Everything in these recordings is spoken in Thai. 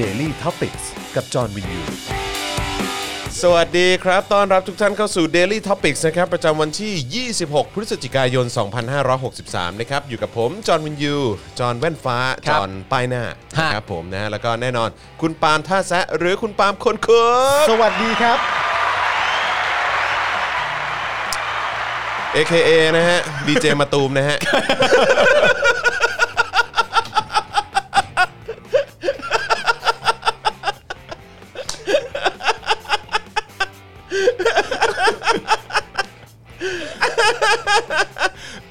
Daily t o p i c กกับจอห์นวินยู สวัสดีครับ ต้อนรับทุกท่านเข้าสู่ Daily Topics นะครับ ประจำวันที่ 26 พฤศจิกายน 2563 นะครับ อยู่กับผม จอห์นวินยู จอห์นแว่นฟ้า ค จ รับ อห์นป้ายหน้า ฮะ ครับผมนะ แล้วก็แน่นอนคุณปาล์มท่าแซะ หรือคุณปาล์มคนเคิ สวัสดีครับ เ AKA นะฮะ ดีเจมาตูมนะฮะ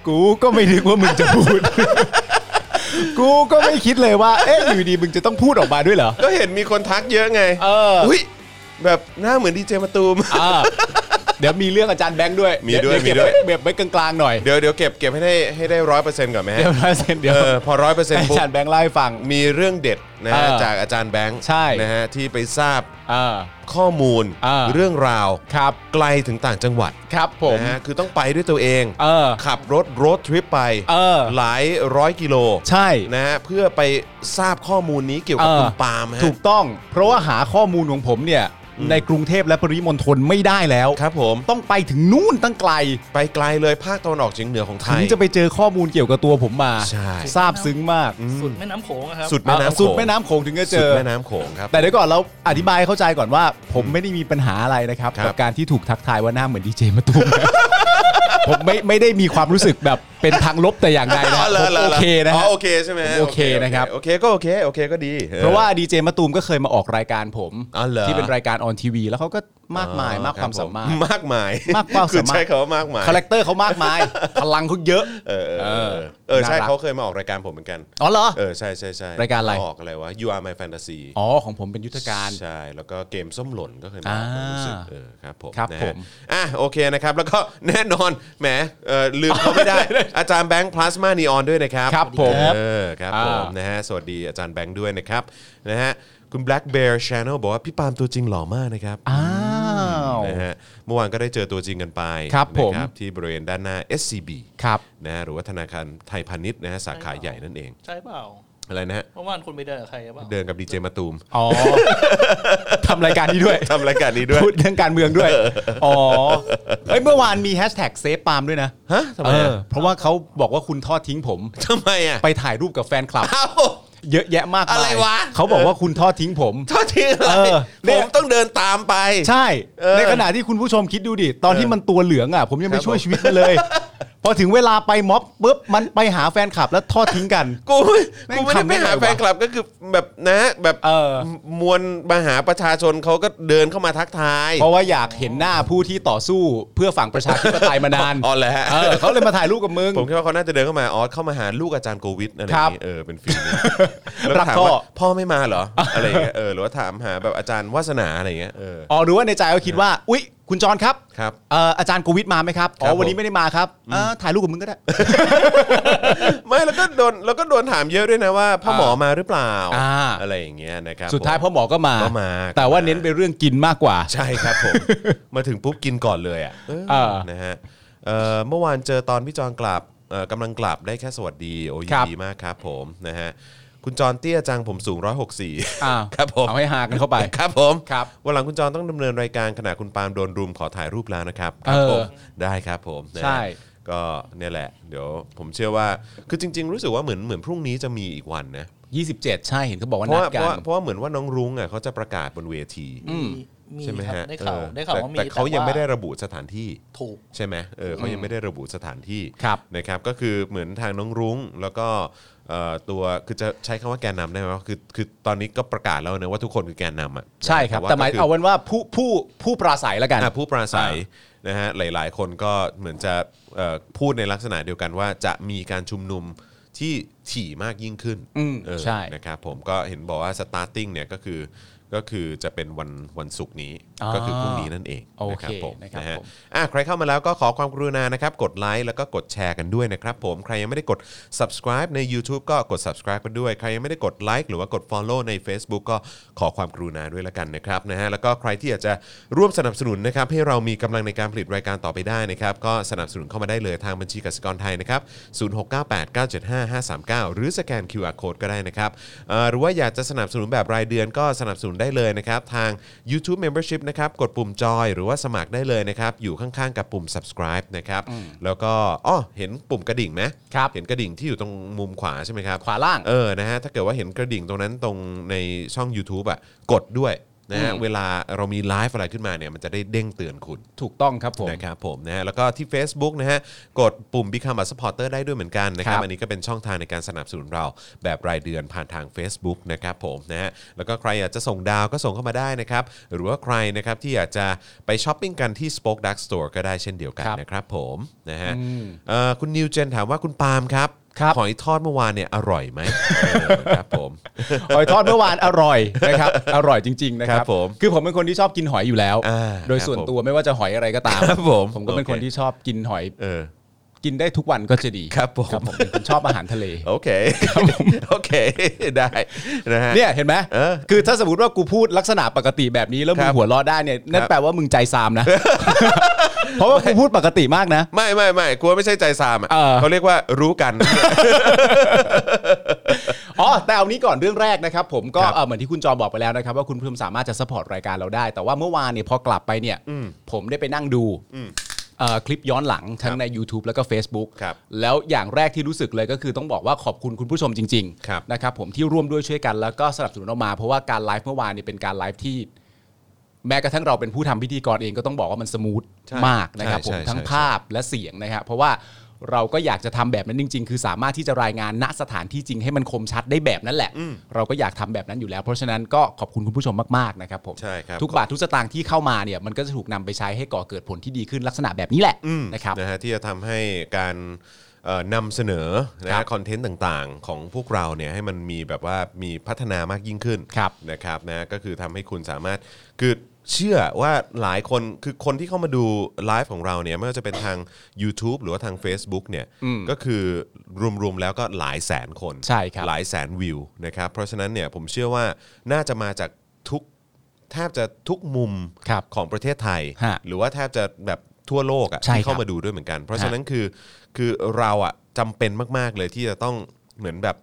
กูก็ไม่นึกว่ามึงจะพูด กูก็ไม่คิดเลยว่า เอ๊ะอยู่ดีมึงจะต้องพูดออกมาด้วยเหรอ ก็เห็นมีคนทักเยอะไง เอออุ๊ ยแบบหน้าเหมือนดีเจมาตูม อ่าเดี๋ยวมีเรื่องอาจารย์แบงค์ด้วย มีด้วย เเก็บ มีด้วย ไเก็บไว้กลางๆหน่อย เดี๋ยวเดี๋ยวเก็บเก็บให้ได้ให้ได้ร้อยเปอร์เซ็นต์ก่อนไหมฮะ เดี๋ยวร้อยเซนเดี๋ยว เออพอร้อยเปอร์เซ็นต์ อา ปุ๊บ จารย์แบงค์เล่าให้ฟัง มีเรื่องเด็ดนะฮะ เออ จากอาจารย์แบงค์ ใช่ นะฮะที่ไปทราบ อ่า ข้อมูล เออ เรื่องราว ครับ ไกลถึงต่างจังหวัด ครับผม นะฮะคือต้องไปด้วยตัวเอง เออ ขับรถรถทริปไป เออ หลายร้อยกิโล ใช่ นะฮะเพื่อไปทราบข้อมูลนี้เกี่ยวกับ เออ คุณปาล์มฮะ ถูกต้อง เพราะว่าหาข้อมูลของผมเนี่ย อืม ในกรุงเทพและปริมณฑลไม่ได้แล้ว ครับผม ต้องไปถึงนู่นตั้งไกล ไปไกลเลยภาคตะวันออกเฉียงเหนือของไท ถึง ย จะไปเจอข้อมูลเกี่ยวกับตัวผมมา ใช่ ทราบซึ้งมาก สุดแม่น้ำโขงอะครับ สุดแม่น้ำโขง สุดแม่น้ำโขงถึงจะเจ สุด อ แม่น้ำโขงครับ แต่เดี๋ยวก่อนเราอธิบายให้เข้าใจก่อนว่า ผมไม่ได้มีปัญหาอะไรนะครับ ครับ กับการที่ถูกทักทายว่าหน้าเหมือนดีเจมาตุ้ม ผมไม่ไม่ได้มีความรู้สึกแบบเป็นทางลบแต่อย่างใดนะ อ๋อหร ผม หร โอเคนะ อ๋ ฮะ อโอเคใช่ไหมฮะ ผมโอเคนะครับ โอเคก็โอเคโอเคก็ดีออ เพราะว่าดีเจมาตูมก็เคยมาออกรายการผม อ๋อเหรอ ที่เป็นรายการออนทีวีแล้วเขาก็มากมาย อ๋อ มากความสามารถ บผมากมาย มากความ คือ สามารถ ใช้คำว่ามากมาย คาแรคเตอร์เขามากมาย พลังเขาเยอะ เออเออเออ เออ เออใช่ น่ารัก เขาเคยมาออกรายการผมเหมือนกัน อ๋อเหรอ เออใช่ใช่ใช่ รายการอะไร ออกอะไรวะ You Are My Fantasy อ๋อของผมเป็นยุทธการ ใช่ แล้วก็เกมส้มหล่นก็เคยมาออกผมรู้สึก อ่า เออครับผม ครับ นะ ผ ฮะ ม อ่ะโอเคนะครับ แล้วก็แน่นอนแหมเออลืมเขาไม่ได้ อาจารย์แบงค์พลาสมานีออนด้วยนะครับ ครับผม เออครับ อ่า ผมนะฮะสวัสดีอาจารย์แบงค์ด้วยนะครับนะฮะคุณ Black Bear Channel บอกว่าพี่ปาล์มตัวจริงหล่อมากนะครับ อ้าว นะฮะเมื่อวานก็ได้เจอตัวจริงกันไป ครับผม นะที่บริเวณด้านหน้า SCB ครับ นะฮะหรือว่าธนาคารไทยพาณิชย์นะฮะสาขาใหญ่นั่นเอง ใช่เปล่า อะไรนะฮะ เมื่อวานคุณไปเดินกับใครหรือเปล่า เดินกับดีเจมาตู ม อ๋อ ทำรายการนี้ด้วย ทำรายการนี้ด้วย พูดเรื่องการเมืองด้วย อ๋อเอ้ยเมื่อวานมีแฮชแท็กเซฟปาล์มด้วยนะ ฮะทำไม เอ อะ อเพราะว่าเขาบอกว่าคุณทอดทิ้งผม ทำไมอ่ะ ไปถ่ายรูปกับแฟนคลับ เอ้า เยอะแยะมากมาย อะไรวะ เขาบอกว่าคุณทอดทิ้งผม โทษทีอะไร เออเนี่ ผ ย มต้องเดินตามไป ใช่ เออ ในขณะที่คุณผู้ชมคิดดูดิ ตอนที่มันตัวเหลืองอ่ะ ผมยัง ค ไม่ รับ ช่วย ผม ชีวิตมันเลย พอถึงเวลาไปม็อบปุ๊บมันไปหาแฟนคลับแล้วทอดทิ้งกัน กูไม่ แม่ง กูไม่ได้ไปหาทำได้ไงวะ แฟนคลับก็คือแบบนะแบบ เออ มวลมหาประชาชนเขาก็เดินเข้ามาทักทาย เพราะว่าอยากเห็นหน้าผู้ที่ต่อสู้เพื่อฝั่งประชาธิปไตยมานาน อ๋อเหรอฮะ เออเขาเลยมาถ่ายรูปกับมึง ผมคิดว่าเขาน่าจะเดินเข้ามาอ๋อเข้ามาหาลูกอาจารย์โกวิทอะไรอ ครั ย่า บ งนี้เออเป็นฟิลนี้แล้ว รัก ถาม พ่อ ว่าพ่อไม่มาเหรอ อะไรอย่างเงี้ยเออหรือว่าถามหาแบบอาจารย์วาสนาอะไรอย่างเงี้ยเออ อ๋อหรือว่าในใจเขาคิดว่า อุ๊ย คุณจรครับ ครับ เอ่ออาจารย์โควิดมาไหมครับ อ๋ ครั อ บผม วันนี้ไม่ได้มาครับเอ่อถ่ายรูปกับมึงก็ได้ ไม่แล้วก็โดนแล้วก็โดนถามเยอะด้วยนะว่าพ่อหมอมาหรือเปล่า อ่า อะไรอย่างเงี้ยนะครับ สุดท้าย ผม พ่อหมอก็มา ก็มา แต่ว่าเน้นไปเรื่องกินมากกว่า ใช่ครับ ผม มาถึงปุ๊บกินก่อนเลยอ่ะเออ เออ นะฮะเอ่อเมื่อวานเจอตอนพี่จอนกลับเอ่อกำลังกลับได้แค่สวัสดีโอ้ยยิ คนรับ ดีมากครับผมนะฮะคุณจอนเตี้ยจังผมสูง164 อ้าว ครับผม เอาให้หากันเข้าไป ครับผม ครับ วันหลังคุณจอนต้องดำเนินรายการขณะคุณปาล์มโดนรุมขอถ่ายรูปแล้วนะครับครั เออ ผมได้ครับผมนะฮะ ใช่ ก็เนี่ยแหละ เดี๋ยวผมเชื่อว่าคือจริง ๆ รู้สึกว่าเหมือนเหมือนพรุ่งนี้จะมีอีกวันนะ 27 ใช่เห็นเขาบอกว่า เพราะ นัด ว่าเพราะว่ากัน เพราะว่าเหมือนว่าน้องรุ้งอ่ะเขาจะประกาศบนเวที มี ใช่ไหม ครับ ฮะ ได้ข่าว เออ ได้ข่าวว่ามี แต่แต่เขายังไม่ได้ แต่ว่ ระบุสถานที่ าถูก ใช่ไหมเออเขายังไม่ได้ระบุสถานที่ ครับ นะครับก็คือเหมือนทางน้องรุ้งแล้วก็เอ่อตัวคือจะใช้คำว่าแกนนำได้ไหมว่าคือคือตอนนี้ก็ประกาศแล้วนะว่าทุกคนคือแกนนำอ่ะ ใช่ครับ ว่ แต่หมาย ก็คือ เอาวันว่าผู้ผู้ผู้ปราศัยแล้วกัน อ่ะผู้ปราศัยนะฮะหลายๆ คนก็เหมือนจะเอ่อพูดในลักษณะเดียวกันว่าจะมีการชุมนุมที่ถี่มากยิ่งขึ้น อืม เออ ใช่ นะครับผมก็เห็นบอกว่า starting เนี่ยก็คือก็คือจะเป็นวันวันศุกร์นี้ อ่า ก็คือพรุ่งนี้นั่นเอง โอนะเคครับผม นะครับ นะฮะ ผม อ่ะใครเข้ามาแล้วก็ขอความกรุณานะครับกดไลค์แล้วก็กดแชร์กันด้วยนะครับผมใครยังไม่ได้กด subscribe ใน YouTube ก็กด subscribe กันด้วย ใครยังไม่ได้กดไลค์หรือว่ากด follow ใน Facebook ก็ขอความกรุณาด้วยละกันนะครับนะฮะแล้วก็ใครที่อยากจะร่วมสนับสนุนนะครับให้เรามีกำลังในการผลิตรายการต่อไปได้นะครับก็สนับสนุนเข้ามาได้เลยทางบัญชีกสิกรไทยนะครับ0698975539 หรือสแกน QR code ก็ได้นะครับเอ่อหรือว่าอยากจะสนับสนุนแบบรายเดือนก็สนับสนุนได้เลยนะครับทาง YouTube Membership นะครับกดปุ่มจอยหรือว่าสมัครได้เลยนะครับอยู่ข้างๆกับปุ่ม subscribe นะครับแล้วก็อ้อเห็นปุ่มกระดิ่งไหม ครับ เห็นกระดิ่งที่อยู่ตรงมุมขวาใช่ไหมครับ ขวาล่าง เออนะฮะถ้าเกิดว่าเห็นกระดิ่งตรงนั้นตรงในช่อง YouTube อ่ะกดด้วยนะฮะเวลาเรามีไลฟ์อะไรขึ้นมาเนี่ยมันจะได้เด้งเตือนคุณ ถูกต้องครับผม นะครับผมนะฮะแล้วก็ที่ Facebook นะฮะกดปุ่ม Become a supporter ได้ด้วยเหมือนกันนะครับ ครับ อันนี้ก็เป็นช่องทางในการสนับสนุนเราแบบรายเดือนผ่านทาง Facebook นะครับผมนะฮะแล้วก็ใครอยากจะส่งดาวก็ส่งเข้ามาได้นะครับ หรือว่าใครนะครับที่อยากจะไปช้อปปิ้งกันที่ Spoke Dark Store ก็ได้เช่นเดียวกันนะครับผมนะฮะเอ่อคุณนิวเจนถามว่าคุณปาล์มครับหอยทอดเมื่อวานเนี่ยอร่อยไหม เออครับผม หอยทอดเมื่อวานอร่อยนะครับ อร่อยจริง ๆ นะครั ครับ บผม คือผมเป็นคนที่ชอบกินหอยอยู่แล้ว อ่า โดยส่วน ครับผม ตัวไม่ว่าจะหอยอะไรก็ตาม ครับผม ผมก็เป็น โอเค คนที่ชอบกินหอย เออ กินได้ทุกวันก็จะดี ครับผม ครับผมเป็นคนชอบอาหารทะเล โอเค โอเคได้นะฮะ เนี่ยเห็นไหม เออ คือถ้าสมมติว่ากูพูดลักษณะปกติแบบนี้แล้วคมึรังบ หัวเราะได้เนี่ยคนั่น รับ แปลว่ามึงใจซาม นะ เพราะว่ากูพูดปกติมากนะ ไม่ไม่ไม่กลัวไม่ใช่ใจซามอ่ะ เออ เขาเรียกว่ารู้กัน อ๋อแต่เอานี้ก่อนเรื่องแรกนะครับ ผมก็ ครับ เอ่อเหมือนที่คุณจอบอกไปแล้วนะครับ ว่าคุณผู้ชมสามารถจะสปอร์ตรายการเราได้ แต่ว่าเมื่อวานเนี่ยพอกลับไปเนี่ยผมได้ไปนั่งดูเอ่อคลิปย้อนหลังทั้งใน YouTube แล้วก็ Facebook ครับ แล้วอย่างแรกที่รู้สึกเลยก็คือต้องบอกว่าขอบคุณคุณผู้ชมจริง ครับ ๆนะครับผมที่ร่วมด้วยช่วยกันแล้วก็สนับสนุนออกมา เพราะว่าการไลฟ์เมื่อวานเนี่ยเป็นการไลฟ์ที่ แม้กระทั่งเราเป็นผู้ทำพิธีกรเองก็ต้องบอกว่ามันสมูท ใช่ มากนะครับ ใช่ ผม ใช่ ทั้ง ใช่ ภาพและเสียงนะครับเพราะว่าเราก็อยากจะทำแบบนั้นจริง ๆ คือสามารถที่จะรายงานณสถานที่จริงให้มันคมชัดได้แบบนั้นแหละ เราก็อยากทำแบบนั้นอยู่แล้ว เพราะฉะนั้นก็ขอบคุณคุณผู้ชมมากๆนะครับผม ใช่ครับ ทุกบาททุกสตางค์ที่เข้ามาเนี่ยมันก็จะถูกนำไปใช้ให้ก่อเกิดผลที่ดีขึ้นลักษณะแบบนี้แหละ อืม นะครับ นะฮะที่จะทำให้การเอ่อนำเสนอนะ ครั ฮะ บ คอนเทนต์ต่างๆ ของพวกเราเนี่ยให้มันมีแบบว่ามีพัฒนามากยิ่งขึ้น ครับ นะครับนะก็คือทำให้คุณสามารถคือเชื่อว่าหลายคนคือคนที่เข้ามาดูไลฟ์ของเราเนี่ยไม่ว่าจะเป็นทาง YouTube หรือว่าทาง Facebook เนี่ยก็คือรวมๆแล้วก็หลายแสนคน ใช่ครับ หลายแสนวิวนะครับเพราะฉะนั้นเนี่ยผมเชื่อว่าน่าจะมาจากทุกแทบจะทุกมุม ครับ ของประเทศไทย ฮะ หรือว่าแทบจะแบบทั่วโลกอะ ใช่ ที่เข้า ครับ มาดูด้วยเหมือนกัน เพราะฉะนั้นคือคือเราอ่ะจำเป็นมาก ๆ เลยที่จะต้องเหมือนแบบ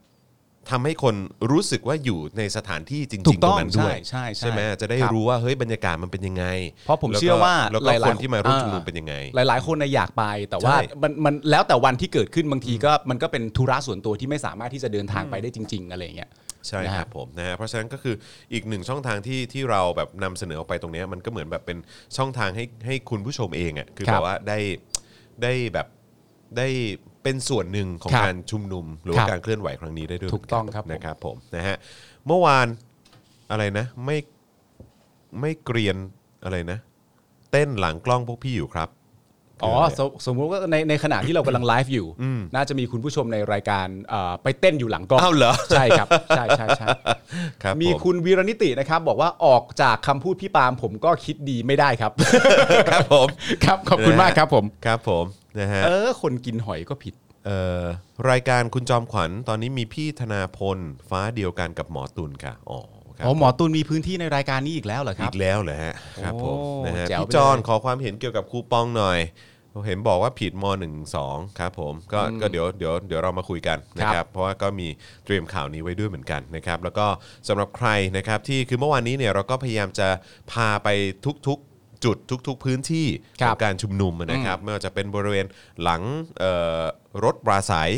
ทำให้คนรู้สึกว่าอยู่ในสถานที่จริง ถู ๆ ก ต ต้ ร อง งนั้นด้วย ใช่ใช่ใช่ ไหมจะได้ ครับ รู้ว่าเฮ้ยบรรยากาศมันเป็นยังไง เพราะผม แล้วก็ เชื่อว่า แล้วก็ หลายๆ คนที่มาร่วม อ่า ชุมนุมเป็นยังไง หลาย ๆ คนนะอยากไปแต่ว่า ใช่ มันมันแล้วแต่วันที่เกิดขึ้นบางทีก็มันก็เป็นธุระส่วนตัวที่ไม่สามารถที่จะเดินทางไปได้จริง ๆ อะไรอย่างเงี้ย ใช่ นะ ค ฮะ รับผมนะฮะเพราะฉะนั้นก็คืออีกหนึ่งช่องทางที่ที่เราแบบนำเสนอออกไปตรงเนี้ยมันก็เหมือนแบบเป็นช่องทางให้ให้คุณผู้ชมเองอะ่ะคือ ค แบ รับบ ว่าได้ได้แบบได้เป็นส่วนหนึ่งของ ครับ การชุมนุม หรือ ครั ว่า บ การเคลื่อนไหวครั้งนี้ได้ด้วย ถูกต้องครับผม นะครับผมนะฮะเมื่อวานอะไรนะไม่ไม่เกรียนอะไรนะ เต้นหลังกล้องพวกพี่อยู่ครับ อ๋อสมสมมุติว่าในในขณะที่เรากำลังไลฟ์อยู่ น่าจะมีคุณผู้ชมในรายการเอ่อไปเต้นอยู่หลังกล้อง อ้าวเหรอ ใช่ครับ ใช่ใช่ใช่ ครับ มี ผ คุณวีรนิตินะครับ บอกว่าออกจากคำพูดพี่ปาล์มผมก็คิดดีไม่ได้ครับ ครับผม ครับขอบคุณมากครับผม ครับผมนะฮะ เออ คนกินหอยก็ผิด เอ่อรายการคุณจอมขวัญตอนนี้มีพี่ธนาพลฟ้าเดียวกันกับหมอตุลค่ะ อ๋อครับ อ๋อ หมอตุลมีพื้นที่ในรายการนี้อีกแล้วเหรอค อี รับ กแล้วเหรอฮะครับผม โอ้ นะฮะ แจ๋ว พี่ ไป จอน เลย ขอความเห็นเกี่ยวกับคูปองหน่อย เห็นบอกว่าผิดม .12 ครับผมก็ก็เดี๋ยวเดี๋ยวเดี๋ยวเรามาคุยกันนะครับเพราะว่าก็มีเตรียมข่าวนี้ไว้ด้วยเหมือนกันนะครับแล้วก็สำหรับใครนะครับที่คือเมื่อวานนี้เนี่ยเราก็พยายามจะพาไปทุกๆจุดทุก ๆ พื้นที่ขครั อบ ง การชุมนุมนะครับไม่ว่าจะเป็นบริเวณหลังเอ่อรถปราศัย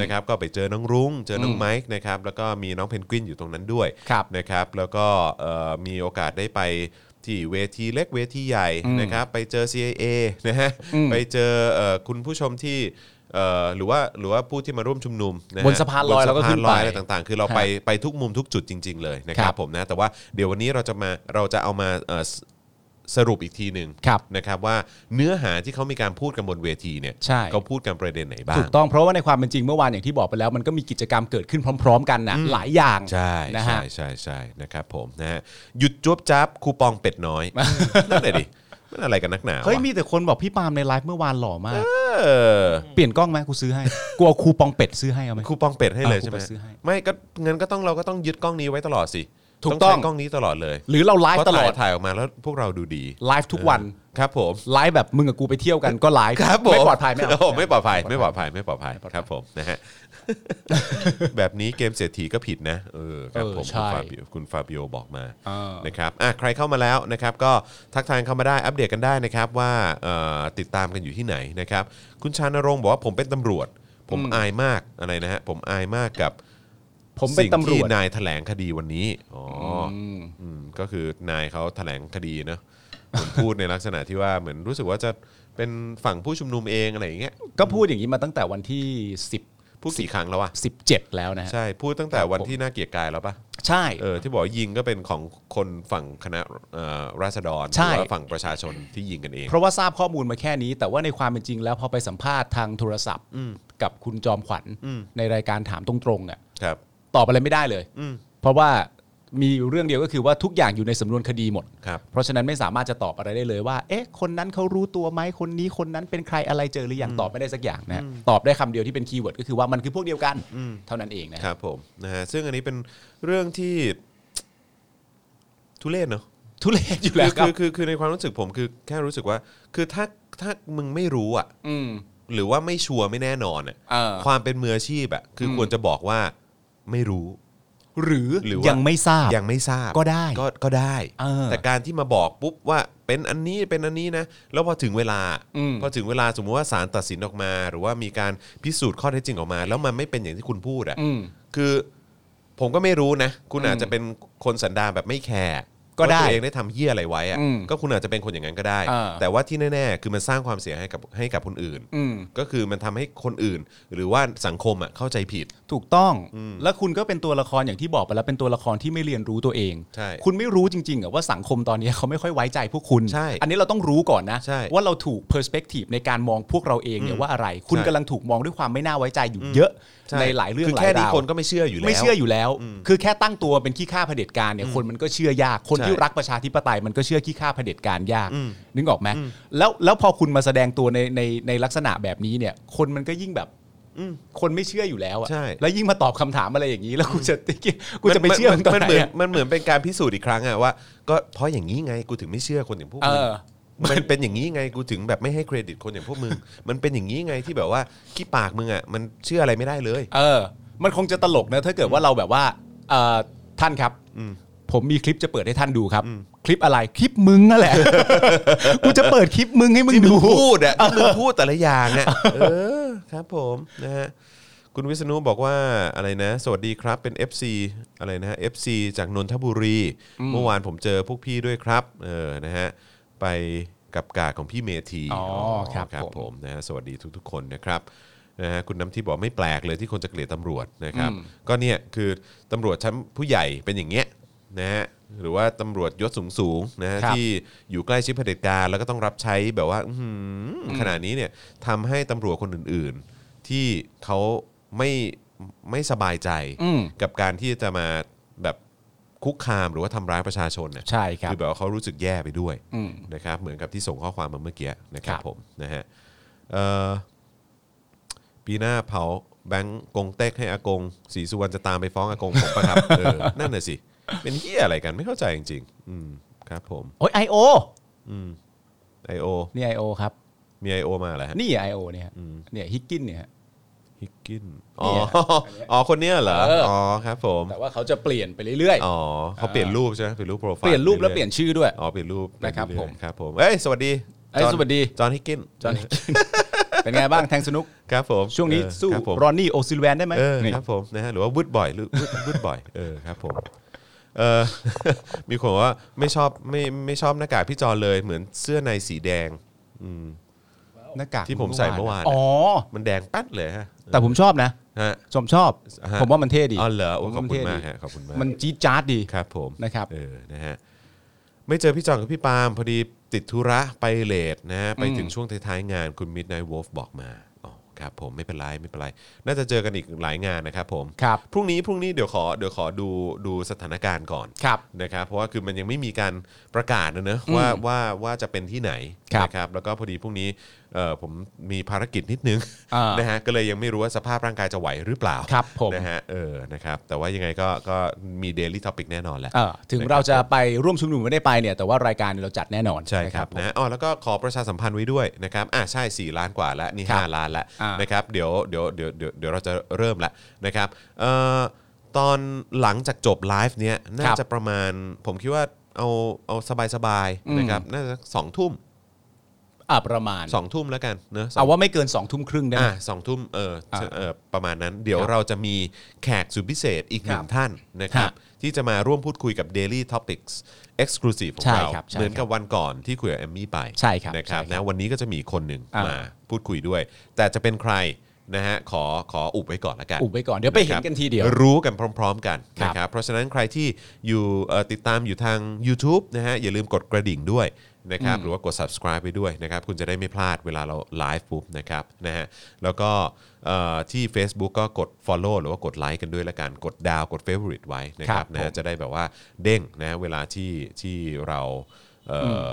นะครับก็ไปเจอน้องรุ้ง เจอน้องไมค์นะครับแล้วก็มีน้องเพนกวินอยู่ตรงนั้นด้วย ครับ นะครับแล้วก็เอ่อมีโอกาสได้ไปที่เวทีเล็กเวทีใหญ่นะครับไปเจอ CIA นะฮะไปเจอเอ่อคุณผู้ชมที่เอ่อหรือว่าหรือว่าผู้ที่มาร่วมชุมนุมะฮะ บนสะพานลอย บสะ เราก็ขึ้นไป ลอยอะไรต่างๆ คือเราไปไปทุกมุมทุกจุดจริง ๆ เลยนะค ครั รับบ ผมนะแต่ว่าเดี๋ยววันนี้เราจะมาเราจะเอามาเอ่อ สรุปอีกทีหนึ่ง ครับ นะครับว่าเนื้อหาที่เขามีการพูดกันบนเวทีเนี่ย ใช่ เขาพูดกันประเด็นไหนบ้า ถู ง กต้องเพราะว่าในความเป็นจริงเมื่อวานอย่างที่บอกไปแล้ว มันก็มีกิจกรรมเกิดขึ้นพร้อม ๆ กันนะหลายอย่าง ใช่ นะ ใช่ ฮะ ใช่ใช่นะครับผมนะฮะหยุดจวบจับคูปองเป็ดน้อย นั่นแหละดิมันอะไรกันนักหนาวะ เฮ้ยมีแต่คนบอกพี่ปาล์มในไลฟ์เมื่อวานหล่อมาก เออ เปลี่ยนกล้องไหมกูซื้อให้ กูเอาคูปองเป็ดซื้อให้เอาไหม คูปองเป็ดให้เลย อ่ะ ใช่ไหม คูปองซื้อให้ ไม่ก็เงินก็ต้องเราก็ต้องยึดกล้องนี้ไว้ตลอดสิ ถูกต้อง ใช้กล้องนี้ตลอดเลย หรือเราไล เพ ฟ์ ราะ ตลอด ถ่ายถ่ายออกมาแล้วพวกเราดูดี ไลฟ์ทุกวัน ครับผม ไลฟ์แบบมึงกับกูไปเที่ยวกันก็ไลฟ์ ครับผม ไม่ปลอดภัยไม่เอา โอ้ไม่ปลอดภัยไม่ปลอดภัยไม่ปลอดภัยครับผมนะฮะ แบบนี้เกมเศรษฐีก็ผิดนะเออครับ เออ ผม ใช่ คุณฟาบิโอคุณฟาบิโอบอกมา เออ นะครับอ่ะใครเข้ามาแล้วนะครับ ก็ทักทายเข้ามาได้อัปเดตกันได้นะครับว่าเอ่อติดตามกันอยู่ที่ไหนนะครับ คุณชานรงค์บอกว่าผมเป็นตำรวจ ผมอายมากอะไรนะฮะผมอายมากกับ ผมเป็นตำร สิ่ง วจ ที่นายแถลงคดีวันนี้อ๋อออืมก็คือนายเขาแถลงคดีเนอะเหมือนพูดในลักษณะที่ว่าเหมือนรู้สึกว่าจะเป็นฝั่งผู้ชุมนุมเองอะไรอย่างเงี้ย ก็พูดอย่างนี้มาตั้งแต่วันที่ 10 พูดกี่ครั้งแล้ววะ 17 แล้วนะฮะ ใช่พูดตั้งแต่วันที่น่าเกลียดกายแล้วปะ ใช่ เออที่บอกว่ายิงก็เป็นของคนฝั่งคณะเอ่อราษฎรห ใช่ รือว่าฝั่งประชาชนที่ยิงกันเอง เพราะว่าทราบข้อมูลมาแค่นี้ แต่ว่าในความเป็นจริงแล้วพอไปสัมภาษณ์ทางโทรศัพท์กับคุณจอมขวัญในรายการถามตรงๆอ่ะ ครับ ตอบอะไรไม่ได้เลย อืม เพราะว่ามีอยู่เรื่องเดียวก็คือว่าทุกอย่างอยู่ในสำนวนคดีหมด ครับ เพราะฉะนั้นไม่สามารถจะตอบอะไรได้เลยว่า เอ๊ะ คนนั้นเขารู้ตัวไหมคนนี้คนนั้นเป็นใครอะไรเจอหรือยังตอบไม่ได้สักอย่างนะฮะตอบได้คำเดียวที่เป็นคีย์เวิร์ดก็คือว่ามันคือพวกเดียวกันเท่านั้นเองนะ ค ครับ รับผมนะฮะซึ่งอันนี้เป็นเรื่องที่ทุเรศเนาะ ทุเรศอยู่แล้วคคืรับ อคือคือคือในความรู้สึกผมคือแค่รู้สึกว่า คือถ้าถ้ามึงไม่รู้อ่ะ อืม หรือว่าไม่ชัวร์ไม่แน่นอนอ่ะ เออ ความเป็นมืออาชีพอ่ะคืออควรจะบอกว่าไม่รู้ หรือ หรือว่ายั ยังไม่ทราบ ยังไม่ทราบ ก็ได้ ก็ก็ได้ เออ แต่การที่มาบอกปุ๊บว่าเป็นอันนี้เป็นอันนี้นะ แล้วพอถึงเวลา อืม พอถึงเวลาสมมติว่าศาลตัดสินออกมา หรือว่ามีการพิสูจน์ข้อเท็จจริงออกมา แล้วมันไม่เป็นอย่างที่คุณพูดอะ อืม คือผมก็ไม่รู้นะ คุณ อืม อาจจะเป็นคนสันดานแบบไม่แคร์ ก็ได้ ว่าตัวเองได้ทำเหี้ยอะไรไว้อะ อืม ก็คุณอาจจะเป็นคนอย่างนั้นก็ได้ อ่า แต่ว่าที่แน่ๆคือมันสร้างความเสียหายให้กับให้กับคนอื่น อืม ก็คือมันทำให้คนอื่น หรือว่าสังคมอะเข้าใจผิด ถูกต้อง แล้วคุณก็เป็นตัวละครอย่างที่บอกไปแล้วเป็นตัวละครที่ไม่เรียนรู้ตัวเอง ใช่ คุณไม่รู้จริงๆอะว่าสังคมตอนนี้เขาไม่ค่อยไว้ใจพวกคุณ ใช่ อันนี้เราต้องรู้ก่อนนะ ใช่ ว่าเราถูกเพอร์สเปกทีฟในการมองพวกเราเองเนี่ยว่าอะไร คุณ ใช่ กำลังถูกมองด้วยความไม่น่าไว้ใจอยู่เยอะ ช่ ในหลายเรื่อง คือ หลาย แค่นี้ ราว คนก็ไม่เชื่ออยู่แล้ว ไม่เชื่ออยู่แล้ว คือแค่ตั้งตัวเป็นขี้ข้าเผด็จการเนี่ยคนมันก็เชื่อยาก คน ใช่ ที่รักประชาธิปไตยมันก็เชื่อขี้ข้าเผด็จการยาก อืม นึกออกไหมแล้วแล้วพอคุณมาแสดงตัวในในในลักษณะแบบนี้เนี่ย คนมันก็ยิ่งแบบ อืม คนไม่เชื่ออยู่แล้วอะ ใช่ แล้วยิ่งมาตอบคำถามอะไรอย่างนี้ แล้วกูจะกูจะไปเชื่อมึงตอนไหน เหมือน อะ มันเหมือนเป็นการพิสูจน์อีกครั้งอะว่าก็เพราะอย่างนี้ไงกูถึงไม่เชื่อคนอย่างพวก เอ มึง อ มันเป็นอย่างนี้ไงกูถึงแบบไม่ให้เครดิตคนอย่างพวกมึง มันเป็นอย่างนี้ไงที่แบบว่าขี้ปากมึงอะมันเชื่ออะไรไม่ได้เลย เออ มันคงจะตลกนะถ้าเกิดว่าเราแบบว่าเอ่อท่านครับ ผมมีคลิปจะเปิดให้ท่านดูครับ คลิปอะไรคลิปมึงนั่ นแหละ กูจะเปิดคลิปมึงให้มึงดู พูดอะที่มึงพูดแต่ละอย่างอะเออครับผมนะฮะคุณวิษณุบอกว่าอะไรนะ สวัสดีครับเป็น FC อะไรนะฮะ FC จากนนทบุรี เมื่อวานผมเจอพวกพี่ด้วยครับเออนะฮะไปกับกาดของพี่เมธี อ๋อครับ ครับ ผม ผมนะฮะสวัสดีทุกๆ คนนะครับนะฮะคุณน้ำที่บอกไม่แปลกเลยที่คนจะเกลียดตำรวจนะครับ ก็เนี่ยคือตำรวจชั้นผู้ใหญ่เป็นอย่างเงี้ยนะฮะหรือว่าตำรวจยศสูงๆนะฮะ ครับ ที่ ที่อยู่ใกล้ชิดเผด็จการแล้วก็ต้องรับใช้แบบว่าอื้อหือขนาดนี้เนี่ยทำให้ตำรวจคนอื่นๆ ที่เขาไม่ไม่สบายใจ อืม กับการที่จะมาแบบคุกคามหรือว่าทำร้ายประชาชนเนี่ย ใช่ครับ คือแบบว่าเขารู้สึกแย่ไปด้วย อืม นะครับเหมือนกับที่ส่งข้อความมาเมื่อกี้นะครับ ครับ ผมนะฮะเอ่อปีหน้าเผาแบงก์กงเต็กให้อากงสีสุวรรณจะตามไปฟ้องอากงผมปะ ครับเออนั่นน่ะสิเป็นเหี้ยอะไรกันไม่เข้าใจจริงๆอืมครับผม โอ้ยไอโอ I.O. นี่ไอโอครับ มี I.O. มาแล้วฮะ นี่ไอโอเนี่ยฮะเนี่ยฮิกกินเนี่ยฮะ ฮิกกินอ๋อ เนี่ย อ๋อ คนเนี้ยเหรอ เอออ๋ อ๋อ ครับผม แต่ว่าเขาจะเปลี่ยนไปเรื่อย อ๋อเขาเปลี่ยนรูปใช่ไหมเปลี่ยนรูปโปรไฟ ๆ ล์ เปลี่ยนรูปแล้วเปลี่ยนชื่อด้วย อ๋อ เปลี่ยนรูป นะครับ เปลี่ย ผม เอยๆครับผม เอ้ย สวัสดี เอ้ย จห์น สวัสดี จอห์นฮิกกิน จอห์นฮิกกิน เป็นไงบ้างแทงสนุก ครับผม ช่วงนี้ เออ สู้ ครับผม รอนนี่โอซิลแวนได้ไหม เออ นี่ ครับผมนะฮะหรือว่าวุดบ่อยหรือวุดวุดบ่ อยเออครับผมเออ มีคนบอกว่าไม่ชอบไม่ไม่ชอบหน้ากากพี่จอเลยเหมือนเสื้อในสีแดง หน้ากาก ที่ผมใส่เมื่อวาน อ๋อ มันแดงแป๊ดเลยฮะ แต่ผมชอบนะ ฮะ ชมชอบ ฮะ ผมว่ามันเท่ดี อ๋อเหรอโอ้ ผม ขอบ ว่น คุณ เท่ มา ดี กฮะขอบคุณมาก มันจี๊ดจ๊าดดี ครับผม นะครับ เออนะฮะ ไม่เจอพี่จอนกับพี่ปาล์มพอดีติดธุระไปเลทนะ ไปถึงช่วงท้ายๆงานคุณมิดไนท์วอลฟบอกมาอ๋อครับผมไม่เป็นไรไม่เป็นไร น่าจะเจอกันอีกหลายงานนะครับผม ครับ พรุ่งนี้พรุ่งนี้เดี๋ยวขอเดี๋ยวขอดูดูสถานการณ์ก่อน ครับ นะครับเพราะว่าคือมันยังไม่มีการประกาศนะเนอะว่าว่าว่าจะเป็นที่ไหน ครับ นะครับแล้วก็พอดีพรุ่งนี้เอ่อผมมีภารกิจนิดนึง อ่าน นะฮะก็เลยยังไม่รู้ว่าสภาพร่างกายจะไหวหรือเปล่า ครับผม นะฮะเออนะครับแต่ว่ายังไงก็ก็มี Daily Topic แน่นอนแหละ เออถึงเราจะไปร่วมชุมนุมไม่ได้ไปเนี่ยแต่ว่ารายการเราจัดแน่นอน ใช่ครับ นะผม นะอ๋อแล้วก็ขอประชาสัมพันธ์ไว้ด้วยนะครับอ่าใช่ 4 ล้านกว่าแล้วนี่ ครับ 5ล้านแล้ว อ่าน นะครับเดี๋ยวเดี๋ยวเดี๋ยวเดี๋ยวเดี๋ยวเราจะเริ่มละนะครับเอ่อตอนหลังจากจบไลฟ์เนี้ยน่าจะประมาณผมคิดว่าเอาเอาสบาย อื ๆ ม นะครับน่าจะสองทุ่ม อ่ะประมาณ สองทุ่มแล้วกันเนอะสอง เอาว่าไม่เกิน2องทุ่มครึ่งได้ไหม อ่าสองทุ่มเออ อ่า เออประมาณนั้น เดี๋ยว ครับ เราจะมีแขกสุดพิเศษอีกหนึ่ ค ง รับ ท่านนะครับ ฮะ ที่จะมาร่วมพูดคุยกับ Daily Topics Exclusive ของ ใช่ เรา ครับใช่ เหมือน ครับ กับวันก่อนที่คุยกับแอมมี่ไป ใช่ครับ นะครับ ใช่ นะวันนี้ก็จะมีอีกคนหนึ่ง อ่าม มาพูดคุยด้วย แต่จะเป็นใครนะฮะขอขออุบไว้ก่อนละกัน อุบไว้ก่อนเดี๋ยวไปเห็นกันทีเดียว รู้กันพร้อม ๆ กัน ครับ นะครับเพราะฉะนั้นใครที่อยู่เอ่อติดตามอยู่ทาง YouTube นะฮะอย่าลืมกดกระดิ่งด้วยนะครับ อืม หรือว่ากด subscribe ไปด้วยนะครับคุณจะได้ไม่พลาดเวลาเราไลฟ์ปุ๊บนะครับนะฮะแล้วก็เอ่อที่ Facebook ก็กด Follow หรือว่ากดไลค์กันด้วยละกันกดดาวกด Favorite ไว้นะค ครั รับบ นะฮะ ผม จะได้แบบว่าเด้งนะเวลาที่ที่เราเอ่ออ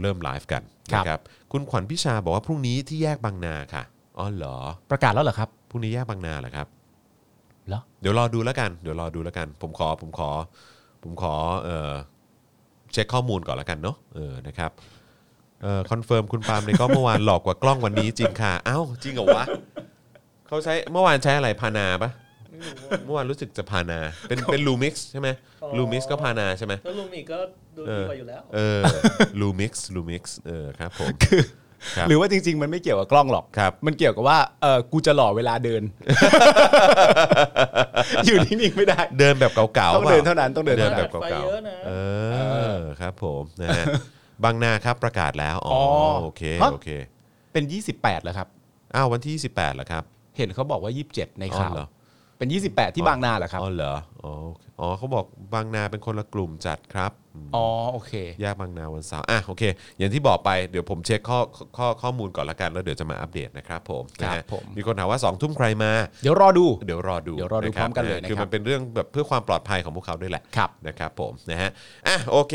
เริ่มไลฟ์กัน ครั นะ บ ครับ คุณขวัญพิชาบอกว่าพรุ่งนี้ที่แยกบางนาค่ะ อ๋อเหรอ ประกาศแล้วเหรอครับ พรุ่งนี้แยกบางนาเหรอครับ เหรอ เดี๋ยวรอดูแล้วกัน เดี๋ยวรอดูแล้วกัน ผมขอ ผมขอ ผมขอเอ่อเช็คข้อมูลก่อนแล้วกันเนาะ เออ นะครับเอ่อคอนเฟิร์มคุณปาล์มในกล้องเมื่อวานหลอกกว่ากล้องวันนี้จริงค่ะ เอ้า จริงเหรอวะเขาใช้ เมื่อวานใช้อะไร พานาปะเมื่อวานรู้สึกจะพานา เป็น เป็นลูมิกซ์ใช่ไหม อ๋อ ลูมิกซ์ก็พานาใช่ไหม แล้วลุงอีกก็ดู เอ ดี อ กว่าอยู่แล้ว เออ ลูมิกซ์ ลูมิกซ์ เออ ครับผม ครับ หรือว่าจริง ๆ มันไม่เกี่ยวกับกล้องหรอก ครับ มันเกี่ยวกับว่าเออกูจะหล่อเวลาเดิ น อยู่นิ่งๆไม่ได้ เดินแบบเก่าๆเปล่า ต้องเดินเท่านั้นต้องเดิน เดิ เท่าน นั้น แบบไฟเก่า เยอะนะ ๆเออครับผมนะ ฮะ บางนาครับประกาศแล้ว อ๋อ อ โอเค ฮะ โอเค เป็น 28แล้วครับ อ้าววันที่ 28เหรอครับ เห็นเขาบอกว่า 27 ใน อ๋อ ข่าว เหรอ เป็น 28 ที่บางนาเหรอครับ อ๋อเหรออ๋อโอเคอ๋อเขาบอกบางนาเป็นคนละกลุ่มจัดครับอืม อ๋อโอเค แยกบางนาวันเสาร์อ่ะโอเค อย่างที่บอกไปเดี๋ยวผมเช็คข้อข้อข้อข้อมูลก่อนละกันแล้วเดี๋ยวจะมาอัปเดตนะครับผมนะฮะ ครับผม มีคนถามว่า2ทุ่มใครมา เดี๋ยวรอดู เดี๋ยวรอดู เดี๋ยวรอดู ะค พร้ บ อมกันเลยนะครับ คือมันเป็นเรื่องแบบเพื่อความปลอดภัยของพวกเขาด้วยแหละ ครับ นะครับผมนะฮะอ่ะโอเค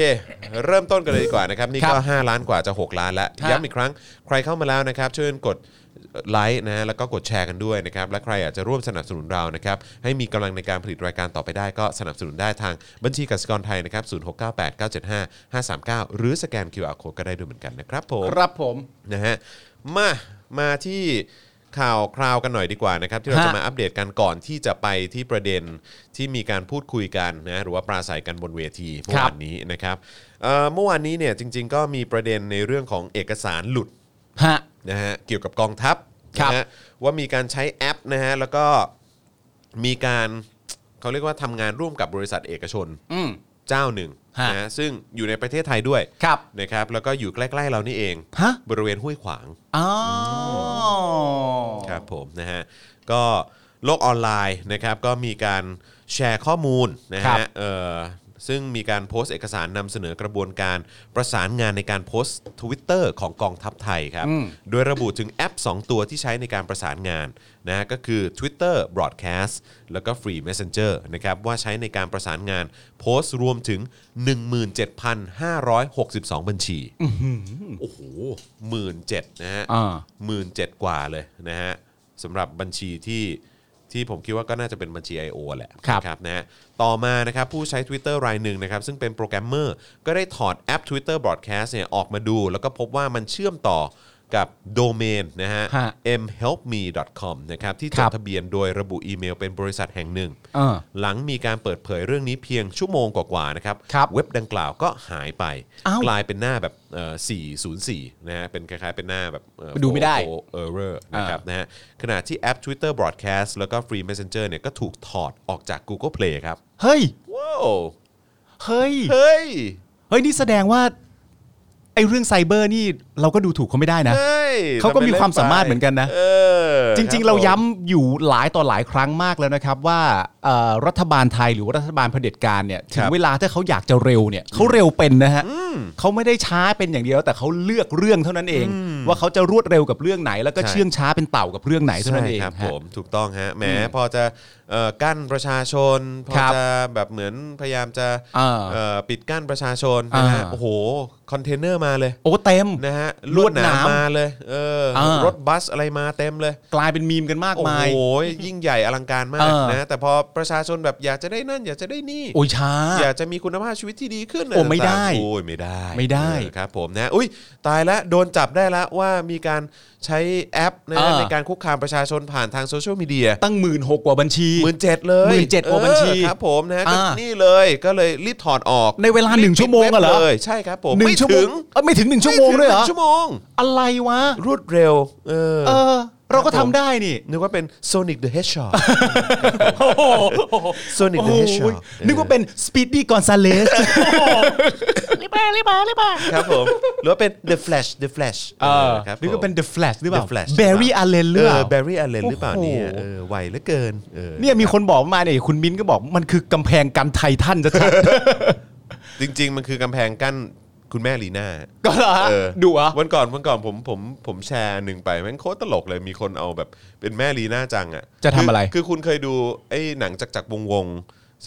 เริ่มต้นกันเลยดีกว่านะครับ นี่ก็ ครับ 5 ล้านกว่าจะ 6 ล้านแล้ว ฮะ ย้ำอีกครั้งใครเข้ามาแล้วนะครับเชิญกดไลค์นะฮะแล้วก็กดแชร์กันด้วยนะครับ และใครอยากจะร่วมสนับสนุนเรานะครับ ให้มีกำลังในการผลิตรายการต่อไปได้ก็สนับสนุนได้ทางบัญชีกสิกรไทยนะครับศูนย์หกเก้าแปดเก้าเจ็ดห้าห้าสามเก้าหรือสแกน QR code ก็ได้ด้วยเหมือนกันนะครับผม ครับผม นะฮะมามาที่ข่าวคราวกันหน่อยดีกว่านะครับที่เรา ฮะ จะมาอัปเดตกันก่อนที่จะไปที่ประเด็นที่มีการพูดคุยกันนะหรือว่าปราศัยกันบนเวทีเมื่อ ครับ วานนี้นะครับเอ่อเมื่อวานนี้เนี่ยจริง ๆ ก็มีประเด็นในเรื่องของเอกสารหลุด ฮะ นะฮะเกี่ยวกับกองทัพ ครับ นะฮะว่ามีการใช้แอปนะฮะแล้วก็มีการเขาเรียกว่าทำงานร่วมกับบริษัทเอกชน อืม เจ้าหนึ่ง ฮะ นะฮะซึ่งอยู่ในประเทศไทยด้วย ครับ นะครับแล้วก็อยู่ใกล้ๆเรานี่เอง ฮะ บริเวณห้วยขวาง อ๋อ ครับผมนะฮะก็โลกออนไลน์นะครับก็มีการแชร์ข้อมูลนะฮะเอ่อซึ่งมีการโพสต์เอกสารนำเสนอกระบวนการประสานงานในการโพสต์ Twitter ของกองทัพไทยครับ อืม โดยระบุถึงแอป 2 ตัวที่ใช้ในการประสานงานนะฮะก็คือ Twitter Broadcast แล้วก็ Free Messenger นะครับว่าใช้ในการประสานงานโพสต์รวมถึง 17,562 บัญชีโอ้โหหมื่นเจ็ดนะฮะ อ่า หมื่นเจ็ดกว่าเลยนะฮะสำหรับบัญชีที่ที่ผมคิดว่าก็น่าจะเป็นบัญชี I.O. แหละ ครับ ครับนะฮะต่อมานะครับผู้ใช้ Twitter รายหนึ่งนะครับซึ่งเป็นโปรแกรมเมอร์ ก็ได้ถอดแอป Twitter Broadcast เนี่ยออกมาดู แล้วก็พบว่ามันเชื่อมต่อกับโดเมนนะฮะ ฮะ mhelpme.com นะครับที่จ ครั ด บ ทะเบียนโดยระบุอีเมลเป็นบริษัทแห่งหนึ่ง เออ หลังมีการเปิดเผยเรื่องนี้เพียงชั่วโมงกว่าๆนะครับ ครับ เว็บดังกล่าวก็หายไป อ้าว กลายเป็นหน้าแบบเอ่อ404นะฮะเป็นคล้ายๆเป็นหน้าแบบเอ่อ ดูไม่ได้ Four error นะครับ นะฮะขณะที่แอป Twitter Broadcast แล้วก็ Free Messenger เนี่ยก็ถูกถอดออกจาก Google Play ครับ เฮ้ย ว้าว เฮ้ย เฮ้ย เฮ้ย นี่แสดงว่า ไอ้เรื่องไซเบอร์นี่เราก็ดูถูกเขาไม่ได้นะ เฮ้ย เขาก็มี ทำป็นล่ ความสามารถเหมือนกันนะ เออ จริง ค ๆ เรา ผม ย้ำอยู่หลายต่อหลายครั้งมากแล้วนะครับว่า เอ่อรัฐบาลไทยหรือว่ารัฐบาลเผด็จการเนี่ยถึ ค ง รับ เวลาถ้าเขาอยากจะเร็วเนี่ยเขาเร็วเป็นนะฮะเขาไม่ได้ช้าเป็นอย่างเดียว แต่เขาเลือกเรื่องเท่านั้นเอง ว่าเขาจะรวดเร็วกับเรื่องไหน แล้วก็เชื่องช้าเป็นเต่ากับเรื่องไหนเท่านั้นเอง ครับ ฮะ ผมถูกต้องฮะแหมพอจะเอ่อกั้นประชาชน พอ ครับ จะแบบเหมือนพยายามจะ เออ เอ่อปิดกั้นประชาชนนะฮะ อ่า โอ้โห คอนเทนเนอร์มาเลย โอ้เต็ม นะฮะ ล ล ว ว ด ด ห ห นาม นามมาเลยเออ เออ รถบัสอะไรมาเต็มเลย กลายเป็นมีมกันมาก โอ้ มาย โหยิ่งใหญ่อลังการมาก เออ นะแต่พอประชาชนแบบอยากจะได้นั่น อยากจะได้นี่ โอ้ยช้า อยากจะมีคุณภาพชีวิตที่ดีขึ้น โอ้ไม่ได้ ต่างๆโอ้ยไม่ได้ ไม่ได้ เออครับผมนะอุ้ยตายแล้วโดนจับได้แล้วว่ามีการใช้แอปนะ เออ ในการคุกคามประชาชนผ่านทางโซเชียลมีเดีย ตั้งหมื่นหกกว่าบัญชี หมื่นเจ็ดเลย 17,000กว่าบัญชี เออครับผมนะก็ อ่า นี่เลยก็เลยรีบถอดออก ในเวลาหนึ่งชั่วโมงอะเหรอ บปิดว็บเลยใช่ครับผม หนึ่ง ไม่ ชั่วโม ถึ ง ง เอ้ยไม่ถึงหนึ่งชั่วโมงด้วยเหรอ ไถึนึ่ชั่วโมง อะไรวะ รวดเร็วเออ เออ เราก็ทำได้นี่ นึกว่าเป็น Sonic the Hedgehog โอ้โห Sonic the Hedgehog นึกว่าเป็นสปีดดี้กอนซาเลส รีบมารีบมารีบมา ครับผมหรือว่าเป็น The Flash The Flash เออ ครับผม นึกว่าเป็น The Flash หรือเปล่า The Flash เบร์รี่อาเลนหรือเปล่า เบร์รี่อเลนหรือเปล่า โอ้โห เนี่ยเออไวเหลือเกินออ เนี่ยมีคนบอกมาเนี่ยคุณมิ้นก็บอกมันคือกำแพงกันไททันจะ ทัน จริง ๆ มันคือกำแพงกั้นคุณแม่ลีน่า ก็เหรอฮะ เออ ดูเหรอ่ะ วันก่อนวันก่อนผมผมผมแชร์หนึ่งไปแม่งโคตรตลกเลยมีคนเอาแบบเป็นแม่ลีน่าจังอ่ะ จะทำอะไร คืคือคุณเคยดูไอ้หนังจักรจักรวงศ์วงศ์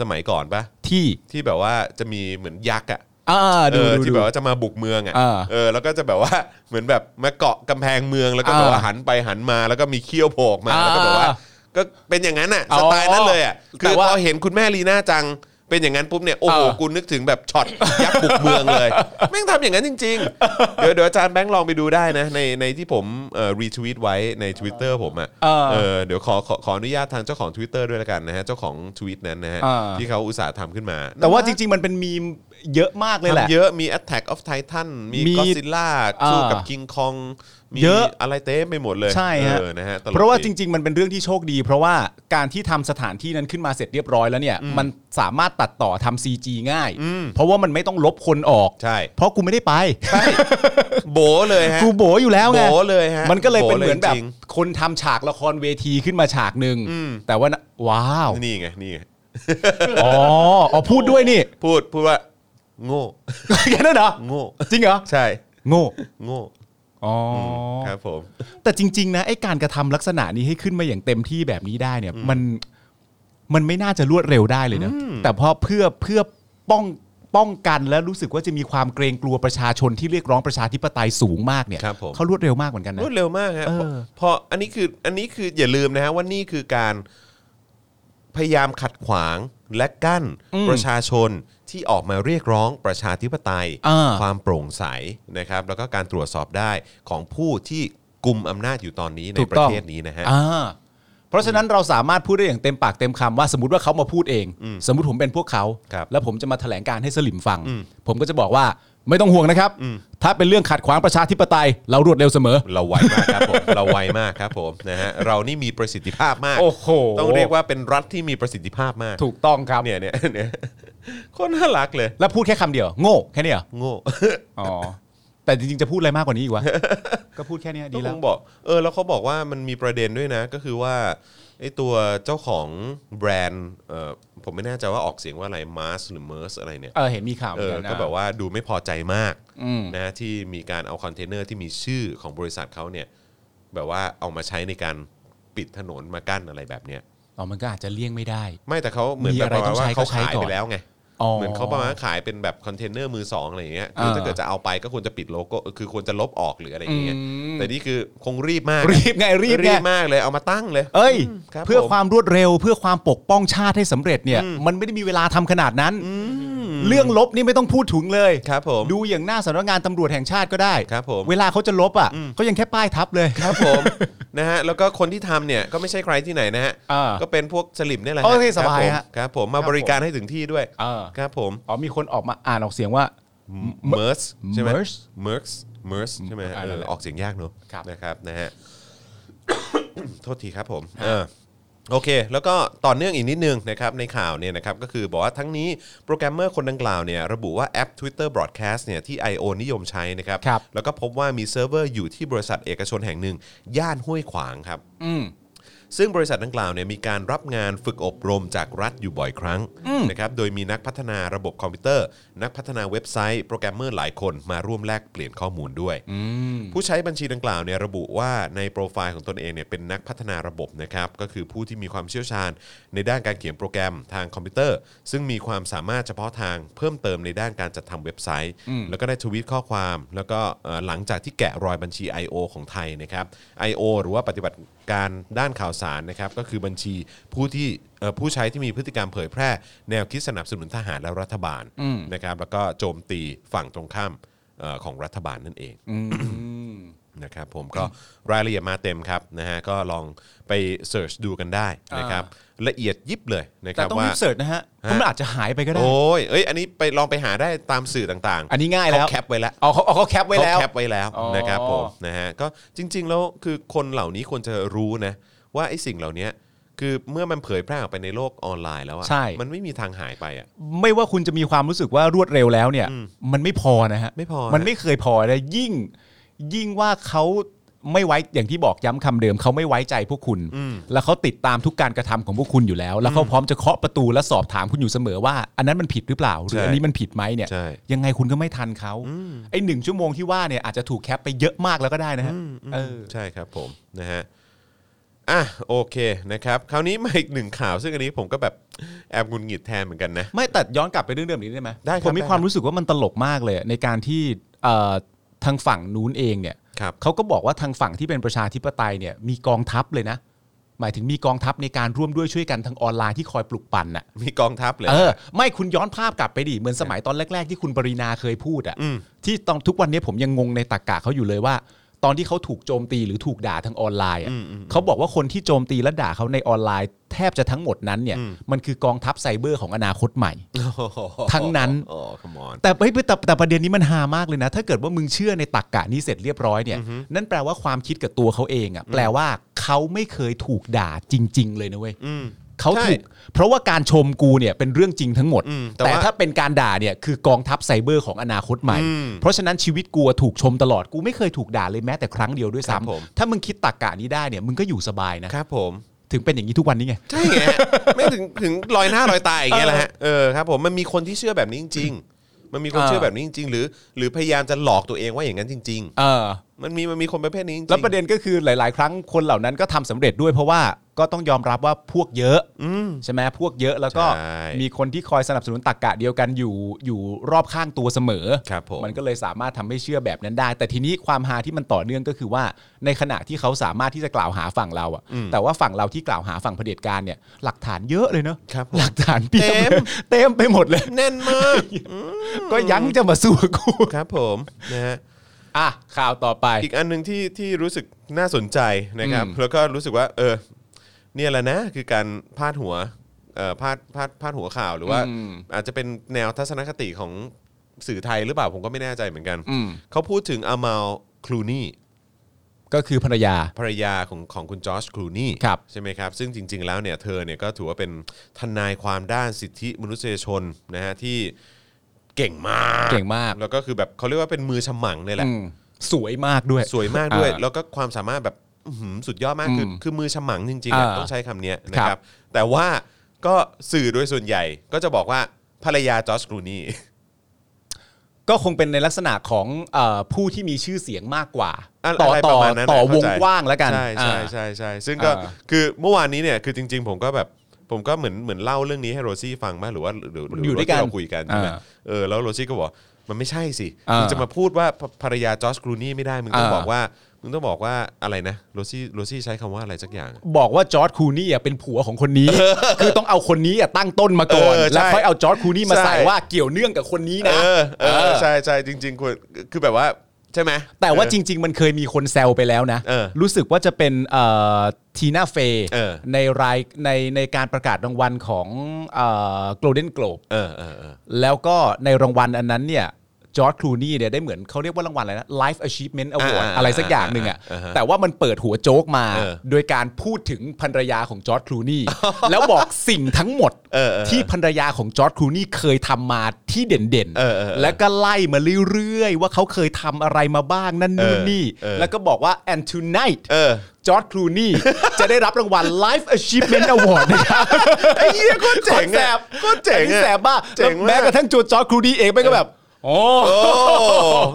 สมัยก่อนปะ ที่ ที่แบบว่าจะมีเหมือนยักษ์อ่ะ อ่าดู เออ ดู ที่ ดู แบบว่าจะมาบุกเมืองอ่ะ อ่า เออแล้วก็จะแบบว่า เหมือนแบบมาเกาะกำแพงเมืองแล้วก็แบบว่า อ่า หันไปหันมาแล้วก็มีเขี้ยวโผล่ออกมาแล้วก็แบบว่า อ่า ก็เป็นอย่างนั้นน่ะสไตล์นั้นเลยอ่ะ อ๋อ คือ แต่ พ ว่า อเห็นคุณแม่ลีน่าจัง เป็นอย่างนั้นปุ๊บเนี่ยโอ้โห เออ กูนึกถึงแบบช็อต ยักษ์บุกเมืองเลยแม่งทำอย่างนั้นจริง ๆ เดี๋ยวเดี๋ยวอาจารย์แบงค์ลองไปดูได้นะ ในในที่ผมเอ่อรีทวีตไว้ใน Twitter ผมอ่ะเออเดี๋ยวขอขอขออนุญาตทางเจ้าของ Twitter ด้วยแล้วกันนะฮะ เจ้าของทวีตนั้นนะฮะ ที่เขาอุตส่าห์ทำขึ้นมา แต่ว่าจริง ๆ มันเป็นมีมเยอะมากเลยแหละ ทำเยอะมี Attack of Titan มี มี Godzilla สู้กับ อ่า King Kong มี เยอะ อะไรเต็มไปหมดเลย ใช่ฮะ เออนะฮะตลก เพราะว่าจ ดี ริง ๆ มันเป็นเรื่องที่โชคดี เพราะว่าการที่ทำสถานที่นั้นขึ้นมาเสร็จเรียบร้อยแล้วเนี่ย มันสามารถตัดต่อทำ CG ง่าย เพราะว่ามันไม่ต้องลบคนออก ใช่ เพราะกูไม่ได้ไป โบเลยฮะ กูโบอยู่แล้วไง โบ๋เลยฮะ มันก็เลยเป็นเหมือนแบบ โบ๋เลยจริง คนทำฉากละครเวทีขึ้นมาฉากหนึ่งแต่ว่าน่ะว้าว นี่ไงนี่ไง อ๋ออ๋อพูดด้วยนี่ พูดพูดว่าโง่ แค่นั้นเหรอ โง่ จริงเหรอ ใช่ โง่ โง่ อ๋ออ ครับผม แต่จริง ๆ นะไอ้การกระทำลักษณะนี้ให้ขึ้นมาอย่างเต็มที่แบบนี้ได้เนี่ย มันมันไม่น่าจะรวดเร็วได้เลยนะ แต่พอเพื่อเพื่อป้องป้องกันและรู้สึกว่าจะมีความเกรงกลัวประชาชนที่เรียกร้องประชาธิปไตยสูงมากเนี่ย ครับผม เขารวดเร็วมากเหมือนกันนะ รวดเร็วมากฮะ เออ เพราะเพออันนี้คืออันนี้คืออย่าลืมนะฮะว่านี่คือการพยายามขัดขวางและกั้นประชาชนที่ออกมาเรียกร้องประชาธิปไตย อ่า ความโปร่งใสนะครับ แล้วก็การตรวจสอบได้ของผู้ที่กลุ่มอำนาจอยู่ตอนนี้ใน ถูก ประ ต้อง เทศนี้นะฮะ อ่าเพราะฉะนั้นเราสามารถพูดได้อย่างเต็มปากเต็มคำว่าสมมติว่าเขามาพูดเอง สมมติผมเป็นพวกเขา ครับ แล้วผมจะมาแถลงการให้สลิมฟัง ผมก็จะบอกว่าไม่ต้องห่วงนะครับ ถ้าเป็นเรื่องขัดขวางประชาธิปไตย เรารวดเร็วเสมอ เราไวมากครับผม เราไวมากครับผมนะฮะเรานี่มีประสิทธิภาพมาก โอ้โห ต้องเรียกว่าเป็นรัฐที่มีประสิทธิภาพมาก ถูกต้องครับ เนี่ยเนี่ยเนี่ย โคนน่ารักเลย แล้วพูดแค่คำเดียวโง่แค่เนี้ยเหรอ โง่ อ๋อแต่จริงๆจะพูดอะไรมากกว่านี้อีกวะ ก็พูดแค่เนี้ยดี ก็ แล้ คว งบอก เออ แล้วเขาบอกว่ามันมีประเด็นด้วยนะ ก็คือว่าไอ้ตัวเจ้าของแบรนด์เออผมไม่แน่ใจว่าออกเสียงว่าอะไรมาร์สหรือเมอร์สอะไรเนี่ย เออเห็นมีข่าว เอ เหมื อ อนนนะ ก็แบบว่าดูไม่พอใจมากนะที่มีการเอาคอนเทนเนอร์ที่มีชื่อของบริษัทเขาเนี่ย แบบว่าเอามาใช้ในการปิดถนนมากั้นอะไรแบบเนี้ย อ๋อมันก็อาจจะเลี่ยงไม่ได้ ไม่แต่เขาเหมือน มี แบบ อะไร ประมาณต้องว่าเขาใช้ก็ใช้ ขาย ก่อ ไป น แล้วไง อ๋อ เหมือนเขาประมาณว่าขายเป็นแบบคอนเทนเนอร์มือสองอะไรอย่างเงี้ยคือ เออ ถ้าเกิดจะเอาไปก็ควรจะปิดโลโก้คือควรจะลบออกหรืออะไรอย่างเงี้ย อืม แต่นี่คือคงรีบมาก รีบไงรีบไง รีบมากเลยเอามาตั้งเลย เอ้ย มรับ เพื่อ ผม ความรวดเร็วเพื่อความปกป้องชาติให้สำเร็จเนี่ย มันไม่ได้มีเวลาทำขนาดนั้น เรื่องลบนี่ไม่ต้องพูดถึงเลย ครับผม ดูอย่างหน้าสำนักงานตำรวจแห่งชาติก็ได้ ครับผม เวลาเขาจะลบอ่ะเขายังแค่ป้ายทับเลย ครับผม นะฮะแล้วก็คนที่ทำเนี่ยก็ไม่ใช่ใครที่ไหนนะฮะ อ่า ก็เป็นพวกสลิมเนี่ยแหละ โอคเครับ สบาย ผม ฮะ ครับผมมา ครับ บริการให้ถึงที่ด้วย อ่า ครับผม อ๋อมีคนออกมาอ่านออกเสียงว่า เมอร์สใช่ไหม Merz เมอร์สเมอร์สใช่ไหม อ่า เอ นั่น อ แหละ ออกเสียงยากเนอะ ครับ นะครับนะฮะ โทษทีครับผมเออโอเค แล้วก็ต่อเนื่องอีกนิดนึงนะครับในข่าวเนี่ยนะครับก็คือบอกว่าทั้งนี้โปรแกรมเมอร์คนดังกล่าวเนี่ยระบุว่าแอป Twitter Broadcast เนี่ยที่ IO นิยมใช้นะครับ ครับ แล้วก็พบว่ามีเซิร์ฟเวอร์อยู่ที่บริษัทเอกชนแห่งหนึ่ง ย่านห้วยขวางครับ ซึ่งบริษัทดังกล่าวเนี่ยมีการรับงานฝึกอบรมจากรัฐอยู่บ่อยครั้งนะครับโดยมีนักพัฒนาระบบคอมพิวเตอร์ นักพัฒนาเว็บไซต์โปรแกรมเมอร์หลายคนมาร่วมแลกเปลี่ยนข้อมูลด้วย ผู้ใช้บัญชีดังกล่าวเนี่ยระบุว่าในโปรไฟล์ของตนเองเนี่ยเป็นนักพัฒนาระบบนะครับก็คือผู้ที่มีความเชี่ยวชาญ ในด้านการเขียนโปรแกรมทางคอมพิวเตอร์ ซึ่งมีความสามารถเฉพาะทางเพิ่มเติมในด้านการจัดทำเว็บไซต์ แล้วก็ได้ทวีตข้อความ แล้วก็เอ่อหลังจากที่แกะรอยบัญชี IO ของไทยนะครับ IO หรือว่าปฏิบัติการด้านข่าวสารนะครับก็คือบัญชีผู้ที่เอ่อผู้ใช้ที่มีพฤติกรรมเผยแพร่ แนวคิดสนับสนุนทหารและรัฐบาลนะครับแล้วก็โจมตีฝั่งตรงข้ามเอ่อของรัฐบาลนั่นเอง นะครับผมก็รายละเอียดมาเต็มครับนะฮะก็ลองไปเสิร์ชดูกันได้นะครับละเอียดยิบเลยนะค แต่ รับ ต้อง ว่า รีบเสิร์ชนะฮะเพราะมันอาจจะหายไปก็ได้ โอ้ยเอ้ยอันนี้ไปลองไปหาได้ตามสื่อต่างๆ อันนี้ง่ายแล้ว เขาแคปไว้แล้ว อ๋อเขาเอาเขาแคปไว้แล้ว เขาแคปไว้แล้ว อ๋อ นะครับผมนะฮะก็จริง ๆ แล้วคือคนเหล่านี้ควรจะรู้นะว่าไอ้สิ่งเหล่านี้คือเมื่อมันเผยแพร่ออกไปในโลกออนไลน์แล้วอะ ใช่ มันไม่มีทางหายไปอะ ไม่ว่าคุณจะมีความรู้สึกว่ารวดเร็วแล้วเนี่ย มันไม่พอนะฮะ ไม่พอ มันไม่เคยพอนะยิ่ง ยิ่งว่าเขาไม่ไว้อย่างที่บอกย้ำคำเดิมเขาไม่ไว้ใจพวกคุณ แล้วเขาติดตามทุกการกระทำของพวกคุณอยู่แล้ว แล้วเขาพร้อมจะเคาะประตูและสอบถามคุณอยู่เสมอว่า อันนั้นมันผิดหรือเปล่าหรือ ใช่ อันนี้มันผิดไหมเนี่ย ใช่ ยังไงคุณก็ไม่ทันเขาไอ้หนึ่งชั่วโมงที่ว่าเนี่ยอาจจะถูกแคปไปเยอะมากแล้วก็ได้นะฮะเออ ใช่ครับผมนะฮะอ่ะโอเคนะครับคราวนี้มาอีกหนึ่งข่าว ซึ่งอันนี้ผมก็แบบแอบหงุนหงิดแทนเหมือนกันนะ ไม่แต่ย้อนกลับไปเรื่องเดิมนี้ได้ไหม ได้ครับ ผมมี ได้ ความ ครับ รู้สึกว่ามันตลกมากเลยในการที่เอ่อทางฝั่งนู้นเองเนี่ย ครับ เขาก็บอกว่าทางฝั่งที่เป็นประชาธิปไตยเนี่ยมีกองทัพเลยนะ หมายถึงมีกองทัพในการร่วมด้วยช่วยกันทางออนไลน์ที่คอยปลุกปั่นน่ะ มีกองทัพเลย เออไม่คุณย้อนภาพกลับไปดิเหมือนสมัยตอนแรก ๆ ที่คุณปรินาเคยพูดอ่ะ อืม ที่ตอนทุกวันนี้ผมยังงงในตากกะเขาอยู่เลยว่า ตอนที่เขาถูกโจมตีหรือถูกด่าทางออนไลน์อะเขาบอกว่าคนที่โจมตีและด่าเขาในออนไลน์ แทบจะทั้งหมดนั้นเนี่ยมันคือกองทัพไซเบอร์ของอนาคตใหม่ ทั้งนั้น อ๋อ come on แต่เฮ้ยแต่แต่ประเด็นนี้มันฮามากเลยนะ ถ้าเกิดว่ามึงเชื่อในตรกกะนี้เสร็จเรียบร้อยเนี่ย นั่นแปลว่าความคิดกับตัวเขาเองอะ่ะแปลว่าเขาไม่เคยถูกด่าจริง ๆ เลยนะเว้ย อืม เขาถูก เพราะว่าการชมกูเนี่ยเป็นเรื่องจริงทั้งหมด อืมแต่ แต่ ว่า ถ้าเป็นการด่าเนี่ยคือกองทัพไซเบอร์ของอนาคตใหม่ อืม เพราะฉะนั้นชีวิตกูอะถูกชมตลอดกูไม่เคยถูกด่าเลยแม้แต่ครั้งเดียวด้วย ครับผม ซ้ำถ้ามึงคิดตรกกะนี้ได้เนี่ยมึงก็อยู่สบายนะครับ ผม ถึงเป็นอย่างนี้ทุกวันนี้ไง ใช่ไงฮะไม่ถึงถึงลอยหน้าลอยตาอย่างเงี้ยแหละฮะเออครับผมมันมีคนที่เชื่อแบบนี้จริง ๆ มันมีคน เออ เชื่อแบบนี้จริง ๆ หรือ หรือพยายามจะหลอกตัวเองว่าอย่างนั้นจริง เออ ๆ มันมีมันมีคนประเภทนี้จริงๆ แล้วประเด็นก็คือหลาย ๆ ครั้งคนเหล่านั้นก็ทำสำเร็จด้วยเพราะว่าก็ต้องยอมรับว่าพวกเยอะใช่ไหมพวกเยอะแล้วก็ ใช่ มีคนที่คอยสนับสนุนตรกกะเดียวกันอยู่อยู่รอบข้างตัวเสมอ ครับผม นก็เลยสามารถทำให้เชื่อแบบนั้นได้ แต่ทีนี้ความฮาที่มันต่อเนื่องก็คือว่าในขณะที่เขาสามารถที่จะกล่าวหาฝั่งเราอะแต่ว่าฝั่งเราที่กล่าวหาฝั่งเผด็จการเนี่ย หลักฐานเยอะเลยเนอะ ครับผม หลักฐานเพียบ เต็ม เต็มไปหมดเลย แน่นมาก ก็ยังจะมาสู้กับกู ครับผมนะฮะ อ่ะข่าวต่อไป อีกอันหนึ่งที่ที่รู้สึกน่าสนใจนะครับ อืม แล้วก็รู้สึกว่าเออเนี่ยแหละนะคือการพาดหัวเอ่อพาดพาดพาดหัวข่าวหรือว่า อืม อาจจะเป็นแนวทัศนคติของสื่อไทยหรือเปล่าผมก็ไม่แน่ใจเหมือนกัน อืม เขาพูดถึงอามาลคลูนี่ ก็คือภรรยา ภรรยาของของคุณจอร์จคลูนี่ ครับ ใช่ไหมครับ ซึ่งจริง ๆ แล้วเนี่ยเธอเนี่ยก็ถือว่าเป็นทนายความด้านสิทธิมนุษยชนนะฮะที่เก่งมาก เก่งมาก แล้วก็คือแบบเขาเรียกว่าเป็นมือฉมังเลยแหละ อืมสวยมากด้วย สวยมากด้วย อ่า แล้วก็ความสามารถแบบอื้อหือสุดยอดมากคือ อืม คือมือฉมังจริงๆอะ อ่า ต้องใช้คำเนี้ยนะค ครั รับ บ แต่ว่าก็สื่อโดยส่วนใหญ่ก็จะบอกว่าภรรยาจอร์จครูนี่ ก็คงเป็นในลักษณะของเออผู้ที่มีชื่อเสียงมากกว่า อะ ต่อ อะไร ต่ ป อ ระมาณนั้น ต่อ น่ะ ว เข้ ง ใจ กว้างแล้วกัน ใช่ใช่ อ่า ใช่ใช่ซึ่งก็ อ่า คือเมื่อวานนี้เนี่ยคือจริง ๆ ผมก็แบบผมก็เหมือนเหมือนเล่าเรื่องนี้ให้โรซี่ฟังบ้างหรือว่าหรือหรื อยู่ด้วยกัน หรืที่เราคุยกันใช่ไหม อ่า เออแล้วโรซี่ก็บอกมันไม่ใช่สิ อ่ามึ งจะมาพูดว่าภภรรยาจอร์จครูนี่ไม่ได้มึงต้อง อ่า บอกว่ามึงต้องบอกว่าอะไรนะโรซี่โรซี่ใช้คำว่าอะไรสักอย่างอะ บอกว่าจอร์ดคลูนี่อ่ะเป็นผัวของคนนี้ คือต้องเอาคนนี้อ่ะตั้งต้นมาก่อน เออใช่ แล้วค่อยเอาจอร์ดคลูนี่มา ใช่ ใส่ว่าเกี่ยวเนื่องกับคนนี้นะ เออเอ เอ อ อ ใช่ใช่จริงๆควรคือแบบว่าใช่ไหม แต่ว่าจริง ๆ มันเคยมีคนแซวไปแล้วนะ เออ รู้สึกว่าจะเป็นทีน่าเฟ เออ ในรายในในการประกาศรางวัลของโกลเด้นโกลบ เออเออเออ แล้วก็ในรางวัลอันนั้นเนี่ยจอร์ดคลูนี่เนี่ยได้เหมือนเขาเรียกว่ารางวัลอะไรนะ Life Achievement Award อ่าๆๆ อะไรสักอย่างหนึ่งอ่ะ อ่าฮะ แต่ว่ามันเปิดหัวโจ๊กมา เออ โดยการพูดถึงภรรยาของจอร์ดคลู นี่ แล้วบอกสิ่งทั้งหมด เออเออ ที่ภรรยาของจอร์ดคลูนี่เคยทำมาที่เด่น เออเออเออ แล้วก็ไล่มาเรื่อยๆ ว่าเขาเคยทำอะไรมาบ้างนั่นนู่นนี่ เออเออ แล้วก็บอกว่า and tonight เออ จอร์ดครูนี่ จะได้รับรางวัล Life Achievement Award นะครับไอ้เหี้ยก็เจ๋งแสบก็เจ๋งแสบมาก เจ๋ แล้งมาวก แม้กระทั่งจอร์ดครูนี่เองมันก็แบบโอ้ โอ้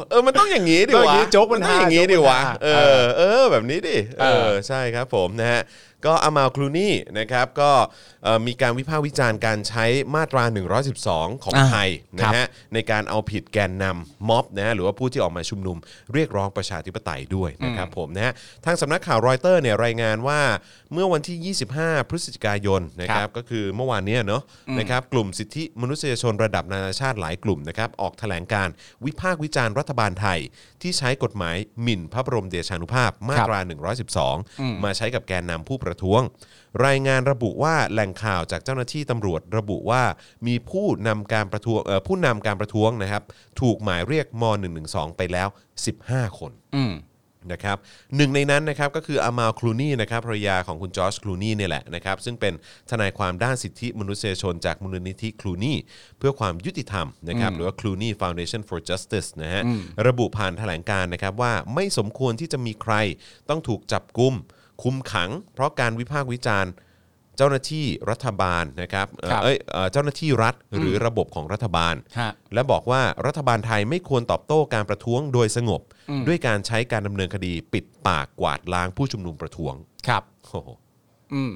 เออมันต้องอย่างนี้ดิ ต้องอ วะ ย่างนี้โจ๊กมัน ต้องอย่างนี้ ฮา ดิวะ โจ๊กมัน เอ ฮา อเออแบบนี้ดิเอ เอ อ อ ใช่ครับผมนะฮะก็อามาลคลูนี่นะครับก็เอ่อมีการวิพากษ์วิจารณ์การใช้มาตรา 112 ของ อ่า ไทยนะครับ ฮะในการเอาผิดแกนนำม็อบนะฮะหรือว่าผู้ที่ออกมาชุมนุมเรียกร้องประชาธิปไตยด้วยนะครับผมนะฮะทางสำนักข่าวรอยเตอร์เนี่ยรายงานว่าเมื่อวันที่ 25 พฤศจิกายนนะครับ ก็คือเมื่อวานเนี้ยเนาะนะครับกลุ่มสิทธิมนุษยชนระดับนานาชาติหลายกลุ่มนะครับออกแถลงการณ์วิพากษ์วิจารณ์รัฐบาลไทย ที่ใช้กฎหมายหมิ่นพระบรมเดชานุภาพมาตรา 112 มาใช้กับแกนนำผู้ประท้วง รายงานระบุว่าแหล่งข่าวจากเจ้าหน้าที่ตำรวจระบุว่ามีผู้นำการประท้วงเอ่อผู้นำการประท้วงนะครับ ถูกหมายเรียกม .112 ไปแล้ว 15 คน นะครับหนึ่งในนั้นนะครับก็คืออามาลคลูนี่นะครับภรรยาของคุณจอร์จคลูนี่เนี่ยแหละนะครับซึ่งเป็นทนายความด้านสิทธิมนุษยชนจากมูลนิธิคลูนี่เพื่อความยุติธรรมนะครับหรือว่า Clooney Foundation for Justice นะฮะระบุผ่านแถลงการณ์นะครับว่าไม่สมควรที่จะมีใครต้องถูกจับกุม คุมขัง เพราะการวิพากษ์วิจารณ์ เจ้าหน้าที่รัฐบาลนะครับเอ่อ ครับ เอ้ยเอ่อเจ้าหน้าที่รัฐหรือระบบของรัฐบาล ฮะ และบอกว่ารัฐบาลไทยไม่ควรตอบโต้การประท้วงโดยสงบ ด้วยการใช้การดำเนินคดีปิดปากกวาดล้างผู้ชุมนุมประท้วง ครับ โอ้โห อืม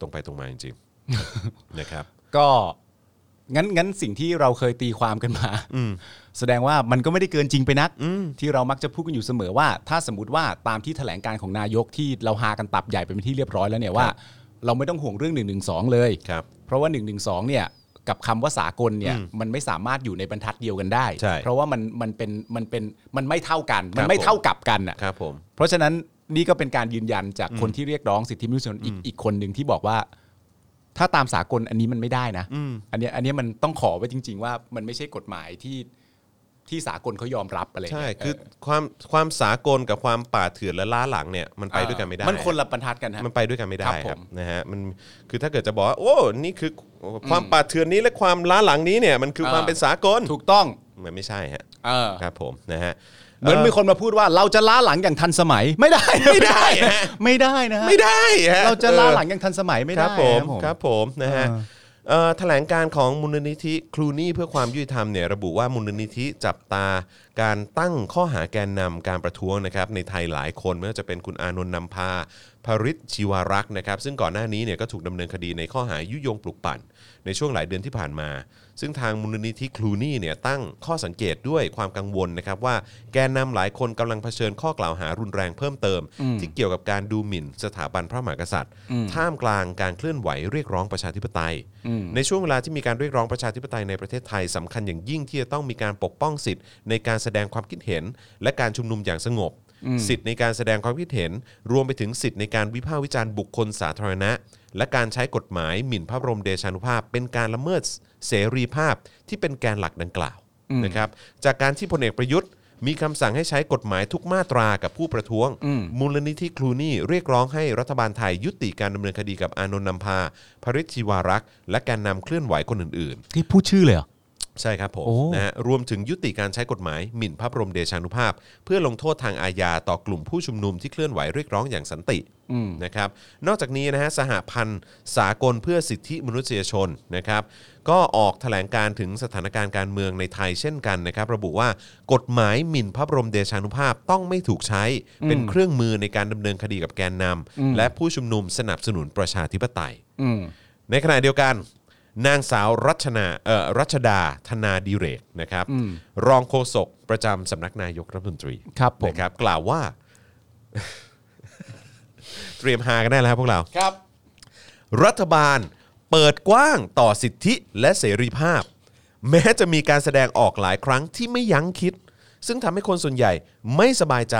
ตรงไปตรงมาจริงๆ นะครับ ก็งั้นงั้นสิ่งที่เราเคยตีความกันมาแสดงว่ามันก็ไม่ได้เกินจริงไปนักที่เรามักจะพูดกันอยู่เสมอว่า ถ้าสมมติว่าตามที่แถลงการของนายกที่เราหากันตับใหญ่ไปเป็นที่เรียบร้อยแล้วเนี่ยว่า เราไม่ต้องห่วงเรื่อง1นึเลย ครับ เพราะว่า1นึเนี่ยกับคำว่าสากลเนี่ยมันไม่สามารถอยู่ในบรรทัดเดียวกันได้ ใช่ เพราะว่ามันมันเป็นมันเป็นมันไม่เท่ากันคมัรั น บ ไม่เท่ากับกันอ่ะ ครับผม เพราะฉะนั้นนี่ก็เป็นการยืนยันจากคนที่เรียกร้องสิทธิมนุษยชนอีกอีกคนหนึ่งที่บอกว่า ถ้าตามสากลอันนี้มันไม่ได้นะอันเนี้ยอันเนี้ยมันต้องขอไว้จริง ๆ ว่ามันไม่ใช่กฎหมายที่ที่สากลเขายอมรับอะไร ใช่ เงี้ย คือ เ ความความสากลกับความป่าเถื่อนและล้าหลังเนี่ยมันไปด้วยกันไม่ได้ มันคนละบรรทัดกันฮะ มันไปด้วยกันไม่ได้ ครับ ค ผ รับ ม นะฮะมันคือถ้าเกิดจะบอกว่าโอ้นี่คือความป่าเถื่อนนี้และความล้าหลังนี้เนี่ยมันคือ เออ ความเป็นสากล ถูกต้อง มันไม่ใช่ฮะ เออ ครับผมนะฮะ เหมือนมีคนมาพูดว่าเราจะล้าหลังอย่างทันสมัยไม่ ได้ไม่ได้ ไม่ได้นะฮะ ไม่ได้ฮะ เราจะล้าหลัง เอ อย่างทันสมัย อคไม่ได้ รับผม นะ ครับผมนะฮะ เออ เอ่อแถลงการของมูลนิธิครูนี่เพื่อความยุติธรรมเนี่ยระบุว่ามูลนิธิจับตาการตั้งข้อหาแกนนำการประท้วงนะครับในไทยหลายคนไม่ว่าจะเป็นคุณอานนท์นำพาพริศชีวารักษ์นะครับซึ่งก่อนหน้านี้เนี่ยก็ถูกดำเนินคดีในข้อหายุยงปลุกปั่น ในช่วงหลายเดือนที่ผ่านมา ซึ่งทางมูลนิธิคลูนี่เนี่ยตั้งข้อสังเกตด้วยความกังวลนะครับว่าแกนนำหลายคนกำลังเผชิญข้อกล่าวหารุนแรงเพิ่มเติม ที่เกี่ยวกับการดูหมิ่นสถาบันพระมหากษัตริย์ ท่ามกลางการเคลื่อนไหวเรียกร้องประชาธิปไตย ในช่วงเวลาที่มีการเรียกร้องประชาธิปไตยในประเทศไทยสำคัญอย่างยิ่งที่จะต้องมีการปกป้องสิทธิ์ในการแสดงความคิดเห็น และการชุมนุมอย่างสงบ สิทธิ์ในการแสดงความคิดเห็น รวมไปถึงสิทธิ์ในการวิพากษ์วิจารณ์บุคคลสาธารณะ และการใช้กฎหมายหมิ่นพระบรมเดชานุภาพ เป็นการละเมิดเสรีภาพที่เป็นแกนหลักดังกล่าวนะครับจากการที่พลเอกประยุทธ์ มีคำสั่งให้ใช้กฎหมายทุกมาตรากับผู้ประท้วง มูลนิธิคลูนี่เรียกร้องให้รัฐบาลไทยยุติการดำเนินคดีกับอานนท์นำพาพริชชีวารักษ์ และแการนำเคลื่อนไหวคนอื่น ๆ ที่พูดชื่อเลยเหรอ ใช่ครับผม โอ้ นะฮะรวมถึงยุติการใช้กฎหมายหมิ่นพระบรมเดชานุภาพ เพื่อลงโทษทางอาญาต่อกลุ่มผู้ชุมนุมที่เคลื่อนไหวเรียกร้องอย่างสันตินะครับนอกจากนี้นะฮะสหพันธ์สากลเพื่อสิทธิมนุษยชนนะครับก็ออกแถลงการถึงสถานการณ์การเมืองในไทยเช่นกันนะครับระบุว่ากฎหมายหมิ่นพระบรมเดชานุภาพต้องไม่ถูกใช้เป็นเครื่องมือในการดำเนินคดีกับแกนนำและผู้ชุมนุมสนับสนุนประชาธิปไตย อืม ในขณะเดียวกัน นางสาวรัชนาเอ่อรัชดาธนาดิเรกนะครับ รองโฆษกประจำสำนักนายกรัฐมนตรี ครับผม นะครับ กล่าวว่า เตรียมหากันได้แล้วครับพวกเรา ครับ รัฐบาลเปิดกว้างต่อสิทธิและเสรีภาพ แม้จะมีการแสดงออกหลายครั้งที่ไม่ยั้งคิด ซึ่งทำให้คนส่วนใหญ่ไม่สบายใจ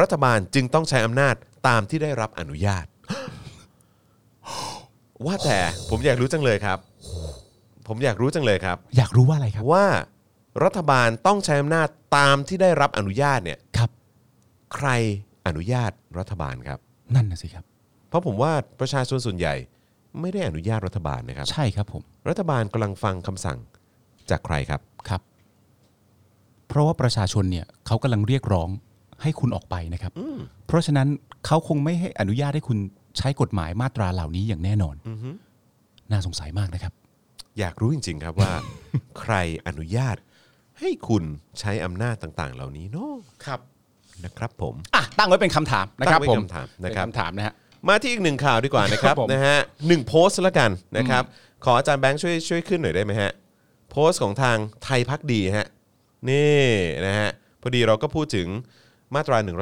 รัฐบาลจึงต้องใช้อำนาจตามที่ได้รับอนุญาต ว่าแต่ผมอยากรู้จังเลยครับ ผมอยากรู้จังเลยครับ อยากรู้ว่าอะไรครับ ว่ารัฐบาลต้องใช้อำนาจตามที่ได้รับอนุญาตเนี่ย ครับ ใครอนุญาตรัฐบาลครับ นั่นนะสิครับ เพราะผมว่าประชาชนส่วนใหญ่ไม่ได้อนุญาตรัฐบาลนะครับ ใช่ครับผม รัฐบาลกำลังฟังคำสั่งจากใครครับ ครับ เพราะว่าประชาชนเนี่ยเขากำลังเรียกร้อง ให้คุณออกไปนะครับ เพราะฉะนั้นเขาคงไม่ให้อนุญาตให้คุณใช้กฎหมายมาตราเหล่านี้อย่างแน่นอนน่าสงสัยมากนะครับ อยากรู้จริง ๆ ครับว่า ใครอนุญาต ให้คุณใช้อำนาจต่าง ๆ เหล่านี้เนาะ ครับ นะครับผม อ่ะตั้งไว้เป็นคำถามนะครับ ตั้ง ผ ไว้ ม คำถามนะครับ เป็คำถามนะฮะ มาที่อีกหนึ่งข่าวดีกว่านะครับ ครับผม นะฮะหนึ่งโพสต์ละกันนะครับ ขออาจารย์แบงค์ช่วยช่วยขึ้นหน่อยได้ไหมฮะ โพสต์ของทางไทยพักดีฮะนี่นะฮะพอดีเราก็พูดถึงมาตรา1นึ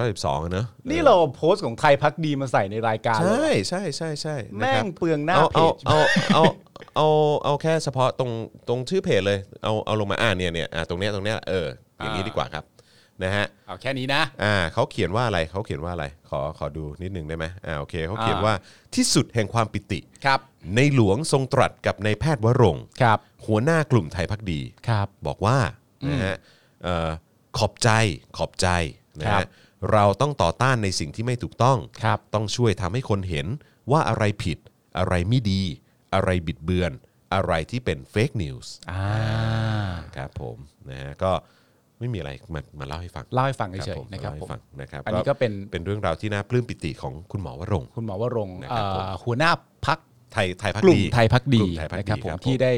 เนอะ นี่เราโพสต์ของไทยพักดีมาใส่ในรายการเล ใช่ ย ใช่ใช่ใช่ แม่งเปลืองหน้า เอา เพจ เอาเอาเอาเอาเอาแค่เฉพาะตรงตรงชื่อเพจเลยเอาเอาลงมาอ่านเนี่ยเนี่ยอ่าตรงเนี้ยตรงเนี้ยเอออย่างนี้ดีกว่าครับนะฮะ เอาแค่นี้นะ อ่าเขาเขียนว่าอะไรเขาเขียนว่าอะไร ขอขอดูนิดหนึ่งได้ไหมอ่าโอเคเขาเขียนว่าที่สุดแห่งความปิติ ครับ ในหลวงทรงตรัสกับในายแพทย์วรงค์ ครับ หัวหน้ากลุ่มไทยพักดี ครับ บอกว่านะฮะเอ่อขอบใจขอบใจนะ ครั ฮะ บ เราต้องต่อต้านในสิ่งที่ไม่ถูกต้อง ครับ ต้องช่วยทำให้คนเห็นว่าอะไรผิด อะไรไม่ดี อะไรบิดเบือน อะไรที่เป็นเฟกนิวส์ อ่า ครับผมนะฮะก็ไม่มีอะไรมามาเล่าให้ฟัง เล่าให้ฟังเฉยๆ นะ นะ ค ค รั รั บบผ ผมเล่าให้มฟังนะครับ อันนี้ก็เป็น เป็นเรื่องราวที่น่าปลื้มปิติของคุณหมอวรงค์ คุณหมอวรงค์ นะครับผม เอ่อหัวหน้าพัก ไทยไทยพัก กลุ่ม ดี ไทยพักดี กลุ่มไทยพัก นะ ดี ครับผมที่ได้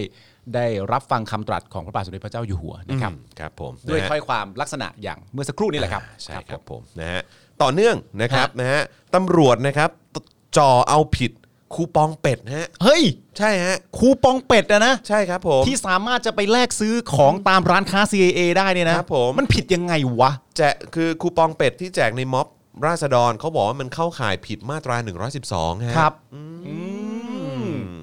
ได้รับฟังคำตรัสของพระบาทสมเด็จพระเจ้าอยู่หัว อื นะ ม ครับ ครับผม ด้วย นะฮะ ถ้อยความลักษณะอย่างเมื่อสักครู่นี้แหละครับ อ่าใช่ค ผ รับ ม ผมนะฮะต่อเนื่องนะครับ ฮะ นะฮะตำรวจนะครับตจ่อเอาผิดคูปองเป็ดฮะ เฮ้ย ใช่ฮะ คูปองเป็ดนะนะ ใช่ครับผม ที่สามารถจะไปแลกซื้อของตามร้านค้า CAA ได้เนี่ยนะครับ ผม มันผิดยังไงวะ แจกคือคูปองเป็ดที่แจกในม็อบราษฎรเขาบอกว่ามันเข้าข่ายผิดมาตรา 112ฮะ ครับ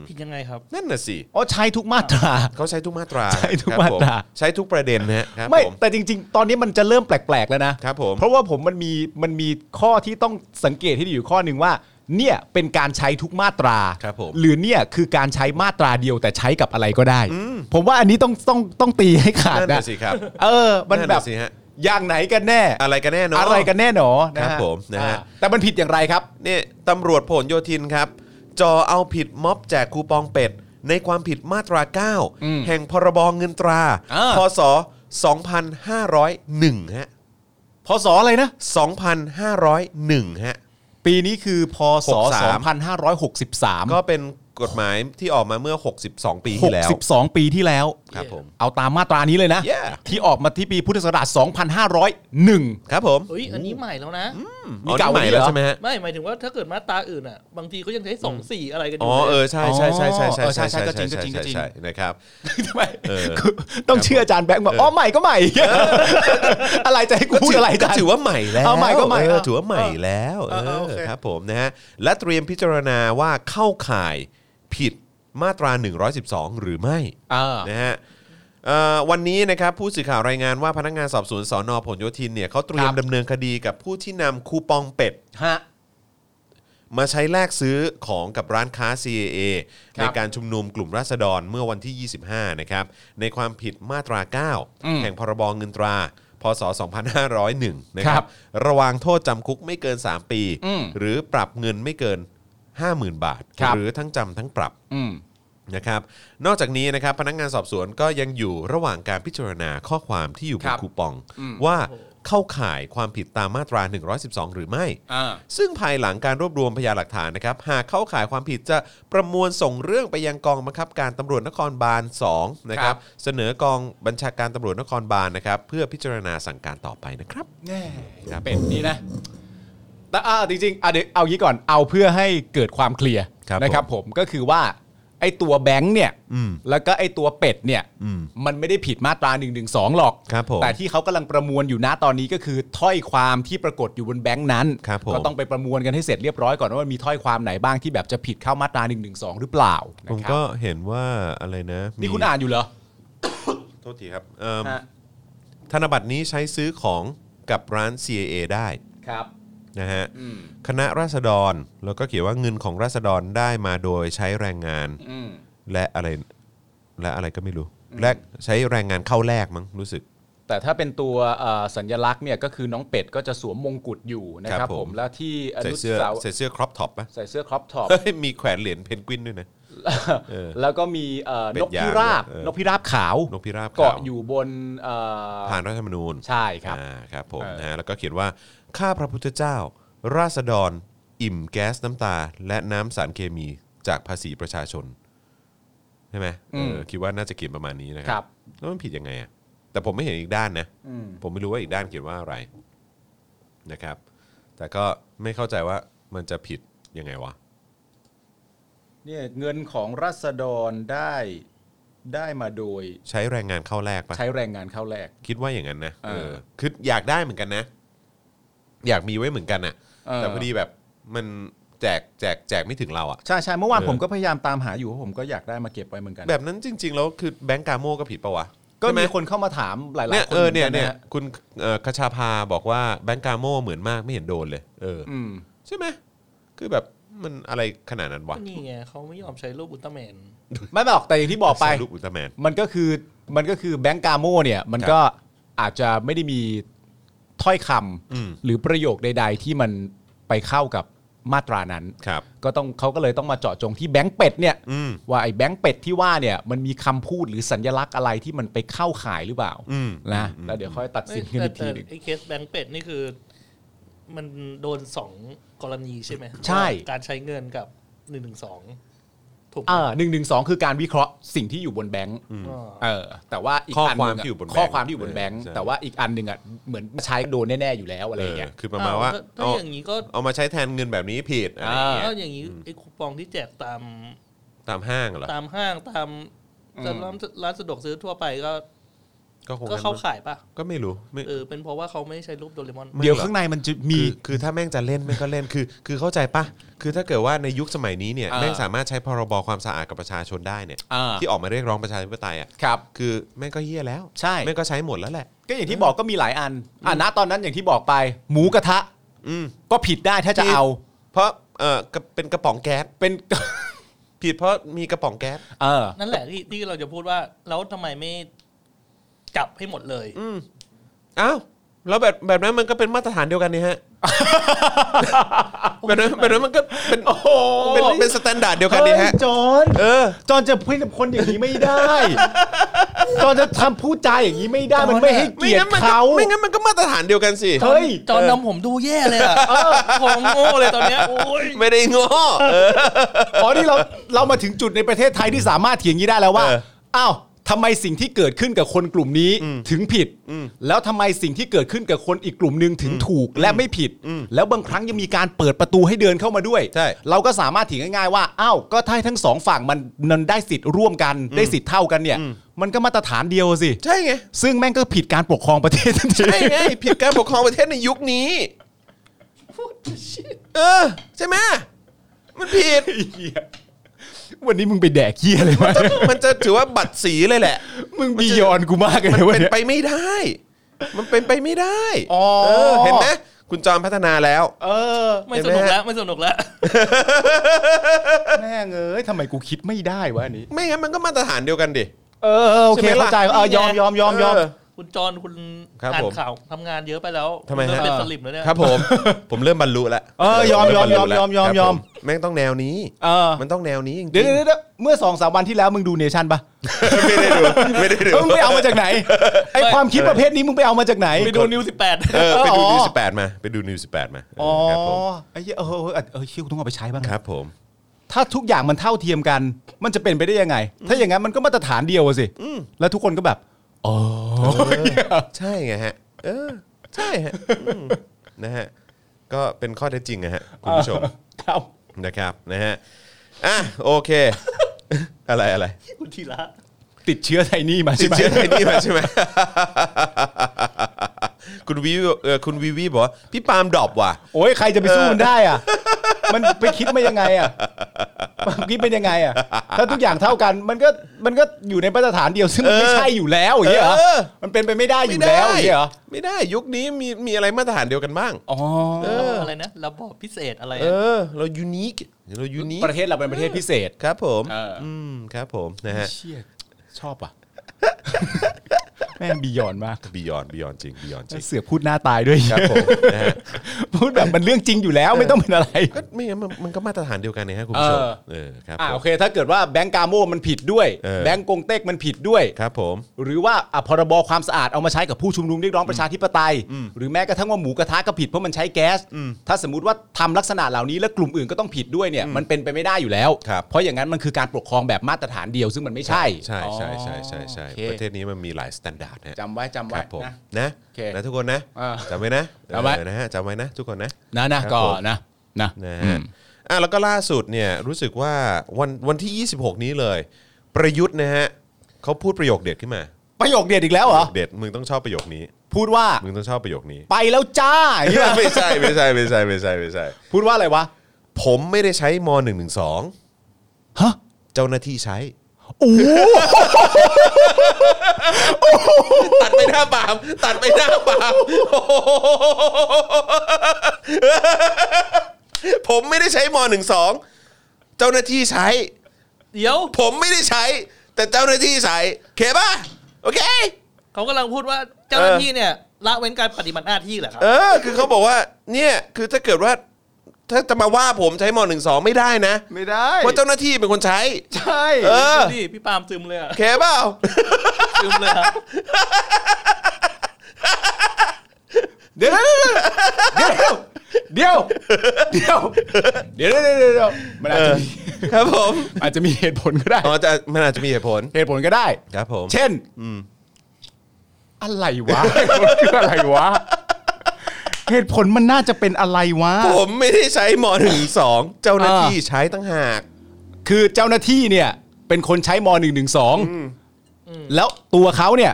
ผิดยังไงครับ นั่นน่ะสิ อ๋อใช้ทุกมาตรา เขาใช้ทุกมาตรา ใช้ทุก ครับผ มาตรา ใช้ทุกประเด็นนะฮะครับ ไม่ ผม แต่จริง ๆ ตอนนี้มันจะเริ่มแปลก ๆ แล้วนะครับ ผม เพราะว่าผมมันมีมันมีข้อที่ต้องสังเกตให้ดีอยู่ข้อหนึ่งว่า เนี่ยเป็นการใช้ทุกมาตรา ครับผม หรือเนี่ยคือการใช้มาตราเดียวแต่ใช้กับอะไรก็ได้ ผมว่าอันนี้ต้องต้องต้องตีให้ขาด นั่น นะ น่ะสิครับ เออ มันแบบ นั่นน่ะสิฮะ อย่างไหนกันแน่ อะไรกันแน่เนอะ อะไรกันแน่หนอนะครับ ผมนะฮะ อ่าแต่มันผิดอย่างไรครับ เนี่ยตำรวจผลโยธินครับจอเอาผิดม็อบแจกคูปองเป็ด ในความผิดมาตรา อืม 9 แห่งพรบเงินตรา อ่า พศ 2501 ฮะ พศอะไรนะ 2501 ฮะ ปีนี้คือพศ 63 2563 ก็เป็นกฎหมายที่ออกมาเมื่อ 62 ปีที่แล้ว 62 ปีที่แล้ว ครับผม เอาตามมาตรานี้เลยนะ Yeah ที่ออกมาที่ปีพุทธศักราช 2501 ครับผม เอ้ย อันนี้ใหม่แล้วนะ อ๋อนี่ใหม่ มีเก่าด้วยเหรอ แล้วใช่ไหมฮะ ไม่ หมายถึงว่าถ้าเกิดมาตราอื่นอ่ะ บางทีก็ยังใช้สองสี่อะไรกันอ อ๋อยู่ลย เออ ใช่ใช่ใช่ใช่ใช่ อ๋อเออใช่ ใช่ ใช่ก็จริงก็จริงก็จริง ใช่ใช่นะครับ ทำไม เออ คือต้องเชื่ออาจารย์แบงค์บอกอ๋อใหม่ก็ใหม่ อะไรจะให้กูพูดอะไรอา ก็ จารย์ ถือว่าใหม่แล้ว เอาใหม่ก็ใหม่ เออ เอา ถือว่าใหม่แล้วเอ เออ อ โอเค ครับผมนะฮะและเตรียมพิจารณาว่าเข้าข่ายผิดมาตรา 112 หรือไม่ อ่า นะฮะเอ่อวันนี้นะครับผู้สื่อข่าวรายงานว่าพนักงานสอบสวนสอนอผลโยธินเนี่ยเขาเตรียม ครับ ดำเนินคดีกับผู้ที่นำคูปองเป็ด ฮะ มาใช้แลกซื้อของกับร้านค้า CAA ครับ ในการชุมนุมกลุ่มราษฎรเมื่อวันที่ 25 นะครับ ในความผิดมาตรา อืม 9 แห่งพรบเงินตรา พศ 2501 นะค ครั รับบ ระวางโทษจำคุกไม่เกิน 3 ปี อืม หรือปรับเงินไม่เกิน 50,000 บาท ครับ หรือทั้งจำทั้งปรับ อืม นะครับนอกจากนี้นะครับพนักงานสอบสวนก็ยังอยู่ระหว่างการพิจารณาข้อความที่อยู่บ คน รับ คูปอง ว่าเข้าข่ายความผิดตามมาตรา 112 หรือไม่ อ่า ซึ่งภายหลังการรวบรวมพยานหลักฐานนะครับหากเข้าข่ายความผิดจะประมวลส่งเรื่องไปยังกองบังคับการตำรวจนครบาล2นะครับเสนอกองบัญชาการตำรวจนครบาลนะครับเพื่อพิจารณาสั่งการต่อไปนะครับ แน่ ครับ เป็ดนี่นะแต่อ่าจริงๆอ่ะเดี๋ยวเอางี้ก่อนเอาเพื่อให้เกิดความเคลียร์ ครับ นะครับผมก็คือว่าไอ้ตัวแบงค์เนี่ย อืม แล้วก็ไอ้ตัวเป็ดเนี่ย อืม มันไม่ได้ผิดมาตรา1นึหรอก ครับผม แต่ที่เขากำลังประมวลอยู่นะตอนนี้ก็คือถ้อยความที่ปรากฏอยู่บนแบงค์นั้น ครับผม ก็ต้องไปประมวลกันให้เสร็จเรียบร้อยก่อนว่ามันมีถ้อยความไหนบ้างที่แบบจะผิดเข้ามาตรา1นึหรือเปล่านะ ผม ครับ ก็เห็นว่าอะไรนะมี นี่คุณอ่านอยู่เหรอ โทษทีครับเอิ่ม ฮะ ธนบัตรนี้ใช้ซื้อของกับร้าน CAA ได้ ครับ นะฮะ อืม คณะราษฎรแล้วก็เขียนว่าเงินของราษฎรได้มาโดยใช้แรงงาน อืม และอะไรและอะไรก็ไม่รู้และใช้แรงงานเข้าแลกมั้งรู้สึก แต่ถ้าเป็นตัวเอ่อสัญลักษณ์เนี่ยก็คือน้องเป็ดก็จะสวมมงกุฎอยู่นะ ค ค รั รั บบ ผม ผมแล้วที่อ ใส่ นุ เสื้อ สาว ใส่เสื้อครอปท็อ ปปะ ใส่เสื้อครอป ท็อป เฮ้ยมีแขวนเหรียญเพนกวินด้วยนะ เออ แล้วก็มีเอ่อ เป็น นกพิราบ ยางเออน กพิราบขาวน กพิราบขาว เกาะอยู่บนเอ่อ ผ่านรัฐธรรมนูญ ใช่ครับ อ่าครับผม เออ นะฮะแล้วก็เขียนว่า ข้าพระพุทธเจ้า ราษฎร อิ่มแก๊สน้ำตา และน้ำสารเคมีจากภาษีประชาชนใช่ไหมเออคิดว่าน่าจะเขียนประมาณนี้นะค ครั รับ แล้วมันผิดยังไงอ่ะแต่ผมไม่เห็นอีกด้านนะ อืม ผมไม่รู้ว่าอีกด้านเขียนว่าอะไรนะครับ แต่ก็ไม่เข้าใจว่ามันจะผิดยังไงวะ เนี่ยเงินของรัษฎรได้ได้มาโดย ใช้แรงงานเข้าแรกปะ ใช้แรงงานเข้าแลก คิดว่าอย่างนั้นนะ เออ คืออยากได้เหมือนกันนะ อยากมีไว้เหมือนกันน่ะ เออ แต่พอดีแบบมันแจกแจกแจกไม่ถึงเราอะ ใช่ใช่เมื่อวาน เออ ผมก็พยายามตามหาอยู่เพราะผมก็อยากได้มาเก็บไว้เหมือนกัน แบบนั้นจริง ๆ แล้วคือแบงก์กาโมก็ผิดปะวะ ก็ ใช่ไห มีคนเข้ามาถามหลายๆคน เนี่ยเออเนี่ย หมืกัะ เนี่ยคุณเอ่อคชาพาบอกว่าแบงก์กาโมเหมือนมากไม่เห็นโดนเลย เอออ อืม ใช่ไหมคือแบบมันอะไรขนาดนั้นวะ นี่ไงเขาไม่ยอมใช้รูปอุลตร้าแมน ไม่บอกแต่อย่างที่บอกไป ลูกอุลตร้าแมน มันก็คือมันก็คือแบงก์กาโมเนี่ยมันก็อาจจะไม่ได้มีถ้อยคำ อืม หรือประโยคใด ๆ ที่มันไปเข้ากับมาตรานั้น ครับ ก็ต้องเขาก็เลยต้องมาเจาะจงที่แบงก์เป็ดเนี่ย อืม ว่าไอ้แบงค์เป็ดที่ว่าเนี่ยมันมีคำพูดหรือสัญลักษณ์อะไรที่มันไปเข้าข่ายหรือเปล่า อืม นะแล้วเดี๋ยวค่อยตัดสินกัน แต่ อีก แต่ ทีหนึง ไอ้เคสแบงก์เป็ดนี่คือ มันโดนสองกรณีใช่ไหม ใช่ การใช้เงินกับหนึ่งหนึ่งสองถูกไหม เออหนึ่งหนึ่งสองคือการวิเคราะห์สิ่งที่อยู่บนแบงค์ อ๋อ เออ แต่ว่าอีก ข้อ อัน ความ หนึ่งะ ที่อยู่บนแบงค์ ข้อความที่อยู่บนแบงค์ เออใช่ แต่ว่าอีกอันหนึ่งอ่ะเหมือนใช้โดนแน่ๆอยู่แล้วอะไรอย่างเงี้ย เออคือประมาณว่า เอ้ถ้า เอา อย่างนี้ก็ เอามาใช้แทนเงินแบบนี้ผิดอะไรอย่างเงี้ย ก็อย่างนี้ไอ้คูปองที่แจกตาม ตามห้างเหรอ ตามห้างตาม อืม ร้านร้านสะดวกซื้อทั่วไปก็ ก็คง ก็เข้า งั้นมั้ง ขายปะ ก็ไม่รู้ไม่ เออเป็นเพราะว่าเขาไม่ใช้รูปโดเรมอน ไม่ เดี๋ยวข้างในมันจะมี คือคือถ้าแม่งจะเล่นแม่งก็เล่นคือ คือเข้าใจปะคือถ้าเกิดว่าในยุคสมัยนี้เนี่ย เออ แม่งสามารถใช้พรบความสะอาดกับประชาชนได้เนี่ย เออ ที่ออกมาเรียกร้องประชาธิปไตยอ่ะ ครับ คือแม่งก็เฮี้ยแล้ว ใช่ แม่งก็ใช้หมดแล้วแหละ ก็อย่างที่บอกก็มีหลายอันอ่ะณตอนนั้นอย่างที่บอกไป หมูกระทะ อืม ก็ผิดได้ถ้าจะเอา เพราะเออกระเป็นกระป๋องแก๊ส เป็น ผิดเพราะมีกระป๋องแก๊ส เออ นั่นแหละที่ที่เราจะพูดว่าแล้วทำไมไม่จับให้หมดเลย อ้าวแล้วแบบแบบนั้นมันก็เป็นมาตรฐานเดียวกันนี่ฮะ แบบนั้นแบบนั้นมันก็เป็น โอ้โห เป็นเป็นสแตนดาร์ดเดียวกันนี่ฮะ เฮ้ยจอน เออ จอนจะพูดกับคนอย่างนี้ไม่ได้ จอนจะทำพูดจาอย่างนี้ไม่ได้ มันไม่ให้เกียรติ ไม่งั้นมัน เขา ไม่งั้นมันก็มาตรฐานเดียวกันสิ เฮ้ย จอนนำผมดูแย่เลยอ่ะผมโง่เลยตอนเนี้ยโอ้ย ไม่ได้โง้อ อ๋อนี่เราเรามาถึงจุดในประเทศไทยที่สามารถเถียงนี้ได้แล้วว่า เออ อ้าวทำไมสิ่งที่เกิดขึ้นกับคนกลุ่มนี้ถึงผิด แล้วทำไมสิ่งที่เกิดขึ้นกับคนอีกกลุ่มหนึ่งถึงถูกและไม่ผิด แล้วบางครั้งยังมีการเปิดประตูให้เดินเข้ามาด้วย ใช่ เราก็สามารถเถียงง่ายๆว่า อ้าว ก็ถ้าทั้งสองฝั่งมันมันได้สิทธิ์ร่วมกัน ได้สิทธิ์เท่ากันเนี่ย มันก็มาตรฐานเดียวสิ ใช่ไง ซึ่งแม่งก็ผิดการปกครองประเทศทันที ใช่ไงผิดการปกครองประเทศในยุคนี้ เออ ใช่ไหมมันผิด วันนี้มึงไปแดกเหี้ยอะไรมา มันจะถือว่าบัตรสีเลยแหละ มึงบียอนกูมากเลย มัน นะวัน เป็น เนี้ย ไปไม่ได้ มันเป็นไปไม่ได้ อ๋อ เออเห็นไหมคุณจอมพัฒนาแล้ว เออ ไม่สนุกแล้วไม่สนุกแล้ว แม่งเอ้ยทำไมกูคิดไม่ได้วะอันนี้ ไม่งั้นมันก็มาตรฐานเดียวกันดิ เออเออโอเค ใช่ไหมล่ะ เข้าใจเออยอมยอมยอมยอม เ คุณจอนคุณ ครับ อ่าน ผม ข่าวทำงานเยอะไปแล้ว ทำไม คุณเริ่ ฮะ เป็นสลิมแล้วเนี่ย ครับผม ผมเริ่มบรรลุแล้ว เออยอมยอมยอมยอมยอมยอม ครับผแม่งต้องแนวนี้ เออ มันต้องแนวนี้จริงๆ เดี๋ยวเดี๋ยวเดี๋ยวเมื่อสองสามวันที่แล้วมึงดูเนชั่นปะ ไม่ได้ดูไม่ได้ดู เออมึงไปเอามาจากไหนไอความคิดประเภทนี้มึงไปเอามาจากไหน ไปดูนิวสิบแปด เออไปดู อ๋อ นิวสิบแปดมาไปดูนิวสิบแปดมาเอ อ๋อ อครับผม ไอ้เหี้ยเออเออเออเออเชี่ยกูต้องเอาไปใช้บ้างนะครับ ผม ถ้าทุกอย่างมันเท่าเทียมกัน มันจะเป็นไปได้ยังไง ถ้าอย่างนั้นมันก็มาตรฐานเดียวอะสิแล้วทุกคนก็แบบอ๋อ ใช่ไงฮะ เออ ใช่ฮะอืมนะฮะ ก็เป็นข้อเท็จจริงนะฮะ คุณผู้ชม ครับ นะครับนะฮะอ่ะโอเค อะไรอะไร คุณธีระ ติดเชื้อไทนี่มา ติ ใช่ ด ไหม เชื้อไทนี่มาใช่ไหม คุณวิวเออคุณวิวีบอกว่าพี่ปาล์มดรอปว่ะ โอ้ยใครจะไปสู้มันได้อ่ะ มันไปคิดมายังไงอ่ะมันคิดเป็นยังไงอ่ะ ถ้าทุกอย่างเท่ากันมันก็มันก็อยู่ในมาตรฐานเดียวซึ่งมันไม่ เออ ใช่อยู่แล้วอย่างเงี้ยเหรอ เออ มันเป็นไปไม่ได้อ ไม่ ยู่ ได้ แล้วอย่างเงี้ยเหรอ ไม่ได้ยุคนี้มีมีอะไรมาตรฐานเดียวกันบ้าง อ๋อ เราอะไรนะระบอบพิเศษอะไร เอ อะ อ เรายูนิคเรายูนิค ประเทศเราเป็นประเทศพิเศษ ครับผม เอออื มครับผมนะฮะ เชี่ยชอบอ่ะ แม่งบียอนมาก บียอนบียอนจริงบียอนจริง เสือกพูดหน้าตายด้วย ครับผมนะฮะ พูดแบบมันเรื่องจริงอยู่แล้วไม่ต้องเป็นอะไร ก็ไม่งั้นมันมันก็มาตรฐานเดียวกันนะฮะคุณผู้ชม เออ เออครับ อ่า ผม โอเค ถ้าเกิดว่าแบงก์กาโมมันผิดด้วย เออ แบงก์กงเต็กมันผิดด้วย ครับผม หรือว่าอ่ะพรบความสะอาดเอามาใช้กับผู้ชุมนุมเรียกร้องประชาธิปไตย หรือแม้กระทั่งว่าหมูกระทะก็ผิดเพราะมันใช้แก๊ส ถ้าสมมติว่าทำลักษณะเหล่านี้แล้วกลุ่มอื่นก็ต้องผิดด้วยเนี่ยมันเป็นไปไม่ได้อยู่แล้ว ครับ เพราะอย่างนั้นมันคือการปกครองแบบมาตรฐานเดียว ซึ่งมันไม่ใช่ ใช่ใช่ใช่ใช่ใช่ โอเค ประเทศนี้มันมีหลายสแตนดาร์ดนะฮะ จำไว้คจำไว้ รับผม นะ นะ โอเค นะทุกคนนะ เออ จำไว้นะ จำไว้ เออนะฮะจำไว้นะ ทุกคนนะ นะนะครับ ก็ ผม นะนะ นะ อื ฮะ ม อ่ะแล้วก็ล่าสุดเนี่ยรู้สึกว่าวันวันที่ 26 นี้เลย ประยุทธ์นะฮะเขาพูดประโยคเด็ดขึ้นมา ประโยคเด็ดอีกแล้วเหรอ เด็ดมึงต้องชอบประโยคนี้ พูดว่า มึงต้องชอบประโยคนี้ ไปแล้วจ้าอย่างเงี้ย ไม่ใช่ไม่ใช่ไม่ใช่ไม่ใช่ไม่ใช่ พูดว่าอะไรวะ ผมไม่ได้ใช้ม .112 ฮะ เจ้าหน้าที่ใช้ โอ้โห ตัดไปหน้าปาล์มตัดไปหน้าปาล์ม โอ้โหผมไม่ได้ใช้ม .12 เจ้าหน้าที่ใช้ เดี๋ยว ผมไม่ได้ใช้ แต่เจ้าหน้าที่ใช้เคป่ะโอเค เขากำลังพูดว่าเจ้าหน้าที่เนี่ยละเว้นการปฏิบัติหน้าที่เหรอครับ เออ คือเขาบอกว่า เนี่ยคือถ้าเกิดว่า ถ้าจะมาว่าผมใช้ม .12 ไม่ได้นะ ไม่ได้ เพราะเจ้าหน้าที่เป็นคนใช้ ใช่ เออ ดิพี่ปาล์มซึมเลยอะ เคเปล่า ซึมเลยอะ เดี๋ยวเดี๋ยวเดี๋ยวเดี๋ยวเดี๋ยวเดี๋ยวเดี๋ยวเดี๋ยวมันอาจจะมี ครับผม อาจจะมีเหตุผลก็ได้ อ๋อจะมันอาจจะมีเหตุผล เหตุผลก็ได้ ครับผม เช่นอะไรวะ เหตุผลคืออะไรวะ เหตุผลมันน่าจะเป็นอะไรวะ ผมไม่ได้ใช้ม .12 เจ้าหน้าที่ใช้ตั้งหาก คือเจ้าหน้าที่เนี่ยเป็นคนใช้ม .112 แล้วตัวเขาเนี่ย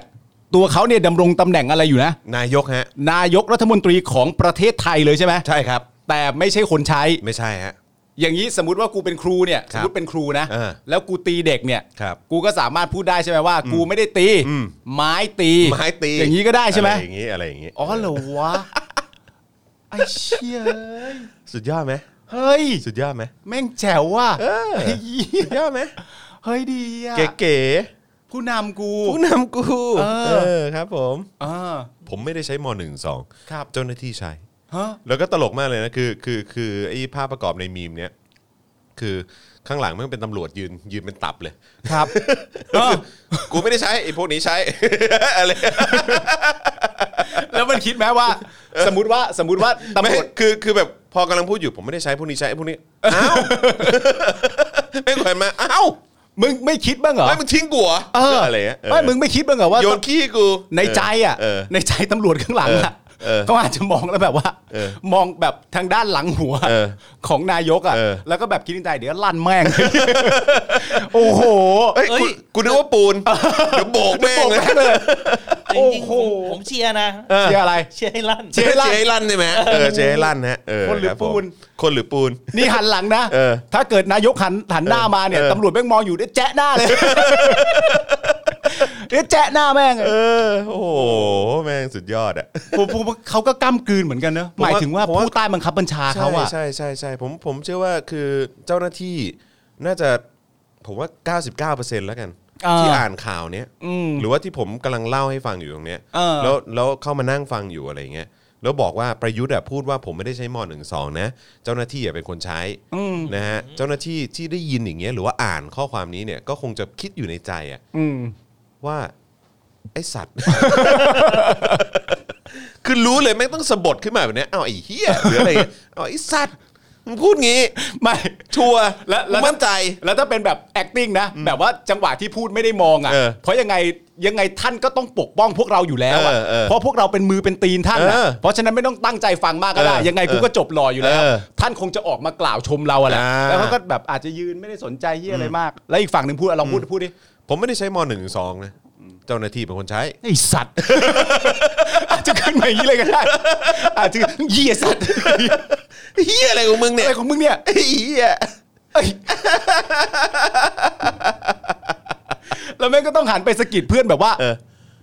ตัวเขาเนี่ยดำรงตำแหน่งอะไรอยู่นะ นายกฮะ นายกรัฐมนตรีของประเทศไทยเลยใช่ไหม ใช่ครับ แต่ไม่ใช่คนใช้ ไม่ใช่ฮะ อย่างนี้สมมติว่ากูเป็นครูเนี่ย ค ส รับ มมติเป็นครูนะ เออ แล้วกูตีเด็กเนี่ย ครับ กูก็สามารถพูดได้ใช่ไหมว่า กูไม่ได้ตี อืม ไม้ตี ไม้ตี อย่างนี้ก็ได้ใช่ไหม อะรอย่างนี้อะไรอย่างนี้ อ๋อเหรอวะ ไอ้เชี่ยเอ้ย สุดยอดไหม เฮ้ย สุดยอดไหม แม่งแจ๋วว่ะ เออ ไอ้เหี้ย สุดยอดไหม เฮ้ยดีอะ เก๋ ผู้นำกู ๆผู้นำกู เออ เออครับผม เออ ผมไม่ได้ใช้ม .12 ครับ เจ้าหน้าที่ใช้ ฮะ แล้วก็ตลกมากเลยนะ คือคือคือไอ้ภาพประกอบในมีมเนี้ยคือข้างหลังมันเป็นตำรวจยืนยืนเป็นตับเลย ครับ เออ กูไม่ได้ใช้ไอ้พวกนี้ใช้ อะไร แล้วมันคิดไหมว่า สมมติว่าสมมติว่าตำ ไม่ รวจ คือคือแบบพอกำลังพูดอยู่ผมไม่ได้ใช้พวกนี้ใช้ไอ้พวกนี้ อ้าว ไม่ขวัญมาอ้าว มึงไม่คิดบ้างเหรอ ไม่มึงทิ้งกูเหรอ เออ อะไรเงี้ยเออ ไม่มึงไม่คิดบ้างเหรอว่า โยนขี้กู ในใจอ่ะ เอ ในใจตำรวจข้างหลังอ่ะ เออเออ ก็อาจจะมองแล้วแบบว่า เออ มองแบบทางด้านหลังหัว เออ ของนายกอ่ะ เออ แล้วก็แบบคิดในใจเดี๋ยวลั่นแม่ง โอ้โห เอ้ย เอ้ กู ย กูนึกว่าปูนเดี๋ยวโบกแม่ง โอ้ เลย แม่งเลย จริงโอ้ๆโห ผมผมเชียร์นะ เชียร์อะไร เชียร์ให้ลั่น เชียร์ เจให้ลั่นใช่ไหมเออเจให้ลั่นนะเออ คนหรือ รับผม ปูน คนหรือปูน นี่หันหลังนะ เออ ถ้าเกิดนายกหันหันหน้ามาเนี่ย เออ ตำรวจแม่งมองอยู่ได้แจ๊ะหน้าเลย เดี๋ยวแจ๊ะหน้าแม่ง เออโอ้โหแม่งสุดยอดอ่ะ ผมผมเขาก็ก้ากลืนเหมือนกันเนอะ ผม ห ว่า มายถึงว่าผู้ใต้บังคับบัญชาเขาอ่ะ ใช่ใช่ใช่ใช่ผมผมเชื่อว่าคือเจ้าหน้าที่น่าจะผมว่า 99%แล้วกัน เออ ที่อ่านข่าวเนี้ย อืม หรือว่าที่ผมกำลังเล่าให้ฟังอยู่ตรงเนี้ย เออ แล้วแล้วเข้ามานั่งฟังอยู่อะไรเงี้ยแล้วบอกว่าประยุทธ์อะพูดว่าผมไม่ได้ใช้ม .12 นะเจ้าหน้าที่อะเป็นคนใช้ อืม นะฮะเจ้าหน้าที่ที่ได้ยินอย่างเงี้ยหรือว่าอ่านข้อความนี้เนี่ยก็คงจะคิดอยู่ในใจอะ อืม ว่าไอสัตว์ คือรู้เลยแม่งต้องสะบดขึ้นมาแบบเนี้ยเอาไอ้เหี้ยหรืออะไรเงี้ยเอาไอ้สัตว์มึงพูดงี้ ไม่ ชัวร์ และและ มั่นใจ แล้วถ้าเป็นแบบ acting นะ แบบว่าจังหวะที่พูดไม่ได้มอง เออ อะ่ะ เพราะยังไงยังไงท่านก็ต้องปกป้องพวกเราอยู่แล้วอะ เออเออ เพราะพวกเราเป็นมือเป็นตีนท่าน เอ อะ อ เพราะฉะนั้นไม่ต้องตั้งใจฟังมากก็ได้ เออ ยังไงกูก็จบหล่ออยู่แล้ว เออ ท่านคงจะออกมากล่าวชมเราอะแหละ อ่า แล้วเขาก็แบบอาจจะยืนไม่ได้สนใจเหียอะไรมาก แล้วอีกฝั่งหนึ่งพูดอะลองพูดพูดดิ ผมไม่ได้ใช้มหนึ่งสองนะเจ้าหน้าที่เป็นคนใช้ ไอสัตว์ อาจจะขึ้นมาอย่างนี้เลยก็ได้อาจจะเหี้ยสัตว์ เฮียอะไรของมึงเนี่ อะ ย ไรของมึงเนี่ย เฮีย เอ้ยแล้วแม่งก็ต้องหันไปสะกิดเพื่อนแบบว่า เออ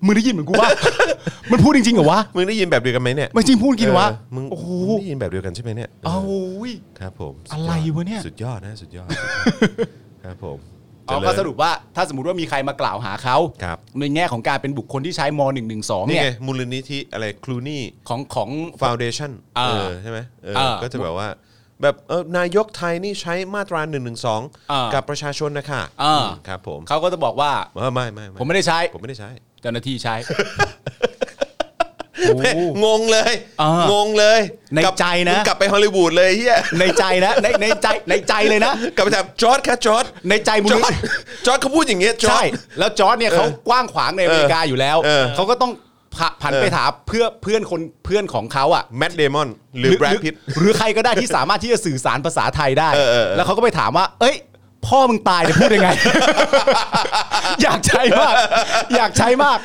มึงได้ยินเหมือ นกูว่า มันพูดจริงๆเหรอวะ มึงได้ยินแบบเดียวกันไหมเนี่ย มันจริงพูดกินวะ เออมึง โอ้โห มึงได้ยินแบบเดียวกันใช่ไหมเนี่ย เอา เออ วิ ครับผมสุดยด อะไรวะเนี่ย สุดยอดนะสุดยอด ครับผม จ เขา ริญ ก็สรุปว่าถ้าสมมติว่ามีใครมากล่าวหาเขา ครับ ในแง่ของการเป็นบุคคลที่ใช้ม .112 นี่ เนี่ย ไงมูลนิธิอะไรคลูนี่ ของของ ฟาวเดชั่น อ่า เออใช่ไหมเออ เออ ก็จะแบบว่า แบบเออนายกไทยนี่ใช้มาตรา1นึ อ่ากั กับประชาชนนะคะ อ่า มครับผม เขาก็จะบอกว่า เออไม่ไม่ ผมไม่ได้ใช้ ผมไม่ได้ใช้ เจ้าหน้าที่ใช้ แม่งงเลย อ่าง งเลย ใน กลับ ใจนะ มึงกลับไปฮอลลีวูดเลยเฮีย ในใจนะในในใจในใจเลยนะ กลับไปถามจอร์ดค่ะจอร์ด ในใจมูล จอ นิ ร์ด ธิ จอร์ดเขาพูดอย่างเงี้ยจอ ใช่ ร์ด แล้วจอร์ดเนี่ยเขากว้างขวางในอเมริกาอยู่แล้ว เออ เขาก็ต้องผะผัน เออ ไปถามเพื่อเพื่อนคนเพื่อนของเขาอ่ะ แมดเดมอนหรือแบรดพิต หรือใครก็ได้ที่สามารถที่จะสื่อสารภาษาไทยได้ เออเออเออ แล้วเขาก็ไปถามว่า เอ้ย พ่อมึงตายเนี่ยพูด ยังไง อยากใช้มาก อยากใช้มาก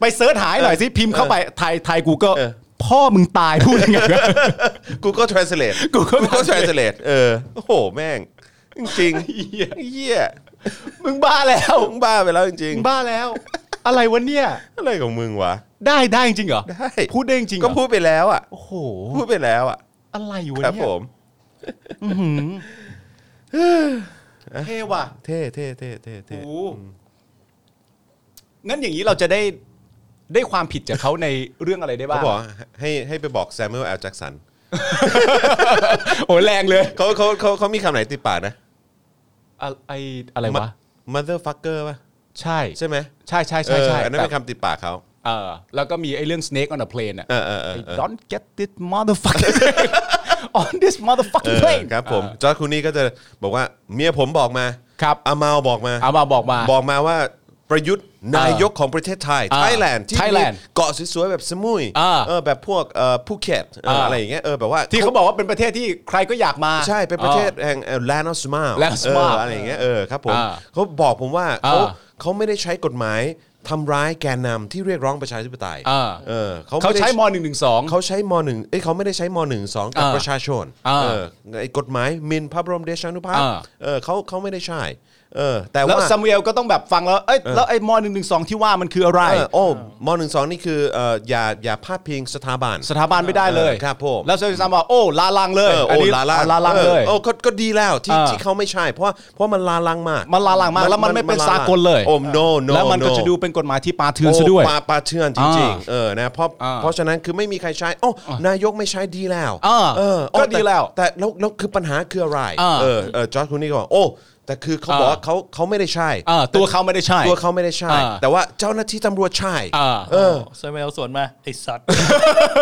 ไปเสิร์ชหายหน่อยสิพิมพ์เข้าไปไทยไทยกูก็พ่อมึงตายพูดยังไง กูก็ translate Google กูก็ translate เออโอ้โหแม่ง จริงๆเฮีย มึงบ้าแล้ว มึงบ้าไปแล้วจริง มึงบ้าแล้ว อะไรวะเนี่ย ๆอะไรของมึงวะ ได้ได้จริงเหรอ ได้ พูดได้จริงเหร ก็ อ พูดไปแล้วอ่ะ โอ้โห พูดไปแล้วอ่ะ อะไรอยู่ ครับ เนี่ ผ ย ม เท่ว่ะ เท่เท่เท่เท่เท่ โอ้โหงั้นอย่างนี้เราจะได้ได้ความผิดจากเขาในเรื่องอะไรได้บ้า เขา ง บอกให้ให้ไปบอกแซม u ม l ลแอลแจ็กสัน โอ้ยแรงเลย เขาเขาเขาเขามีคำไหนติดปากนะ อะไออะไรวะ motherfucker ป่ะ ใช่ ใช่ไหม ใช่ใช่ใช่ใช่ เอออันนั้นเป็น แบบ คำติดปากเขา เออแล้วก็มีไอเรื่อง snake on a plane อ่ะ เออเออเออ I เออ don't get this motherfucker on this เอ motherfucking อ plane ครับผม จอร์ดคูนี่ก็จะบอกว่าเมียผมบอกมา ครับ อาเมาบอกมา เอามาบอกมา บอกมาว่าประยุทธ์นายกของประเทศไทย อ่า ไทยแลนด์ที่มี Thailand เกาะสวยๆแบบสมุย อ่า เออแบบพวกเอ่อภูเก็ตเอออา อะไรอย่างเงี้ยเออแบบว่า ที่เขาบอกว่าเป็นประเทศที่ใครก็อยากมา ใช่ เป็นประเทศแห่งเอ่อ land of smile land of smile เอออะไรอย่างเงี้ยเออครับผม อ่า เขาบอกผมว่า อ่า เขาเขาไม่ได้ใช้กฎหมายทำร้ายแกนนำที่เรียกร้องประชาธิปไตย อ่า เออ เออ ไม่ เขา ได้ ใช้ม .112 เขาใช้มหนึ่งเอ้ยเขาไม่ได้ใช้มหนึ่งสองกับ อ่า ประชาชน อ่า เออไอ้กฎหมายหมินพระบรมเดชานุภาพ อ่า เออเขาเขาไม่ได้ใช้เออแต่ แล้ว ว่า ซามูเอลก็ต้องแบบฟังแล้ว เอ้ยแล้วไอ้ม .112 ที่ว่ามันคืออะไร เออโอ้มหนึ่งสองนี่คือเอ่ออย่าอย่าพาดพิงสถาบัน สถาบันไม่ได้เลย เออครับผม แล้วซามูเอลซามบอกโอ้ลาลังเลย เออโอ้ นนี้ ลาลัง ลาลังเลย ออโอ้ก็ก็ดีแล้วที่ อ่า ที่เขาไม่ใช่เพราะว่าเพราะมันลาลังมาก มันลาลังมากแล้วมันไม่เป็น ลง สากลเลย โอ้ no no แล้วมันก็ no จะดูเป็นกฎหมายที่ปาเทือนซะด้วย โอ้ปาปาเทือนจ อ่ ริง า ๆเออนะเพราะ อ่า เพราะฉะนั้นคือไม่มีใครใช้โอ้นายกไม่ใช้ดีแล้ว อ่า เออโอ้ ก็ ต่ ดีแล้ว แต่แล้วแล้วคือปัญหาคืออะไร อ่า เออเออจอร์จคุนี่ก็บอกโอ้แต่คือเขา อ่า บอกว่าเขาเขาไม่ได้ใช่ อ่าตัวเขาไม่ได้ใช่ ตัวเขาไม่ได้ใช่ อ่า แต่ว่าเจ้าหน้าที่ตำรวจใช่ อ่า เออ โซเมลสวนมาไอ้สัตว์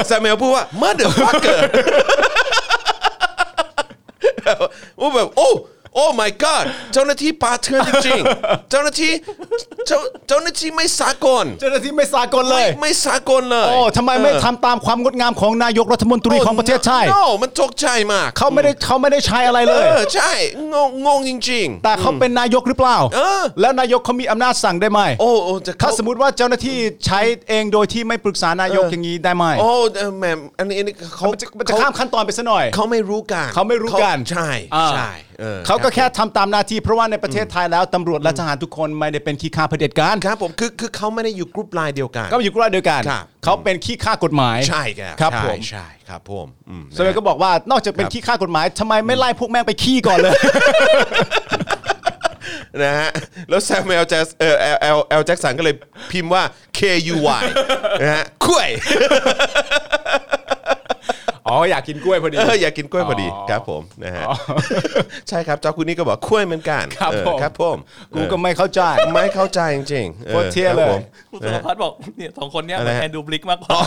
แซมเมลพูดว่า motherfucker โอ้แบบโอ้โอ้ my god เจ้าหน้าที่ปาเทือนจริงๆเจ้าหน้าที่เจ้าเจ้าหน้าที่ไม่สากล เจ้าหน้าที่ไม่สากลเลย ไม่ไม่สากลเลย โอ้ทำไมไม่ทำตามความงดงามของนายกรัฐมนตรีของประเทศไทย โอ้มันตกใจมาก เขาไม่ได้เขาไม่ได้ใช้อะไรเล เอย อใช่ งงงงจริง แต่เขาเป็นนายกหรือเปล่า เออ แล้วนายกเขามีอำนาจสั่งได้ไหม ๆ โอ้โอ้จะเข้ ถ้าสมมติว่าเจ้าหน้าที่ใช้เองโดยที่ไม่ปรึกษานายกอย่างนี้ได้ไหม โอ้เออแหมอันนี้อันนี้เขา มันจะมันจะข้ามขั้นตอนไปซะหน่อย เขาไม่รู้กัน เขาไม่รู้กัน เขาใช่ อ่า ใช่ออ เขาก็แค่ทำตามหน้าที่เพราะว่าในประเทศไทยแล้วตำรวจและทหารทุกคนไม่ได้เป็นขี้ข้าเผด็จการ ครับผมคือคือเขาไม่ได้อยู่กรุ๊ปไลน์เดียวกัน ก็อยู่กลุ่มเดียวกัน ครับ เขาเป็นขี้ข้ากฎหมาย ใช่ ครับ ใช่ ผม ใช่ครับผมอืม สเว นะ ยก็บอกว่านอกจากเป็ คน รับ ขี้ข้ากฎหมายทำไมไม่ไล่พวกแม่งไปขี้ก่อนเลย นะฮะแล้วแซมเอลแจ็คเออแอลแอลแจ็คสันก็เลยพิมพ์ว่า KUY นะฮะกล้วย อ๋ออยากกินกล้วยพอดี เอออยากกินกล้วยพอดี อ๋อ ครับผมนะฮะใช่ครับเจ้าคุณนี่ก็บอกกล้วยเหมือนกัน ครับ เออ ผม ครับผม กู เออ ก็ไม่เข้าใจ ไม่เข้าใจจริงๆออ โคตรเท่คเลยรับผม คุณสุรพัฒน์บอกเนี่ยสองคนเนี้ย อะไร มัน ฮะ แอนดูบลิกมากกว่า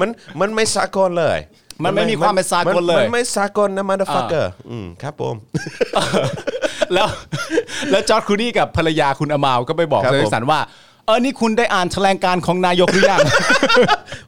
มันมันไม่สากลเลย มันไม่มีความเป็นสากลเลย มันไม่สากลนะมันเดฟักเกอร์อืมครับผม แล้ว แล้วจอร์ดครูนี่กับภรรยาคุณอมาวก็ไปบอก ครับ เล ผม ยสันว่า เออนี่คุณได้อ่านแถลงการณ์ของนายกหรือยัง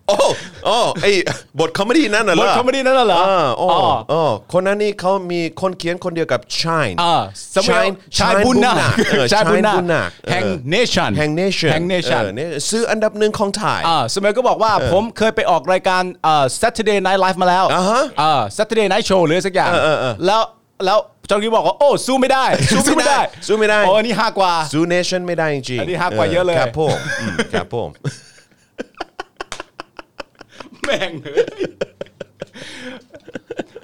โอ้โอ้ไอ้บทคอมเมดี้นั่นน่ะเหรอบ ทคอมเมดี้นั่นน่ะเหรอ อ่าโอ้ อ๋อ โอ้คนนั้นนี่เขามีคนเขียนคนเดียวกับชาย อ่าสมัยชายบุญนาค ชา ชาย ยบุ บุญ ญ นา นาค คเออ แห่ง Nation แห่งเนชั่น แห่ง Nation ซื้ออันดับหนึ่งของไทย อ่าสมัยก็บอกว่าผมเคยไปออกรายการเอ่อ Saturday Night Live มาแล้ว อ่าฮะ อ่า Saturday Night Show หรือสักอย่าง เออเออเออ แล้วแล้วจอร์ดครูนี่บอกว่าโอ้สู้ไม่ได้ สู้ไม่ได้สู้ไม่ได้ โอ้อันนี่ห้ากว่า ซูเนชั่นไม่ได้จริงๆ อันนี้ฮากว่าเยอะเลย ครับผมอืมครับ ผม แม่งเอ้ย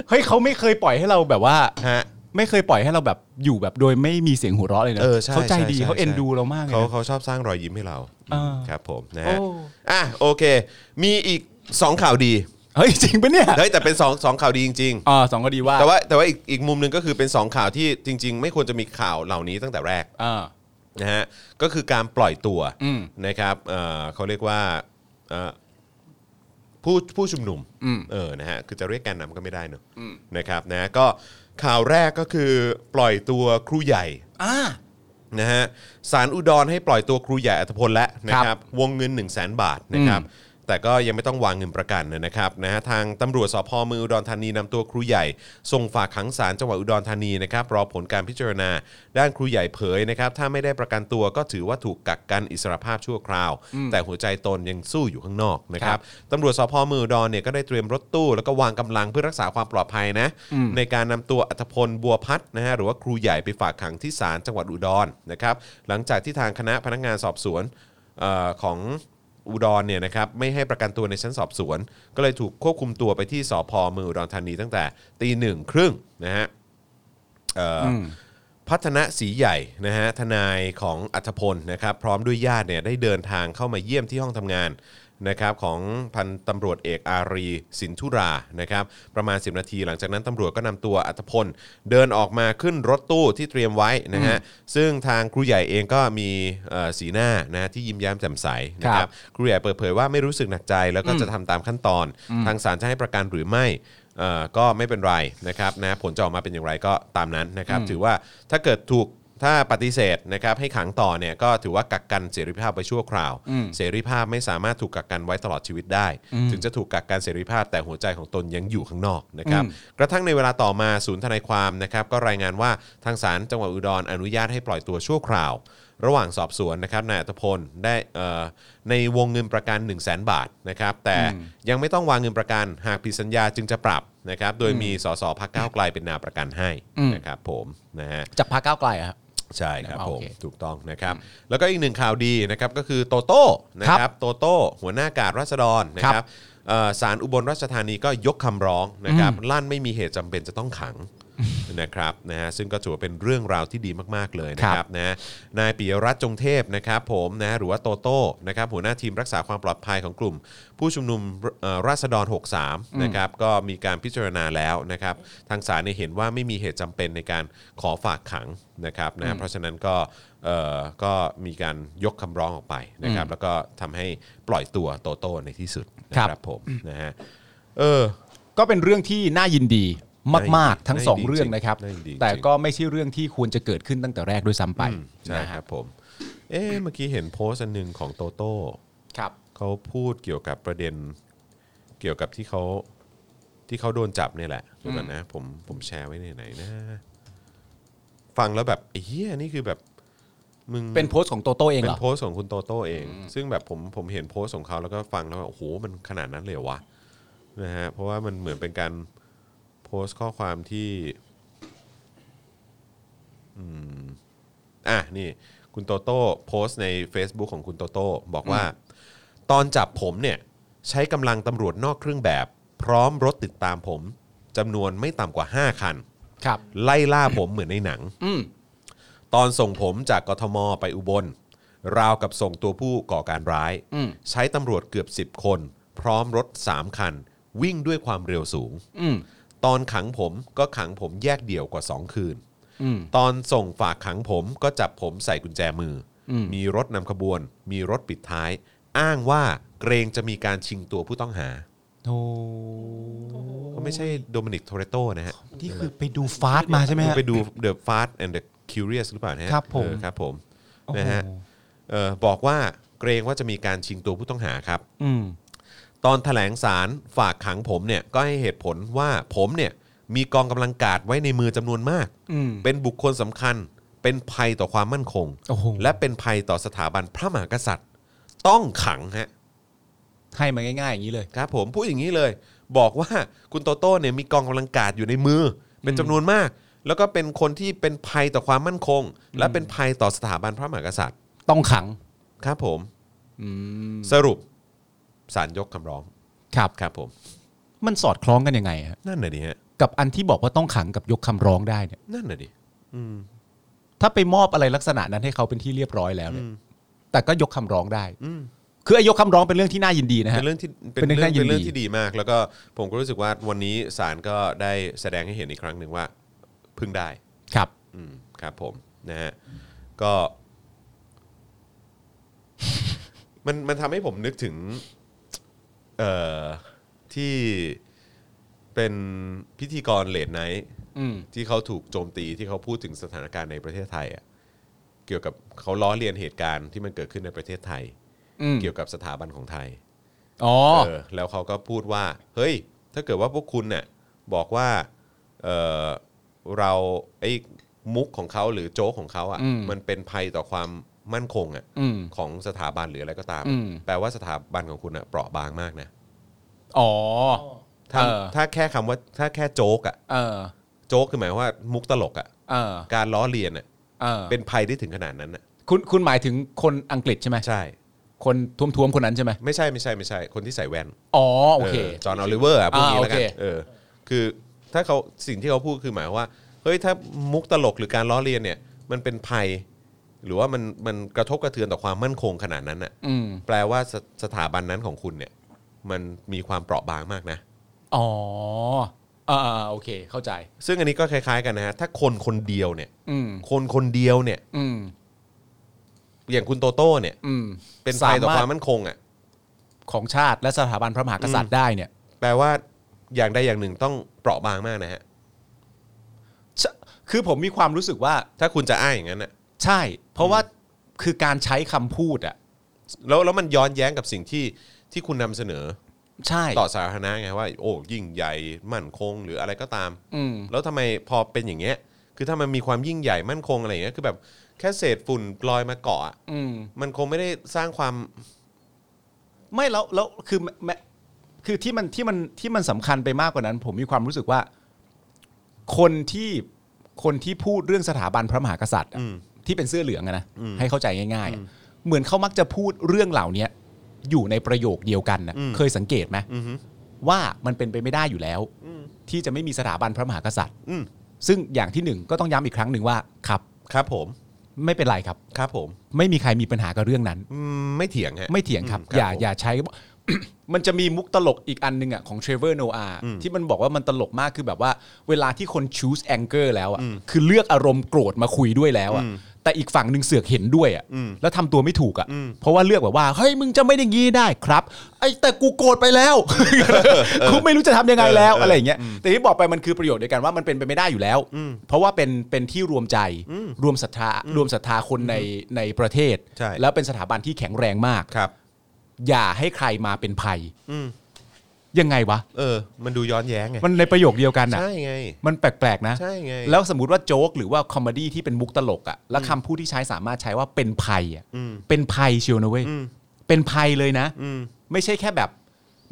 เฮ้ยเขาไม่เคยปล่อยให้เราแบบว่า ฮะ ไม่เคยปล่อยให้เราแบบอยู่แบบโดยไม่มีเสียงหัวเราะเลยนะ เออใช่ เขาใจ ช่ ดี ช่ เขาเอ็นดูเรามากเลย เขา นะ เขาชอบสร้างรอยยิ้มให้เรา เออ ครับผมนะ โอ้ ฮะอ่ะโอเค มีอีก 2 ข่าวดี เฮ้ยจริงปะเนี่ย เฮ้ยแต่เป็น2งข่าวดีจริง อ่าสองก็ดีว่า ๆ แต่ว่าแต่ว่าอีกอีกมุมหนึ่งก็คือเป็น 2 ข่าวที่จริง ๆ ไม่ควรจะมีข่าวเหล่านี้ตั้งแต่แรก อ่า นะฮะก็คือการปล่อยตัว อืม นะครับเอ่อเขาเรียกว่าเอ่อผู้ผู้ชุมนุมเออนะฮะคือจะเรียกแกนนำก็ไม่ได้เนอะนะครับนะก็ข่าวแรกก็คือปล่อยตัวครูใหญ่ อ่า นะฮะสารอุดรให้ปล่อยตัวครูใหญ่อัธพลแล้วนะครับวงเงิน 1 0 0 0 0แบาทนะครับแต่ก็ยังไม่ต้องวางเงินประกันนะครับนะฮะทางตำรวจสพเมืองอุดรธานีนำตัวครูใหญ่ ส่งฝากขังศาลจังหวัดอุดรธานีนะครับรอผลการพิจารณา ด้านครูใหญ่เผยนะครับถ้าไม่ได้ประกันตัวก็ถือว่าถูกกักกันอิสรภาพชั่วคราว แต่หัวใจตนยังสู้อยู่ข้างนอกนะครับตำรวจสพเมืองอุดรเนี่ยก็ได้เตรียมรถตู้ แล้วก็วางกำลังเพื่อรักษาความปลอดภัยนะในการนำตัวอัธพลบัวพัฒน์นะฮะหรือว่าครูใหญ่ไปฝากขังที่ศาลจังหวัดอุดรนะครับหลังจากที่ทางคณะพนักงานสอบสวนเออของอุดรเนี่ยนะครับไม่ให้ประกันตัวในชั้นสอบสวน ก็เลยถูกควบคุมตัวไปที่สพเมืองอุดรธานีตั้งแต่ตีหนึ่งครึ่งนะฮะเอ่ออ พัฒนะสีใหญ่นะฮะทนายของอัธพลนะครับพร้อมด้วยญาติเนี่ยได้เดินทางเข้ามาเยี่ยมที่ห้องทำงานนะครับของพันตำรวจเอกอารีสินธุรานะครับประมาณ 10 นาที หลังจากนั้นตำรวจก็นำตัวอัธพลเดินออกมาขึ้นรถตู้ที่เตรียมไว้นะฮะซึ่งทางครูใหญ่เองก็มีเอ่อสีหน้านะที่ยิ้มแย้มแจ่มใสนะค ครั รับบ ครูใหญ่เปิดเผยว่าไม่รู้สึกหนักใจแล้วก็จะทำตามขั้นตอน ทางศาลจะให้ประกันหรือไม่ เอ่อก็ไม่เป็นไรนะครับนะผลจะออกมาเป็นอย่างไรก็ตามนั้นนะครับถือว่าถ้าเกิดถูกถ้าปฏิเสธนะครับให้ขังต่อเนี่ยก็ถือว่ากักกันเสรีภาพไว้ชั่วคราว เสรีภาพไม่สามารถถูกกักกันไว้ตลอดชีวิตได้ ถึงจะถูกกักกันเสรีภาพแต่หัวใจของตนยังอยู่ข้างนอกนะครับกระทั่งในเวลาต่อมาศูนย์ทนายความนะครับก็รายงานว่าทางศาลจังหวัดอุดรอนุญาตให้ปล่อยตัวชั่วคราว ระหว่างสอบสวนนะครับนายอัตพลได้เอ่อในวงเงินประกัน 1 0 0 0 0แบาทนะครับแต่ยังไม่ต้องวางเงินประกัน หากผิดสัญญาจึงจะปรับนะครับโดยมีสสพักก้าวไกลเป็นนามประกันให้นะครับผมนะฮะ จากพรรคก้าวไกลอะครับ ใช่ครับผม โอเค ถูกต้องนะครับ แล้วก็อีกหนึ่งข่าวดีนะครับก็คือโตโต้นะครับโตโต้หัวหน้ากาดราษฎรนะค ครั รับบ เอ่อศาลอุบลราชธานีก็ยกคำร้องนะครับลั่นไม่มีเหตุจำเป็นจะต้องขังนะครับนะฮะซึ่งก็ถือว่าเป็นเรื่องราวที่ดีมาก ๆ เลยนะค ครั รับบ นะฮะนายปิยรัตน์จงเทพนะครับผมนะหรือว่าโตโต้นะครับหัวหน้าทีมรักษาความปลอดภัยของกลุ่ม ผู้ชุมนุมเอ่อราษฎร 63นะครับก็มีการพิจารณาแล้วนะครับทางศาลเนี่ยเห็นว่าไม่มีเหตุจำเป็นในการขอฝากขังนะครับ นะครับนะเพราะฉะนั้นก็เอ่อก็มีการยกคำร้องออกไปนะครับ แล้วก็ทำให้ปล่อยตัวโตโต้ในที่สุดนะครับ ผมนะฮะเออ ก็เป็นเรื่องที่น่ายินดีมาก ๆ ทั้งสอง น่ายินดี เรื่องนะครับ น่ายินดีจริง แต่ก็ไม่ใช่เรื่องที่ควรจะเกิดขึ้นตั้งแต่แรกด้วยซ้ำไป ใช่ นะ ค ครั รั บบ ผม เอ๊ะเมื่อกี้เห็นโพสต์อันหนึ่งของโตโต้ ครับ เขาพูดเกี่ยวกับประเด็น เกี่ยวกับที่เขาที่เขาโดนจับเนี่ยแหละดูก่อนนะผมผมแชร์ไว้ในไหนนะ ฟังแล้วแบบไอ้เฮียนี่คือแบบมึง เป็นโพสต์ของโตโต้เอง เป็ เหร น อ โพสต์ของคุณโตโต้เอง ซึ่งแบบผมผมเห็นโพสต์ของเขาแล้วก็ฟังแล้วแบบโอ้โหมันขนาดนั้นเลยเหรอวะนะฮะเพราะว่ามันเหมือนเป็นการโพสต์ข้อความที่อืมอ่ะนี่ คุณโตโต้โพสต์ใน Facebook ของคุณโตโต้บอกว่า ตอนจับผมเนี่ย ใช้กำลังตำรวจนอกเครื่องแบบ พร้อมรถติดตามผมจำนวนไม่ต่ำกว่า 5 คัน ครับ ไล่ล่าผมเหมือนในหนัง อืม ตอนส่งผมจากกทมไปอุบล ราวกับส่งตัวผู้ก่อการร้าย อืม ใช้ตำรวจเกือบ 10 คน พร้อมรถ 3 คัน วิ่งด้วยความเร็วสูง อืม ตอนขังผมก็ขังผมแยกเดี่ยวกว่า 2 คืน อืม ตอนส่งฝากขังผมก็จับผมใส่กุญแจมืออมีรถนำขบวน มีรถปิดท้าย อ้างว่าเกรงจะมีการชิงตัวผู้ต้องหา โอ้ ก็ไม่ใช่โดมินิกโทเรโตนะฮะ นี่คือไปดูฟาสต์มาใช่ไหมฮะ ไปดู The Fast and the Curious หรือเปล่านะฮะ ครับผม เออครับผม โอ้โห นะฮะเอ่อบอกว่าเกรงว่าจะมีการชิงตัวผู้ต้องหาครับ อืม ตอนแถลงสารฝากขังผมเนี่ยก็ให้เหตุผลว่าผมเนี่ยมีกองกำลังกาดไว้ในมือจำนวนมาก อืม เป็นบุคคลสำคัญ เป็นภัยต่อความมั่นคง โอ้โห และเป็นภัยต่อสถาบันพระมหากษัตริย์ ต้องขังฮะ ให้มาง่ายๆอย่างนี้เลย ครับผมพูดอย่างนี้เลย บอกว่าคุณโตโต้เนี่ยมีกองกำลังกาดอยู่ในมือ เป็นจำนวนมาก แล้วก็เป็นคนที่เป็นภัยต่อความมั่นคง และเป็นภัยต่อสถาบันพระมหากษัตริย์ ต้องขัง ครับผม อืม สรุปศาลยกคำร้อง ครับ ครับผม มันสอดคล้องกันยังไงฮะ นั่นน่ะดิฮะ กับอันที่บอกว่าต้องขังกับยกคำร้องได้เนี่ย นั่นน่ะดิอืม ถ้าไปมอบอะไรลักษณะนั้นให้เขาเป็นที่เรียบร้อยแล้วเนี่ย อืม แต่ก็ยกคำร้องได้ อืม คือไอ้ยกคำร้องเป็นเรื่องที่น่ายินดีนะฮะ เป็นเรื่องที่เป็น เป็นเรื่ เรื่อ อง งน่ายินเป็นดีเรื่องที่ดีมาก แล้วก็ผมก็รู้สึกว่าวันนี้ศาลก็ได้แสดงให้เห็นอีกครั้งหนึ่งว่าพึ่งได้ ครับ อืมครับผมนะฮะก็ มันมันทำให้ผมนึกถึง เอ่อที่เป็นพิธีกรเลดไนท์ อืม ที่เขาถูกโจมตีที่เขาพูดถึงสถานการณ์ในประเทศไทยอะเกี่ยวกับเขาล้อเลียนเหตุการณ์ที่มันเกิดขึ้นในประเทศไทย อืม เกี่ยวกับสถาบันของไทย อ๋อ เออแล้วเขาก็พูดว่า เฮ้ย ถ้าเกิดว่าพวกคุณเนี่ยบอกว่าเออเราไอ้มุกของเขาหรือโจ๊กของเขา อืม อะ่ะมันเป็นภัยต่อความมั่นคงอะ อืม ของสถาบันหรืออะไรก็ตาม อืม แปลว่าสถาบันของคุณอะ่ะเปราะบางมากนะ อ๋อ ถ้า เออ ถ้าแค่คำว่าถ้าแค่โจ๊กอะ่ะ เออ โจ๊กคือหมายว่ามุกตลกอะ่ะ เออ การล้อเลียนอะ่ะ เออ เป็นภัยได้ถึงขนาดนั้นอ่ะ คุณคุณหมายถึงคนอังกฤษใช่ไหม ใช่ คนท้วมๆคนนั้นใช่ไหม ไม่ใช่ไม่ใช่ไม่ใช่คนที่ใส่แว่น อ๋อโอเค จอห์นออลิเวอร์อ่ะพวกนี้ อ่า แล้วกัน โอเค เออคือถ้าเขาสิ่งที่เขาพูดคือหมายความว่าเฮ้ยถ้ามุกตลกหรือการล้อเลียนเนี่ยมันเป็นภัย หรือว่ามันมันกระทบกระเทือนต่อความมั่นคงขนาดนั้นอ่ะ อืม แปลว่าสสถาบันนั้นของคุณเนี่ยมันมีความเปราะบางมากนะ อ๋ออ่าๆโอเค เข้าใจ ซึ่งอันนี้ก็คล้าย ๆ กันนะฮะถ้าคนคนเดียวเนี่ย อืม คนคนเดียวเนี่ย อืม อย่างคุณโตโต้เนี่ย อืม เป็นภัยต่อ ส ความมั่นคงอ่ะ ของชาติและสถาบันพระมหากษัตริย์ได้เนี่ย แปลว่าอย่างใดอย่างหนึ่งต้องเปราะบางมากนะฮะ ชะคือผมมีความรู้สึกว่า ถ้าคุณจะอ้างอย่างนั้นอ่ะ ใช่ เพราะว่าคือการใช้คำพูดอ่ะ แล้วแล้วมันย้อนแย้งกับสิ่งที่ที่คุณนำเสนอ ใช่ ต่อสาธารณะไงว่าโอ้ยิ่งใหญ่มั่นคงหรืออะไรก็ตาม อืม แล้วทำไมพอเป็นอย่างเงี้ย คือถ้ามันมีความยิ่งใหญ่มั่นคงอะไรอย่างเงี้ยคือแบบแค่เศษฝุ่นลอยมาเกาะอะ อืม มันคงไม่ได้สร้างความ ไม่แล้วแล้วคือแมแมคือที่มันที่มันที่มันสำคัญไปมากกว่านั้น ผมมีความรู้สึกว่า คนที่คนที่พูดเรื่องสถาบันพระมหากษัตริย์อะ อืม ที่เป็นเสื้อเหลืองอะนะ อืม ให้เข้าใจง่ายๆอะเหมือนเขามักจะพูดเรื่องเหล่านี้อยู่ในประโยคเดียวกันนะ อืม เคยสังเกตไหม อือหือ ว่ามันเป็นไปไม่ได้อยู่แล้ว อืม ที่จะไม่มีสถาบันพระมหากษัตริย์ อืม ซึ่งอย่างที่หนึ่งก็ต้องย้ำอีกครั้งหนึ่งว่าครับ ครับผม ไม่เป็นไรครับ ครับผม ไม่มีใครมีปัญหากับเรื่องนั้น อืมไม่เถียงฮะ ไม่เถียงครับ อืมครับ อย่า ผม อย่าใช้ มันจะมีมุกตลกอีกอันหนึงอ่ะของเทรเวอร์โนอา อืม ที่มันบอกว่ามันตลกมากคือแบบว่า เวลาที่คน choose anger แล้วอ่ะคือเลือกอารมณ์โกรธมาคุยด้วยแล้วอ่ะ อืม แต่อีกฝั่งหนึ่งเสือกเห็นด้วยอ่ะ อืม แล้วทำตัวไม่ถูกอ่ะ อืม เพราะว่าเลือกแบบว่าเฮ้ยมึงจะไม่ได้งี้ได้ครับไอ้แต่กูโกรธไป แล้วกูไม่รู้จะทำยังไงแล้วอะไรอย่างเงี้ยแต่ที่บอกไปมันคือประโยชน์เดียวกันว่ามันเป็นไปไม่ได้อยู่แล้ว เพราะว่าเป็นเป็นที่รวมใจรวมศรัทธารวมศรัทธาคนในในประเทศ ใช่ แล้วเป็นสถาบันที่แข็งแรงมาก ครับ อย่าให้ใครมาเป็นภัย อืม ยังไงวะ เออ มันดูย้อนแย้งไง มันในประโยคเดียวกันอ่ะ ใช่ไง มันแปลกๆนะ ใช่ไง แล้วสมมติว่าโจ๊กหรือว่าคอมเมดี้ที่เป็นมุกตลกอ่ะแล้วคำพูดที่ใช้สามารถใช้ว่าเป็นภัยอ่ะ อืม เป็นภัยเชียวนะเว้ย อืม เป็นภัยเลยนะ อืม ไม่ใช่แค่แบบ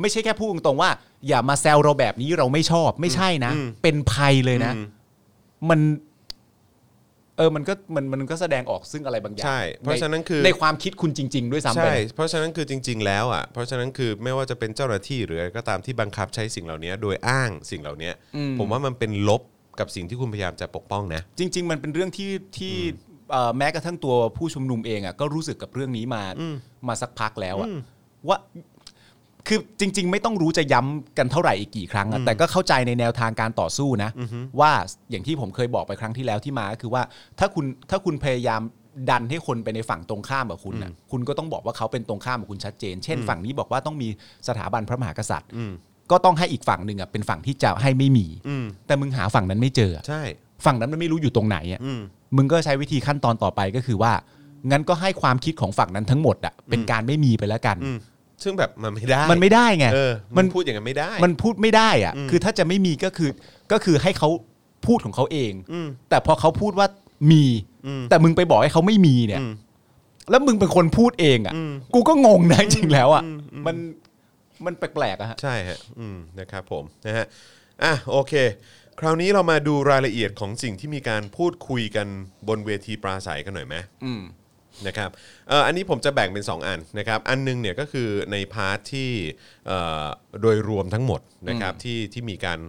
ไม่ใช่แค่พูดตรงๆว่า อย่ามาแซวเราแบบนี้เราไม่ชอบ ไม่ใช่นะ อืม เป็นภัยเลยนะ อืม มัน เออมันก็มันมันก็แสดงออกซึ่งอะไรบางอย่าง ใช่ เพราะฉะนั้นคือ ในความคิดคุณจริง ๆ ด้วยซ้ำไป ใช่ นะ เพราะฉะนั้นคือจริง ๆ แล้วอ่ะ เพราะฉะนั้นคือไม่ว่าจะเป็นเจ้าหน้าที่หรืออะไรก็ตามที่บังคับใช้สิ่งเหล่านี้โดยอ้างสิ่งเหล่านี้ อืม ผมว่ามันเป็นลบกับสิ่งที่คุณพยายามจะปกป้องนะ จริง ๆ มันเป็นเรื่องที่ที่เอ่อแม้กระทั่งตัวผู้ชุมนุมเองอ่ะก็รู้สึกกับเรื่องนี้มามาสักพักแล้วอ่ะว่าคือจริง ๆ ไม่ต้องรู้จะย้ำกันเท่าไหร่อีกกี่ครั้งอ่ะแต่ก็เข้าใจในแนวทางการต่อสู้นะว่าอย่างที่ผมเคยบอกไปครั้งที่แล้วที่มาก็คือว่าถ้าคุณถ้าคุณพยายามดันให้คนไปในฝั่งตรงข้ามกับคุณนะคุณก็ต้องบอกว่าเขาเป็นตรงข้ามกับคุณชัดเจน เช่น ฝั่งนี้บอกว่าต้องมีสถาบันพระมหากษัตริย์ อืม ก็ต้องให้อีกฝั่งหนึ่งอ่ะเป็นฝั่งที่จะให้ไม่มี อืม แต่มึงหาฝั่งนั้นไม่เจออะ ใช่ ฝั่งนั้นมันไม่รู้อยู่ตรงไหนอ่ะ อืม มึงก็ใช้วิธีขั้นตอนต่อไปก็คือว่า งั้นก็ให้ความคิดของฝั่งนั้นทั้งหมดอะเป็นการไม่มีไปแล้วกัน อืม ซึ่งแบบมันไม่ได้ มันไม่ได้ไง เออ มั มัน นพูดอย่างนั้นไม่ได้ มันพูดไม่ได้อะคือถ้าจะไม่มีก็คือก็คือให้เขาพูดของเขาเอง อืม แต่พอเขาพูดว่ามี อืม แต่มึงไปบอกให้เขาไม่มีเนี่ย อืม แล้วมึงเป็นคนพูดเองอะ อืม กูก็งงนะจริงๆแล้วอะมันมันแปลกๆอะฮะ ใช่ฮะ อืม นะครับผม นะฮะ อ่ะ โอเค คราวนี้เรามาดูรายละเอียดของสิ่งที่มีการพูดคุยกันบนเวทีปราศัยกันหน่อยไหม อืม นะครับเอ่ออันนี้ผมจะแบ่งเป็น 2 อันนะครับ อันหนึงเนี่ยก็คือในพาร์ทที่เอ่อ โดยรวมทั้งหมดนะครับที่ที่มีการ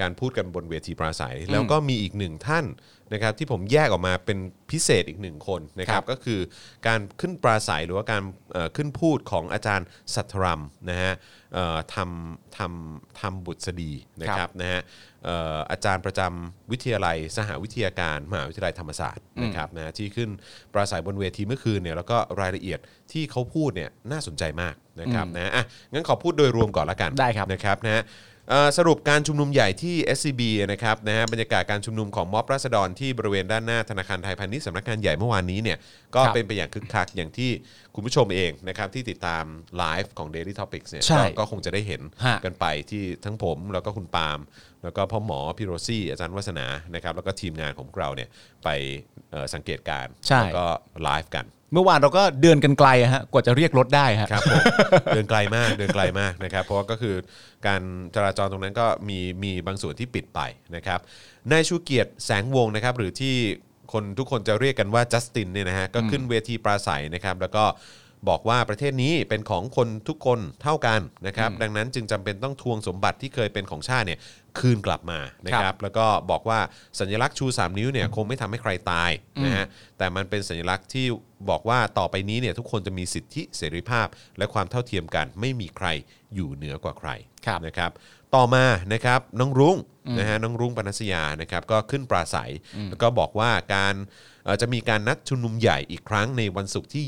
การพูดกันบนเวทีปราศัย แล้วก็มีอีกหนึ่งท่านนะครับที่ผมแยกออกมาเป็นพิเศษอีกหนึ่งคนนะครับก็คือการขึ้นปราศัยหรือว่าการเอ่อขึ้นพูดของอาจารย์สัทธรัมนะฮะเอ่อทำทำทำบุตรสดีนะครับนะฮะเอ่ออาจารย์ประจำวิทยาลัยสหวิทยาการมหาวิทยาลัยธรรมศาสตร์นะครับนะฮะที่ขึ้นปราศัยบนเวทีเมื่อคืนเนี่ยแล้วก็รายละเอียดที่เขาพูดเนี่ยน่าสนใจมากนะครับนะฮะอ่ะงั้นขอพูดโดยรวมก่อนละกัน ได้ครับ นะครับนะฮะเอ่อสรุปการชุมนุมใหญ่ที่ SCB นะครับนะฮะบรรยากาศการชุมนุมของม็อบราษฎรที่บริเวณด้านหน้าธนาคารไทยพาณิชย์สำนักงานใหญ่เมื่อวานนี้เนี่ยก็ ครับ เป็นไปอย่างคึกคักอย่างที่คุณผู้ชมเองนะครับที่ติดตามไลฟ์ของ Daily Topics เนี่ย ใช่ ก็ก็คงจะได้เห็น ฮะ กันไปที่ทั้งผมแล้วก็คุณปาล์มแล้วก็พ่อหมอพี่โรซี่ อาจารย์วัฒนานะครับแล้วก็ทีมงานของพวกเราเนี่ยไปเอ่อสังเกตการณ์ ใช่ แล้วก็ไลฟ์กัน เมื่อวานเราก็เดินกันไกลอะฮะกว่าจะเรียกรถได้ฮะ ครับผม เดินไกลมากเดินไกลมากนะครับ เพราะว่าก็คือการจราจรตรงนั้นก็มีมีบางส่วนที่ปิดไปนะครับนายชูเกียรติแสงวงศ์นะครับ หรือที่คนทุกคนจะเรียกกันว่าจัสตินเนี่ยนะฮะก็ขึ้นเวทีปราศัยนะครับ แล้วก็บอกว่าประเทศนี้เป็นของคนทุกคนเท่ากันนะครับ ดังนั้นจึงจำเป็นต้องทวงสมบัติที่เคยเป็นของชาติเนี่ยคืนกลับมานะค ครั รับ บ แล้วก็บอกว่าสัญลักษณ์ชู 3 นิ้วเนี่ยคงไม่ทำให้ใครตายนะฮะแต่มันเป็นสัญลักษณ์ที่บอกว่าต่อไปนี้เนี่ยทุกคนจะมีสิทธิเสรีภาพ และความเท่าเทียมกัน ไม่มีใครอยู่เหนือกว่าใคร ครับ นะครับต่อมานะครับน้องรุ้งนะฮะน้องรุ้งปนัสยานะครับก็ขึ้นปราศัยแล้วก็บอกว่าการเอ่อจะมีการนัดชุมนุมใหญ่อีกครั้งในวันศุกร์ที่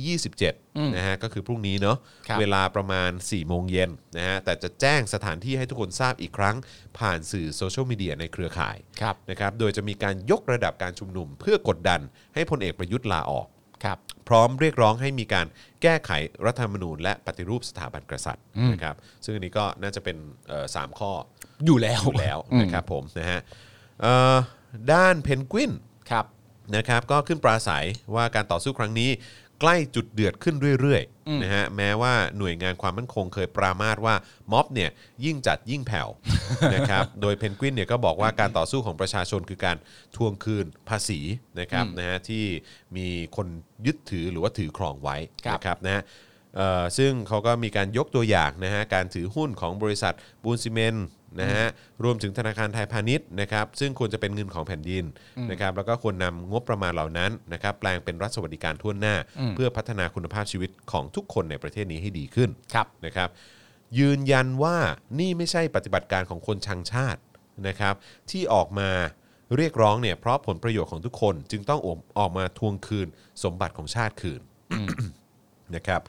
27นะฮะก็คือพรุ่งนี้เนาะ ครับ เวลาประมาณ 4 โมงเย็นนะฮะแต่จะแจ้งสถานที่ให้ทุกคนทราบอีกครั้ง ผ่านสื่อโซเชียลมีเดียในเครือข่าย ครับ นะครับโดยจะมีการยกระดับการชุมนุม เพื่อกดดันให้พลเอกประยุทธ์ลาออก ครับ พร้อมเรียกร้องให้มีการแก้ไขรัฐธรรมนูญ และปฏิรูปสถาบันกษัตริย์นะครับซึ่งอันนี้ก็น่าจะเป็นเอ่อสามข้อ อยู่แล้ว อยู่แล้วนะครับผมนะฮะเอ่อด้านเพนกวิน ครับ นะครับก็ขึ้นปราศัยว่าการต่อสู้ครั้งนี้ ใกล้จุดเดือดขึ้นเรื่อยๆนะฮะแม้ว่าหน่วยงานความมั่นคงเคยปรามาสว่าม็อบเนี่ยยิ่งจัดยิ่ง แผ่ว นะครับโดยเพนกวินเนี่ยก็บอกว่าการต่อสู้ของประชาชนคือการทวงคืนภาษีนะครับนะฮะที่มีคนยึดถือหรือว่าถือครองไว้ ครับ นะครับนะฮะเอ่อซึ่งเขาก็มีการยกตัวอย่างนะฮะการถือหุ้นของบริษัทบูนซีเมนต์นะฮะรวมถึงธนาคารไทยพาณิชย์นะครับซึ่งควรจะเป็นเงินของแผ่นดินนะครับแล้วก็ควรนำงบประมาณเหล่านั้นนะครับแปลงเป็นรัฐสวัสดิการทั่วหน้า เพื่อพัฒนาคุณภาพชีวิตของทุกคนในประเทศนี้ให้ดีขึ้น ครับ นะครับยืนยันว่านี่ไม่ใช่ปฏิบัติการของคนชังชาตินะครับ ที่ออกมาเรียกร้องเนี่ยเพราะผลประโยชน์ของทุกคนจึงต้องออกออกมาทวงคืนสมบัติของชาติคืน นะครับ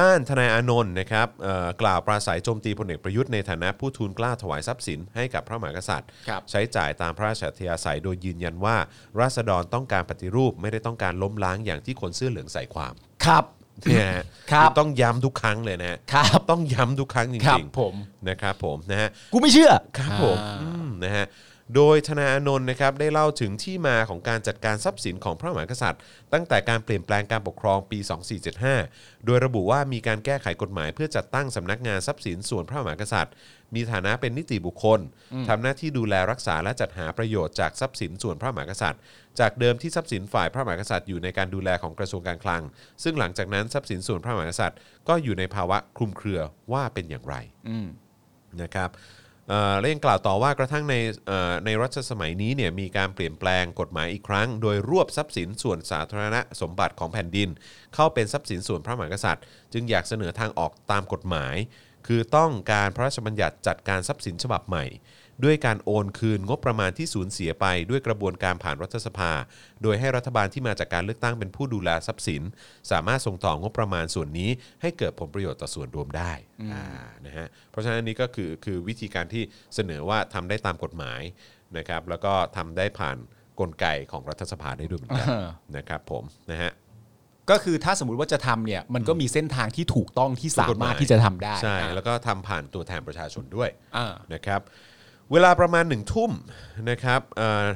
ด้านทนายอานนท์นะครับเอ่อกล่าวปราศัยโจมตีพลเอกประยุทธ์ในฐานะผู้ทูลเกล้าถวายทรัพย์สินให้กับพระมหากษัตริย์ ครับ ใช้จ่ายตามพระราชอัธยาศัยโดยยืนยันว่า ราษฎรต้องการปฏิรูปไม่ได้ต้องการล้มล้างอย่างที่คนเสื้อเหลืองใส่ความ ครับ เนี่ยฮะ ครับ อต้องย้ำทุกครั้งเลยนะฮะ ครับ ต้องย้ำทุกครั้งจ ครั ริง บผม นะครับผมนะฮะ กูไม่เชื่อ ครับผมอืมนะฮะโดยธนาอานนท์นะครับได้เล่าถึงที่มาของการจัดการทรัพย์สินของพระมหากษัตริย์ ตั้งแต่การเปลี่ยนแปลงการปกครองปี 2475 โดยระบุว่ามีการแก้ไขกฎหมายเพื่อจัดตั้งสำนักงานทรัพย์สินส่วนพระมหากษัตริย์ มีฐานะเป็นนิติบุคคลทำหน้าที่ดูแลรักษาและจัดหาประโยชน์จากทรัพย์สินส่วนพระมหากษัตริย์ จากเดิมที่ทรัพย์สินฝ่ายพระมหากษัตริย์อยู่ในการดูแลของกระทรวงการคลัง ซึ่งหลังจากนั้นทรัพย์สินส่วนพระมหากษัตริย์ก็อยู่ในภาวะคลุมเครือว่าเป็นอย่างไรนะครับเอ่อและยังกล่าวต่อว่ากระทั่งในเอ่อในรัชสมัยนี้เนี่ยมีการเปลี่ยนแปลงกฎหมายอีกครั้ง โดยรวบทรัพย์สินส่วนสาธารณะสมบัติของแผ่นดิน เข้าเป็นทรัพย์สินส่วนพระมหากษัตริย์ จึงอยากเสนอทางออกตามกฎหมาย คือต้องการพระราชบัญญัติจัดการทรัพย์สินฉบับใหม่ ด้วยการโอนคืนงบประมาณที่สูญเสียไปด้วยกระบวนการผ่านรัฐสภา โดยให้รัฐบาลที่มาจากการเลือกตั้งเป็นผู้ดูแลทรัพย์สิน สามารถส่งต่องบประมาณส่วนนี้ ให้เกิดผลประโยชน์ต่อส่วนรวมได้อ่านะฮะเพราะฉะนั้นอันนี้ก็คือคือวิธีการที่เสนอว่าทำได้ตามกฎหมายนะครับแล้วก็ทำได้ผ่านกลไกของรัฐสภาได้ด้วยเหมือนกัน อ่า นะครับผมนะฮะ ก็คือถ้าสมมติว่าจะทำเนี่ย มันก็มีเส้นทางที่ถูกต้องที่สามารถที่จะทำได้ ใช่ อ่ะ แล้วก็ทำผ่านตัวแทนประชาชนด้วย อ่า นะครับ เวลาประมาณหนึ่งทุ่มนะครับเอ่อ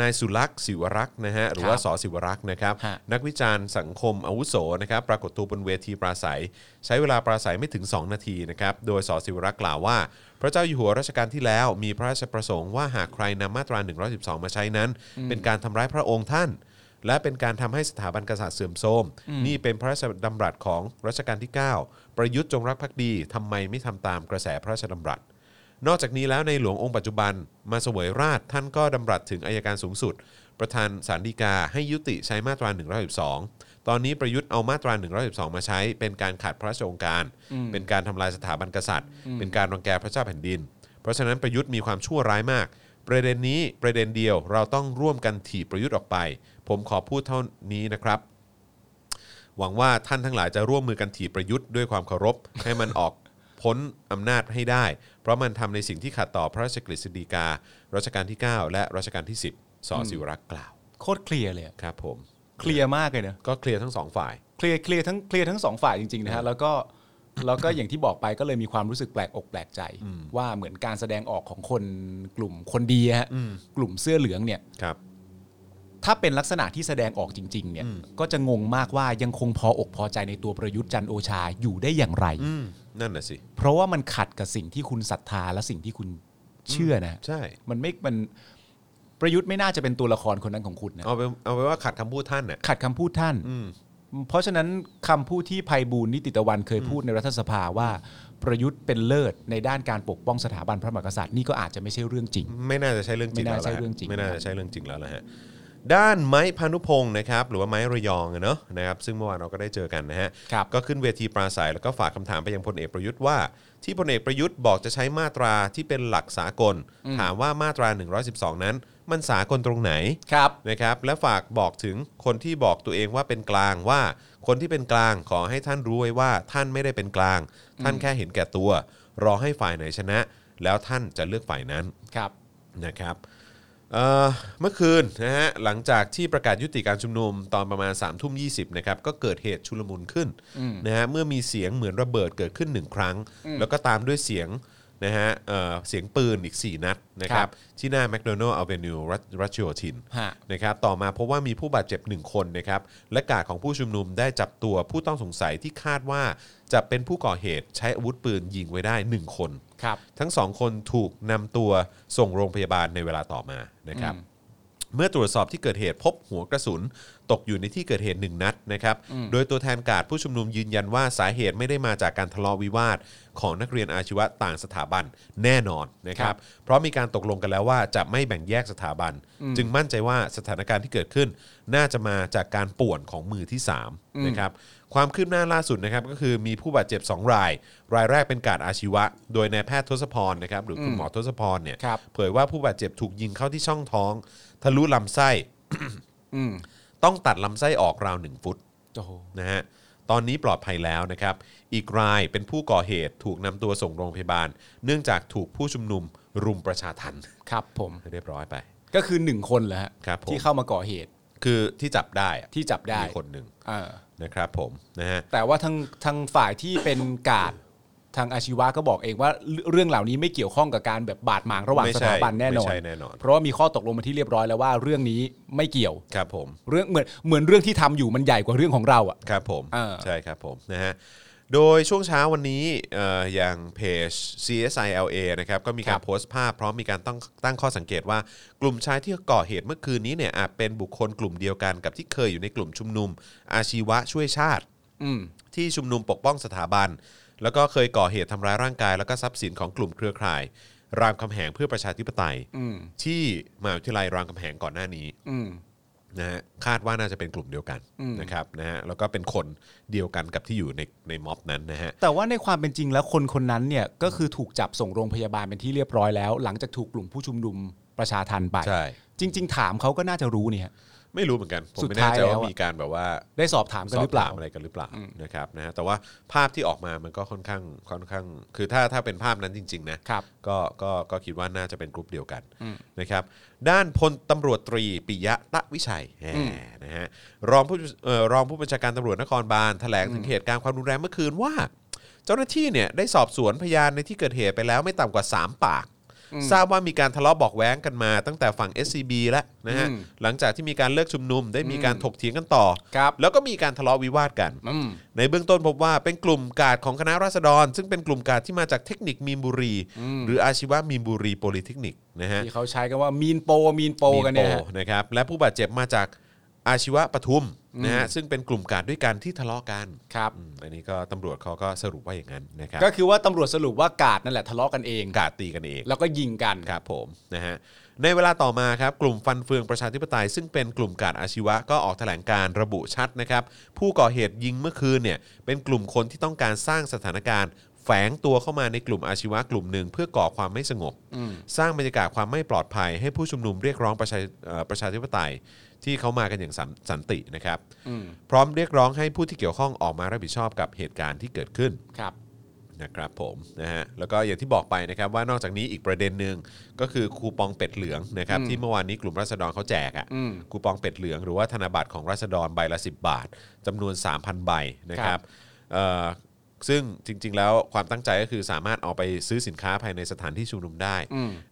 นายสุลักษณ์ศิวรักษ์นะฮะหรือว่า ครับ สอศิวรักษ์นะครับ ฮะ นักวิจารณ์สังคมอาวุโสนะครับ ปรากฏตัวบนเวทีปราศัย ใช้เวลาปราศัยไม่ถึง 2 นาทีนะครับ โดยสอศิวรักษ์กล่าวว่า พระเจ้าอยู่หัวรัชกาลที่แล้ว มีพระราชประสงค์ว่าหากใครนำมาตรา 112 มาใช้นั้น เป็นการทำร้ายพระองค์ท่าน และเป็นการทำให้สถาบันกษัตริย์เสื่อมโทรมนี่เป็นพระราชดำรัสของรัชกาลที่ 9 ประยุทธ์จงรักภักดีทำไมไม่ทำตามกระแสพระราชดำรัส นอกจากนี้แล้วในหลวงองค์ปัจจุบันมาเสวยราชท่านก็ดำรัสถึงอายการสูงสุด ประธานสารดีกาให้ยุติใช้มาตรา112 ตอนนี้ประยุทธ์เอามาตรา112 มาใช้ เป็นการขัดพระราชองค์การ เป็นการทำลายสถาบันกษัตริย์ เป็นการรังแกพระเจ้าแผ่นดิน เพราะฉะนั้นประยุทธ์มีความชั่วร้ายมาก ประเด็นนี้ประเด็นเดียวเราต้องร่วมกันถีบประยุทธ์ออกไป ผมขอพูดเท่านี้นะครับ หวังว่าท่านทั้งหลายจะร่วมมือกันถีบประยุทธ์ด้วยความเคารพ ให้มันออกพ้นอำนาจให้ได้ เพราะมันทำในสิ่งที่ขัดต่อพระราชกฤษฎีกา รัชกาลที่ 9 และรัชกาลที่ 10สอสิวรักษ์กล่าว โคตรเคลียร์เลยอะ ครับผม เคลียร์มากเลยเนอะ ก็เคลียร์ทั้งสองฝ่าย เคลียร์เคลียร์ทั้งเคลียร์ทั้งสองฝ่ายจริงๆนะฮะแล้วก็แล้วก็อย่างที่บอกไปก็เลยมีความรู้สึกแปลกอกแปลกใจ ว่าเหมือนการแสดงออกของคนกลุ่มคนดีอะฮะ อืม กลุ่มเสื้อเหลืองเนี่ย ครับ ถ้าเป็นลักษณะที่แสดงออกจริง ๆ เนี่ย ก็จะงงมากว่ายังคงพออกพอใจในตัวประยุทธ์จันทร์โอชาอยู่ได้อย่างไร อืมนั่นน่ะสิ เพราะว่ามันขัดกับสิ่งที่คุณศรัทธาและสิ่งที่คุณเชื่อนะ ใช่ มันไม่มันประยุทธ์ไม่น่าจะเป็นตัวละครคนนั้นของคุณนะ เอาไปเอาไปว่าขัดคำพูดท่านน่ะ ขัดคำพูดท่าน อืม เพราะฉะนั้นคำพูดที่ภัยบูลย์นิติตะวันเคยพูดในรัฐสภาว่า ประยุทธ์เป็นเลิศในด้านการปกป้องสถาบันพระมหากษัตริย์นี่ก็อาจจะไม่ใช่เรื่องจริง ไม่น่าจะใช่เรื่องจริง ไม่ แล้ว น่าใช่ ล่ะ เรื่องจริง ไม่น่าจะใช่เรื่องจริงแล้วล่ะฮะด้านไม้พานุพงศ์นะครับหรือว่าไม้ระยองอะเนอะนะครับซึ่งเมื่อวานเราก็ได้เจอกันนะฮะ ครับ ก็ขึ้นเวทีปราศัยแล้วก็ฝากคำถามไปยังพลเอกประยุทธ์ว่า ที่พลเอกประยุทธ์บอกจะใช้มาตราที่เป็นหลักสากล ถามว่ามาตรา 112 นั้น มันสากลตรงไหน ครับ นะครับและฝากบอกถึงคนที่บอกตัวเองว่าเป็นกลางว่า คนที่เป็นกลางขอให้ท่านรู้ไว้ว่าท่านไม่ได้เป็นกลาง ท่านแค่เห็นแก่ตัว รอให้ฝ่ายไหนชนะ แล้วท่านจะเลือกฝ่ายนั้น ครับ นะครับเอ่อเมื่อคืนนะฮะหลังจากที่ประกาศยุติการชุมนุมตอนประมาณ3ามทุ่มยีนะครับก็เกิดเหตุชุลมุนขึ้นนะฮะเมื่อมีเสียงเหมือนระเบิดเกิดขึ้นหนึ่งครั้ง แล้วก็ตามด้วยเสียงนะฮะเอ่อเสียงปืนอีก 4 นัดนะครั ครับ บ ที่หน้าแมคโดนัลล์อเวนิวรัชโยธิน ฮะ นะครับต่อมาพบว่ามีผู้บาดเจ็บ 1 คนนะครับและกาดของผู้ชุมนุมได้จับตัวผู้ต้องสงสัยที่คาดว่าจะเป็นผู้ก่อเหตุใช้อาวุธปืนยิงไว้ได้ 1 คน ครับ ทั้งสองคนถูกนำตัวส่งโรงพยาบาลในเวลาต่อมานะครับ เมื่อตรวจสอบที่เกิดเหตุพบหัวกระสุน ตกอยู่ในที่เกิดเหตุหนึ่งนัดนะครับ โดยตัวแทนกาดผู้ชุมนุมยืนยันว่าสาเหตุไม่ได้มาจากการทะเลาะวิวาท ของนักเรียนอาชีวะต่างสถาบันแน่นอนนะค ค รั รับ บ เพราะมีการตกลงกันแล้วว่าจะไม่แบ่งแยกสถาบัน จึงมั่นใจว่าสถานการณ์ที่เกิดขึ้น น่าจะมาจากการป่วนของมือที่สามนะครับความคืบหน้าล่าสุดนะครับก็คือมีผู้บาดเจ็บ 2 ราย รายแรกเป็นกาดอาชีวะ โดยนายแพทย์ทศพรนะครับหรือคุณหมอทศพรเนี่ย ครับ เผยว่าผู้บาดเจ็บถูกยิงเข้าที่ช่องท้อง ทะลุลำไส้ อืม ต้องตัดลำไส้ออกราวหนึ่งฟุต โอ้โห นะฮะตอนนี้ปลอดภัยแล้วนะครับ อีกรายเป็นผู้ก่อเหตุถูกนำตัวส่งโรงพยาบาล เนื่องจากถูกผู้ชุมนุมรุมประชาทัน ครับผม เรียบร้อยไป ก็คือหนึ่งคนแหละฮะ ครับผม ที่เข้ามาก่อเหตุ คือที่จับได้อะ ที่จับได้ มีคนหนึ่ง เออ นะครับผมนะฮะ แต่ว่าทางทางฝ่ายที่เป็นกาดทางอาชีวะก็บอกเองว่าเรื่องเรื่องเหล่านี้ไม่เกี่ยวข้องกับการแบบบาดหมางระหว่าง ไม่ ส ใช่ ถาบันแน่นไม่อน ใช่แน่นอน เพราะว่ามีข้อตกลงมาที่เรียบร้อยแล้วว่าเรื่องนี้ไม่เกี่ยว ครับผม เรื่องเหมือนเหมือนเรื่องที่ทำอยู่มันใหญ่กว่าเรื่องของเราอ่ะ ครับผม เออ ใช่ครับผมนะฮะโดยช่วงเช้าวันนี้เอ่ออย่างเพจ CSI LA นะครับก็มีการ โพสต์ภาพพร้อมมีการตั้งตั้งข้อสังเกตว่ากลุ่มชายที่ก่อเหตุเมื่อคืนนี้เนี่ยอาจเป็นบุคคลกลุ่มเดียวกันกับที่เคยอยู่ในกลุ่มชุมนุม อาชีวะช่วยชาติ อืม ที่ชุมนุมปกป้องสถาบัน แล้วก็เคยก่อเหตุทำร้ายร่างกาย แล้วก็ทรัพย์สินของกลุ่มเครือข่าย รามคำแหงเพื่อประชาธิปไตย อืม ที่มหาวิทยาลัยรามคำแหงก่อนหน้านี้ อืม นะฮะคาดว่าน่าจะเป็นกลุ่มเดียวกัน อืม นะครับนะฮะแล้วก็เป็นคนเดียวกันกับที่อยู่ในในม็อบนั้นนะฮะ แต่ว่าในความเป็นจริงแล้วคนคนนั้นเนี่ยก็คือถูกจับส่งโรงพยาบาลเป็นที่เรียบร้อยแล้ว หลังจากถูกกลุ่มผู้ชุมนุมประชาทันไป ใช่ จริง ๆ ถามเขาก็น่าจะรู้เนี่ย ไม่รู้เหมือนกันผม สุด ไม่แน่ ท้าย ใจ แล้ว ว่า อะ มีการแบบว่า ได้สอบถามกันหรือเปสล่าบถมอะไรกันหรือเปล่านะครับนะฮะแต่ว่าภาพที่ออกมามันก็ค่อนข้างค่อนข้าง คือถ้าถ้าเป็นภาพนั้นจริงๆนะครับ ก็ก็ก็คิดว่าน่าจะเป็นกลุ่มเดียวกันนะครับด้านพลตำรวจตรีปิยะตะวิชัยแหมนะฮะรองผู้เอ่อรองผู้บัญชาการตำรวจนครบาลแถลงถึงเหตุการณ์ความรุนแรงเมื่อคืนว่า เจ้าหน้าที่เนี่ยได้สอบสวนพยานในที่เกิดเหตุไปแล้วไม่ต่ำกว่า 3 ปาก ทราบว่ามีการทะเลาะเบอกแว้งกันมาตั้งแต่ฝั่ง SCB แล้วนะฮะ อืม หลังจากที่มีการเลิกชุมนุมได้มีการถกเถียงกันต่อ ครับ แล้วก็มีการทะเลาะวิวาทกัน อืม ในเบื้องต้นพบว่าเป็นกลุ่มกาดของคณะราษฎร ซึ่งเป็นกลุ่มกาดที่มาจากเทคนิคมีนบุรี หรืออาชีวะมีนบุรีโพลิเทคนิคนะฮะ ที่เขาใช้กันว่ามีนโปมีนโปกันเนี่ยฮะ มีโปนะครับและผู้บาดเจ็บมาจาก อาชีวะปทุมนะฮะซึ่งเป็นกลุ่มกาดด้วยกันที่ทะเลาะกัน ครับ อืมอันนี้ก็ตำรวจเขาก็สรุปว่าอย่างนั้นนะครับ ก็คือว่าตำรวจสรุปว่ากาดนั่นแหละทะเลาะกันเอง กาดตีกันเอง แล้วก็ยิงกัน ครับผมนะฮะในเวลาต่อมาครับกลุ่มฟันเฟืองประชาธิปไตย ซึ่งเป็นกลุ่มกาดอาชีวะก็ออกแถลงการณ์ระบุชัดนะครับ ผู้ก่อเหตุยิงเมื่อคืนเนี่ยเป็นกลุ่มคนที่ต้องการสร้างสถานการณ์ แฝงตัวเข้ามาในกลุ่มอาชีวะกลุ่มหนึ่งเพื่อก่อความไม่สงบ สร้างบรรยากาศความไม่ปลอดภัย ให้ผู้ชุมนุมเรียกร้องประชาเอ่อประชาธิปไตย ที่เขามากันอย่างสันสันตินะครับพร้อมเรียกร้องให้ผู้ที่เกี่ยวข้องออกมารับผิดชอบกับเหตุการณ์ที่เกิดขึ้น ครับ นะครับผมนะฮะแล้วก็อย่างที่บอกไปนะครับว่านอกจากนี้อีกประเด็นหนึ่งก็คือคูปองเป็ดเหลืองนะครับที่เมื่อวานนี้กลุ่มราษฎรเขาแจกอะ อืม คูปองเป็ดเหลืองหรือว่าธนบัตรของราษฎรใบละ 10 บาทจำนวน 3,000 ใบนะค ครั รับบ เอ่อซึ่งจริง ๆ แล้วความตั้งใจก็คือสามารถเอาไปซื้อสินค้าภายในสถานที่ชุมนุมได้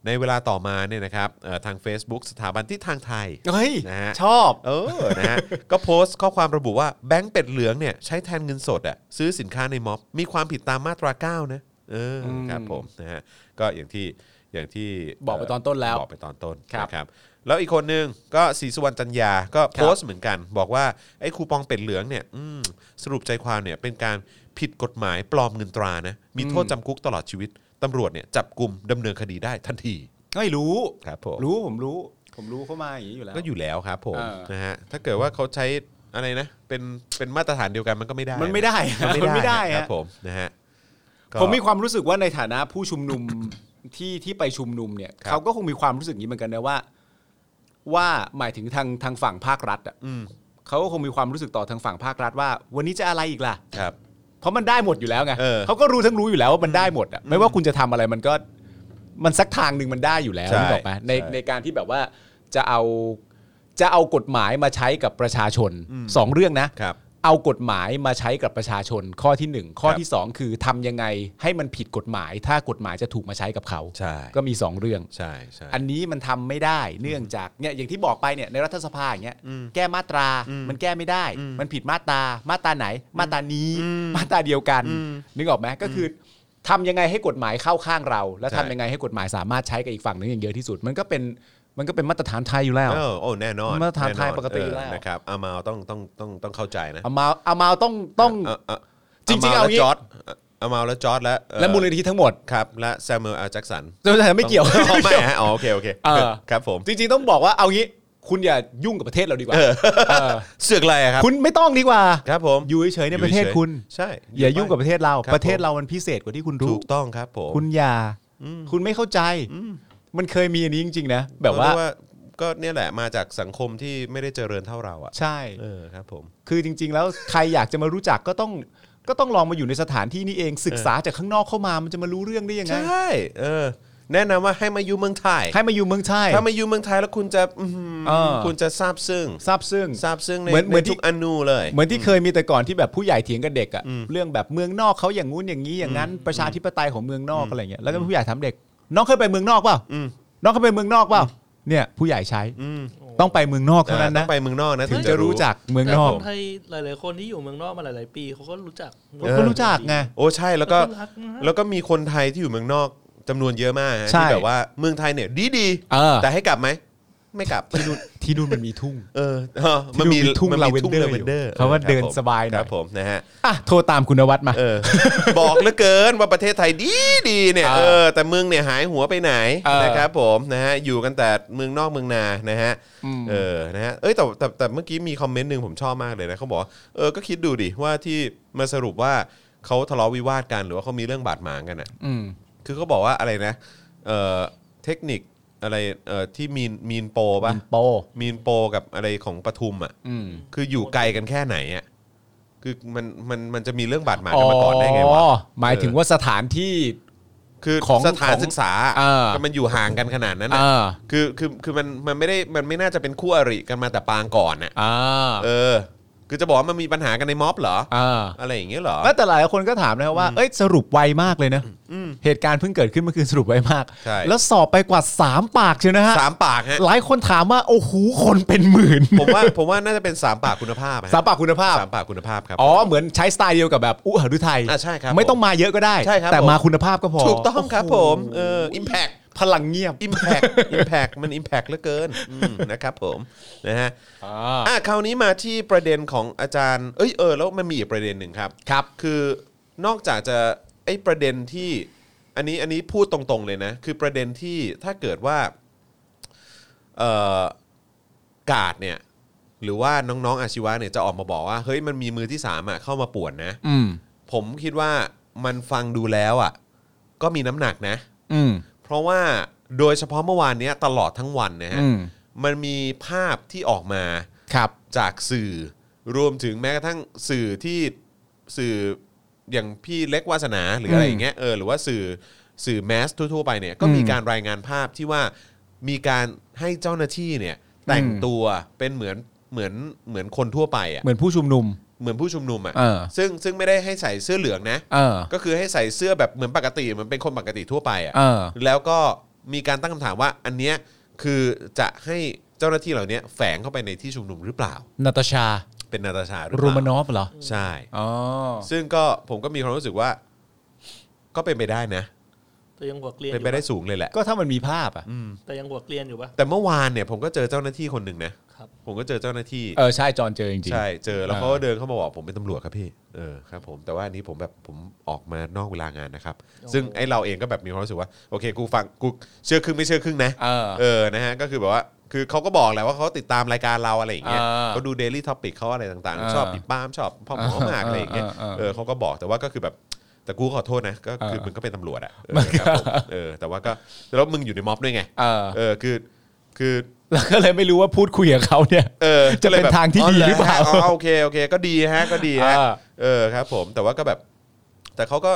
ในเวลาต่อมาเนี่ยนะครับเอ่อทาง Facebook สถาบันที่ทางไทย เฮ้ย นะฮะ ชอบ เออ นะฮะ ก็โพสต์ข้อความระบุว่าแบงก์เป็ดเหลืองเนี่ยใช้แทนเงินสดอ่ะซื้อสินค้าในม็อบ มีความผิดตามมาตรา 9 นะ เอออ ม ครับผมนะฮะ ก็อย่างที่อย่างที่ บอกไปตอนต้นแล้ว บอกไปตอนต้น ครับ นะครับ แล้วอีกคนนึงก็ศรีสุวรรณจันยา ก็โพสต์เหมือนกัน บอกว่าไอ้คูปองเป็ดเหลืองเนี่ยอืมสรุปใจความเนี่ยเป็นการผิดกฎหมายปลอมเงินตรานะมีโทษจำคุกตลอดชีวิตตำรวจเนี่ยจับกลุ่มดำเนินคดีได้ทันที ไม่รู้ ครับผม รู้ผมรู้ ผมรู้เข้ามาอย่างนี้อยู่แล้ว ก็อยู่แล้วครับผม เออ นะฮะถ้าเกิดว่าเขาใช้อะไรนะ เป็นเป็นมาตรฐานเดียวกันมันก็ไม่ได้ มันไม่ได้ มัน มัน ไม่ ไม่ ได้คได้ค รั รั บบ ผมนะฮะก็ ผมมีความรู้สึกว่าในฐานะผู้ชุมนุม ที่ที่ไปชุมนุมเนี่ย ครับ เขาก็คงมีความรู้สึกอย่างนี้เหมือนกันนะว่า ว่าหมายถึงทางทางฝั่งภาครัฐอ่ะ อืม เขาก็คงมีความรู้สึกต่อทางฝั่งภาครัฐว่า วันนี้จะอะไรอีกล่ะ ครับ เพราะมันได้หมดอยู่แล้วไง เออ ก็รู้ทั้งรู้อยู่แล้วว่ามันได้หมดอ่ะไม่ว่าคุณจะทำอะไรมันก็มันสักทางหนึ่งมันได้อยู่แล้ว ใช่ นึกออกไหมใน ใช่ ในการที่แบบว่าจะเอาจะเอากฎหมายมาใช้กับประชาชนสองเรื่องนะครับเอากฎหมายมาใช้กับประชาชน ข้อที่หนึ่งข้อ ครับ ที่สองคือทำยังไงให้มันผิดกฎหมาย ถ้ากฎหมายจะถูกมาใช้กับเขา ใช่ ก็มีสองเรื่อง ใช่ใช่ อันนี้มันทำไม่ได้เนื่องจากเนี่ยอย่างที่บอกไปเนี่ยในรัฐสภาอย่างเงี้ยแก้มาตรา มันแก้ไม่ได้ มันผิดมาตรามาตราไหน มาตรานี้ มาตราเดียวกัน นึกออกไหมก็คือทำยังไงให้กฎหมายเข้าข้างเรา และทำยังไงให้กฎหมายสามารถใช้กับอีกฝั่งหนึงอย่างเยอะที่สุด มันก็เป็นมันก็เป็นมาตรฐานไทยอยู่แล้ว เออโอ้แน่นอน มาตรฐานไทย แอ ปกติ เออ แล้ว นะครับอามาต้องต้องต้องต้องเข้าใจนะ เอามาเอามาต้องต้อง เเเ จริงๆ ม เอางี้ และจอร์ดอามาและจอร์ดและเอ่อ และมูลนิธิทั้งหมด ครับและแซมเมอร์อาจ็กสัน แต่ไม่เกี่ยว ต้องไม่ฮะอ๋อโอเคโอเค เออ ครับผม จริงๆต้องบอกว่าเอางี้ คุณอย่ายุ่งกับประเทศเราดีกว่าเออ เสือกอะไรอะครับ คุณไม่ต้องดีกว่า ครับผม อยู่เฉยๆในประเทศ อฉยๆ คุณ ใช่ อย่ายุ่งกับประเทศเรา คบ ประเทศ ผม เรามันพิเศษกว่าที่คุณรู้ ถูกต้องครับผม คุณอย่า คุณไม่เข้าใจ มันเคยมีอันนี้จริง ๆ นะ แบบว่า เรียกก็เนี่ยแหละมาจากสังคมที่ไม่ได้เจริญเท่าเราอ่ะ ใช่ เออครับผม คือจริง ๆ แล้วใครอยากจะมารู้จักก็ต้อง ก็ต้องลองมาอยู่ในสถานที่นี้เอง ศึกษาจากข้างนอกเข้ามา มันจะมารู้เรื่องได้ยังไง ใช่เออแนะนำว่าให้มาอยู่เมืองไทย ให้มาอยู่เมืองไทย ถ้ามาอยู่เมืองไทยแล้วคุณจะอื้อหือ เออ คุณจะซาบซึ้ง ทราบซึ่ง ซาบซึ้งใน เหมือนเหมือน ใน ที่ ทุกอนูเลย เหมือนที่เคยมีแต่ก่อนที่แบบผู้ใหญ่เถียงกับเด็กอะเรื่องแบบเมืองนอกเขาอย่างงู้นอย่างนี้อย่างนั้น ประชาธิปไตยของเมืองนอกอะไรเงี้ยแล้วก็ผู้ใหญ่ถามเด็ก น้องเคยไปเมืองนอกเปล่า อืม น้องเคยไปเมืองนอกเปล่าเนี่ย ผู้ใหญ่ใช้ ม ต้องไปเมืองนอกเท่านั้น ต้อ นะ งไปเมืองนอกนะ ถึงจะรู้จักเมืองนอก ไทยหลาย ๆ คนที่อยู่เมืองนอกมาหลาย ๆ ปีเขาก็รู้จัก ผมก็รู้จักไง โอ้ใช่แล้วก็ รักนะ แล้วก็มีคนไทยที่อยู่เมืองนอกจำนวนเยอะมากฮะ ใช่ ที่แบบว่าเมืองไทยเนี่ยดีดีๆ เออ แต่ให้กลับไหมไม่กลับ ที่นู่นที่นู่นมันมีทุ่ง เออเออมันมี ที่ดูมีทุ่ง มัมี lavender อยู่ lavender เขาว่า ออ เดิน ครับผม สบายหน่อย ครับผมนะฮะ อ่ะโทรตามคุณนวัดมา เออ บอกเหลือเกินว่าประเทศไทยดีดีๆเนี่ย อ่า เออแต่เมืองเนี่ยหายหัวไปไหน เออ นะครับผมนะฮะอยู่กันแต่เมืองนอกเมืองนานะฮะ อืม เออนะฮะเอ้ยแต่แต่แต่เมื่อกี้มีคอมเมนต์หนึ่งผมชอบมากเลยนะเขาบอกว่าเออก็คิดดูดิว่าที่มาสรุปว่าเขาทะเลาะวิวาทกันหรือว่าเขามีเรื่องบาดหมางกันอ่ะ อืม คือเขาบอกว่าอะไรนะเออเทคนิคอะไรเออที่มีนมีนโปรป่ะ โป มีนโปรกับอะไรของปทุมอ่ะ อืม คืออยู่ไกลกันแค่ไหนอ่ะคือมันมันมันจะมีเรื่องบาดหมางกันมาก่อนได้ไงวะ หมายถึงว่าสถานที่ คือ ของ สถาน ของ ศึกษา เออ ก็มันอยู่ห่างกันขนาดนั้น เอ น่ะ อ คือคือคือมันมันไม่ได้มันไม่น่าจะเป็นคู่อริกันมาแต่ปางก่อนน่ะ อ่า เออ คือจะบอกว่ามันมีปัญหากันในม็อบเหรอ อ่า อะไรอย่างเงี้ยเหรอ แล้วแต่หลายคนก็ถามนะครับว่า เอ้ยสรุปไวมากเลยนะ เหตุการณ์เพิ่งเกิดขึ้นเมื่อคืนสรุปไวมาก ใช่ แล้วสอบไปกว่า 3 ปากเชียวนะฮะ สามปากฮะ หลายคนถามว่า โอ้โห คนเป็นหมื่น ผมว่าผมว่าน่าจะเป็นสามปากคุณภาพอะฮะ สามปากคุณภาพ สามปากคุณภาพครับ อ๋อ เหมือนใช้สไตล์เดียวกับแบบอุหฤทัย อ่ะใช่ครับ ไม่ต้องมาเยอะก็ได้ ใช่ครับ แต่ ผม มาคุณภาพก็พอ ถูกต้องครับ โโห ผมเอออิมแพก พลังเงียบ อิมแพ กอิมแพกมันอิมแพกเหลือเกินอืมนะครับผมนะฮะอ่ะคราวนี้มาที่ประเด็นของอาจารย์ เอ้ยเออแล้วมันมีอีกประเด็นหนึ่งครับ ครับ คือนอกจากจะไอ้ประเด็นที่อันนี้อันนี้พูดตรงๆเลยนะ คือประเด็นที่ถ้าเกิดว่าเอ่อกาดเนี่ยหรือว่าน้องๆอาชีวะเนี่ยจะออกมาบอกว่าเฮ้ยมันมีมือที่สามอะเข้ามาป่วนนะ อืม ผมคิดว่ามันฟังดูแล้วอ่ะก็มีน้ำหนักนะ อืม เพราะว่าโดยเฉพาะเมื่อวานเนี้ยตลอดทั้งวันนะฮะ อืม มันมีภาพที่ออกมา ครับ จากสื่อ รวมถึงแม้กระทั่งสื่อที่สื่ออย่างพี่เล็กวาสนาหรืออะไรอย่างเงี้ยเออหรือว่าสื่อสื่อแมสทั่วๆไปเนี่ยก็มีการรายงานภาพที่ว่ามีการให้เจ้าหน้าที่เนี่ยแต่งตัวเป็นเหมือนเหมือนเหมือนคนทั่วไปอ่ะ เหมือนผู้ชุมนุม เหมือนผู้ชุมนุมอ่ะ เออ ซึ่งซึ่งไม่ได้ให้ใส่เสื้อเหลืองนะ เออ ก็คือให้ใส่เสื้อแบบเหมือนปกติเหมือนเป็นคนปกติทั่วไปอ่ะ เออ แล้วก็มีการตั้งคำถามว่าอันเนี้ยคือจะให้เจ้าหน้าที่เหล่าเนี้ยแฝงเข้าไปในที่ชุมนุมหรือเปล่า นาตาชา เป็นนาตาชาหรือเป โรมา ล่าน อฟเหรอ ใช่ อ๋อ ซึ่งก็ผมก็มีความรู้สึกว่า ก็เป็นไปได้นะ แต่ยังหัวเกลียนอ เป็น ยู่ ไปได้ ปะ สูงเลยแหละ ก็ถ้ามันมีภาพอ่ะ แต่ยังหัวเกลียนอยู่ปะ แต่เมื่อวานเนี่ยผมก็เจอเจ้าหน้าที่คนหนึ่งนะครับ ผมก็เจอเจ้าหน้าที่ เออ ใช่ จอนเจอจริงๆ ใช่เจอแล้วเขาก็เดินเข้ามาบอกผมเป็นตำรวจครับพี่เออครับผมแต่ว่าอันนี้ผมแบบผมออกมานอกเวลางานนะครับ ซึ่งไอเราเองก็แบบมีความรู้สึกว่าโอเคกูฟังกูเชื่อครึ่งไม่เชื่อครึ่งนะ เออ เออนะฮะก็คือแบบว่าคือเขาก็บอกแหละว่าเขาติดตามรายการเราอะไรอย่างเงี้ย เออ เขาดู Daily To อปิเขาอะไรต่าง เออ ๆ ชอบปิดป้ามชอบพ่อหมอมากอะไรอย่างเงี้ย เออเออเออ เออเขาก็บอกแต่ว่าก็คือแบบแต่กูขอโทษนะก็คือ เออ มึงก็เป็นตำรวจอ่ะเออครับผมเออแต่ว่าก็แล้วมึงอยู่ในม็อบด้วยไง เออ เออคือคือ แล้วก็เลยไม่รู้ว่าพูดคุยกับเขาเนี่ย เออ จะเป็ก็ลยนแบบ ทางที่ดีหรือเปล่า อ๋อโอเคโอเค ก็ดีฮะก็ดีฮะ อ่า เออครับ ผมแต่ว่าก็แบบ แต่เขาก็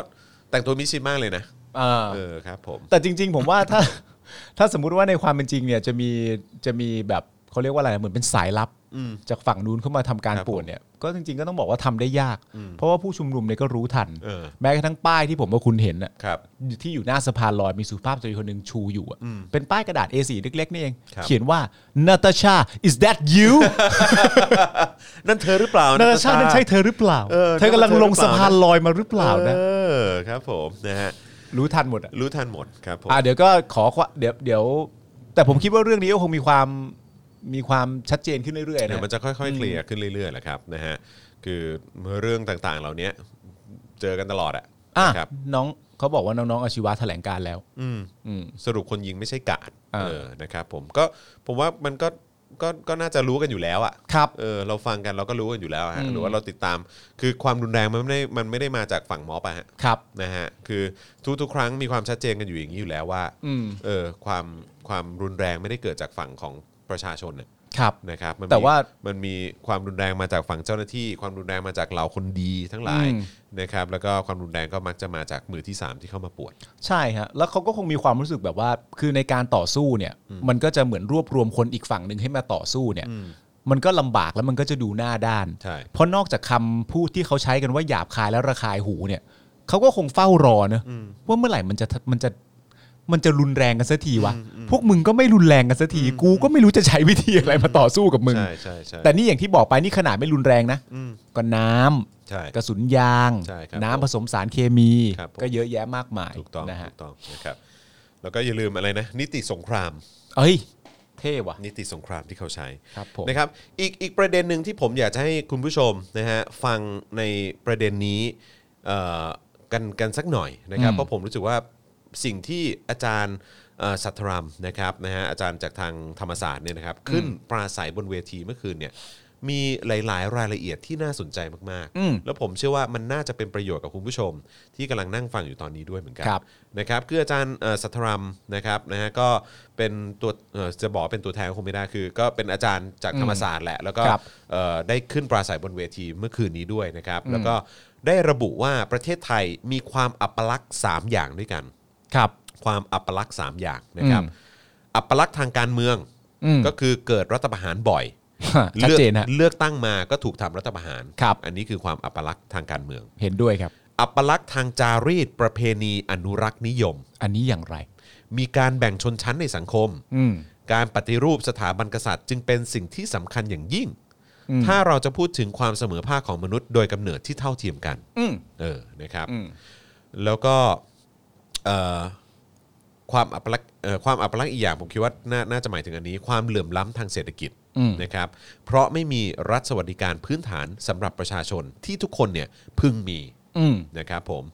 แต่งตัวมิดชิดมากเลยนะ เออ เออครับ ผม แต่จริง ๆ ผมว่า ถ้า ถ้าสมมุติว่าในความเป็นจริงเนี่ยจะมีจะมีแบบเขาเรียกว่าอะไรเหมือนเป็นสายลับ อืม จากฝั่งนู้นเข้ามาทำการ ครับ ป่วนเนี่ยก็จริง ๆ ก็ต้องบอกว่าทำได้ยาก อืม เพราะว่าผู้ชุมนุมเนี่ยก็รู้ทัน เออ แม้กระทั่งป้ายที่ผมว่าคุณเห็นน่ะ ครับ ที่อยู่หน้าสะพานลอยมีสุภาพสตรีคนหนึ่งชูอยู่อะ อืม เป็นป้ายกระดาษ A4 เล็กๆนี่เอง ครับ เขียนว่า Natasha is that you นั่นเธอหรือเปล่า Natasha นั่นใช่เธอหรือเปล่า เออ เธอกำลังลงสะพานลอยมาหรือเปล่านะ เออครับ ผมนะฮะ รู้ทันหมดอะ รู้ทันหมดครับผม อ่ะเดี๋ยวก็ขอความเดี๋ยวเดี๋ยว แต่ผมคิดว่าเรื่องนี้ก็คงมีความมีความชัดเจนขึ้นเรื่อยๆ เดี๋ย นะ วมันจะค่อยๆเคลียร์ขึ้นเรื่อยๆแหละครับนะฮะคือเรื่องต่างๆ เหล่านี้เจอกันตลอดอะ อ่ะ นะครับ น้องเขาบอกว่าน้องๆอาชีวะแถลงการแล้ว อืม อืม สรุปคนยิงไม่ใช่กาด อ่า เออนะครับ ผมก็ผมว่ามันก็ก็ก็น่าจะรู้กันอยู่แล้วอะ ครับ เออเราฟังกันเราก็รู้กันอยู่แล้วฮะ อืม หรือว่าเราติดตามคือความรุนแรงมันไม่ได้มันไม่ได้มาจากฝั่งม็อบอะฮะ ครับ นะฮะคือทุกๆ ครั้งมีความชัดเจนกันอยู่อย่างนี้อยู่แล้วว่า อืม เออความความรุนแรงไม่ได้เกิดจากฝั่งของประชาชนน่ะ ครับ นะครับมันมี แต่ว่า มันมีความรุนแรงมาจากฝั่งเจ้าหน้าที่ ความรุนแรงมาจากเหล่าคนดีทั้งหลาย อืม นะครับแล้วก็ความรุนแรงก็มักจะมาจากมือที่สามที่เข้ามาปวด ใช่ฮะ แล้วเขาก็คงมีความรู้สึกแบบว่า คือในการต่อสู้เนี่ย มันก็จะเหมือนรวบรวมคนอีกฝั่งหนึ่งให้มาต่อสู้เนี่ย มันก็ลำบากแล้วมันก็จะดูหน้าด้าน ใช่ เพราะนอกจากคำพูดที่เขาใช้กันว่าหยาบคายและระคายหูเนี่ยเขาก็คงเฝ้ารอนะว่าเมื่อไหร่มันจะมันจะมันจะรุนแรงกันสักทีวะ พวกมึงก็ไม่รุนแรงกันสักที กูก็ไม่รู้จะใช้วิธีอะไรมาต่อสู้กับมึง ใช่ใช่ใช่ แต่นี่อย่างที่บอกไปนี่ขนาดไม่รุนแรงนะ อืม ก็น้ำ ใช่ กระสุนยาง ใช่ครับ น้ำผสมสารเคมี ครับผม ก็เยอะแยะมากมาย ถูกต้อง นะฮะ ถูกต้องนะครับแล้วก็อย่าลืมอะไรนะนิติสงคราม เอ้ย เท่ว่ะ นิติสงครามที่เขาใช้ ครับผม นะครับอีกอีกประเด็นหนึ่งที่ผมอยากจะให้คุณผู้ชมนะฮะฟังในประเด็นนี้เอ่อกันกันสักหน่อยนะครับ อืม เพราะผมรู้สึกว่าสิ่งที่อาจารย์เอ่อสัทธรามนะครับนะฮะอาจารย์จากทางธรรมศาสตร์เนี่ยนะครับขึ้นปราศัยบนเวทีเมื่อคืนเนี่ยมีหลาย ๆ รายละเอียดที่น่าสนใจมาก อืม ๆ แล้วผมเชื่อว่ามันน่าจะเป็นประโยชน์กับคุณผู้ชม ที่กำลังนั่งฟังอยู่ตอนนี้ด้วยเหมือนกั ครับ นะครับคืออาจารย์เอ่อสัทธรัมนะครับนะฮะก็เป็นตัวเอ่อจะบอกเป็นตัวแทนก็คงไม่ได้คือ ก็เป็นอาจารย์จากธรรมศาสตร์แหละ แล้วก็ ครับ เอ่อได้ขึ้นปราศัยบนเวทีเมื่อคืนนี้ด้วยนะครับ แล้วก็ได้ระบุว่าประเทศไทยมีความอัปลักษณ์ 3 อย่างด้วยกัน ครับ ความอัปลักษณ์ 3 อย่างนะครับ อืม อัปลักษณ์ทางการเมือง อืม ก็คือเกิดรัฐประหารบ่อย ฮะชัดเจนฮะ เลือกตั้งมาก็ถูกทำรัฐประหาร ครับ อันนี้คือความอัปลักษณ์ทางการเมือง เห็นด้วยครับ อัปลักษณ์ทางจารีตประเพณีอนุรักษ์นิยม อันนี้อย่างไร มีการแบ่งชนชั้นในสังคม อืม การปฏิรูปสถาบันกษัตริย์ จึงเป็นสิ่งที่สำคัญอย่างยิ่ง อืม ถ้าเราจะพูดถึงความเสมอภาคของมนุษย์โดยกำเนิดที่เท่าเทียมกัน อืม เออ นะครับ อืม แล้วก็เอ่อ ความอัปลักษณ์เอ่อความอัปลักษณ์อีกอย่างผมคิดว่าน่าน่าจะหมายถึงอันนี้ ความเหลื่อมล้ำทางเศรษฐกิจ อืม นะครับ เพราะไม่มีรัฐสวัสดิการพื้นฐานสำหรับประชาชนที่ทุกคนเนี่ยพึงมี อืม นะครับผม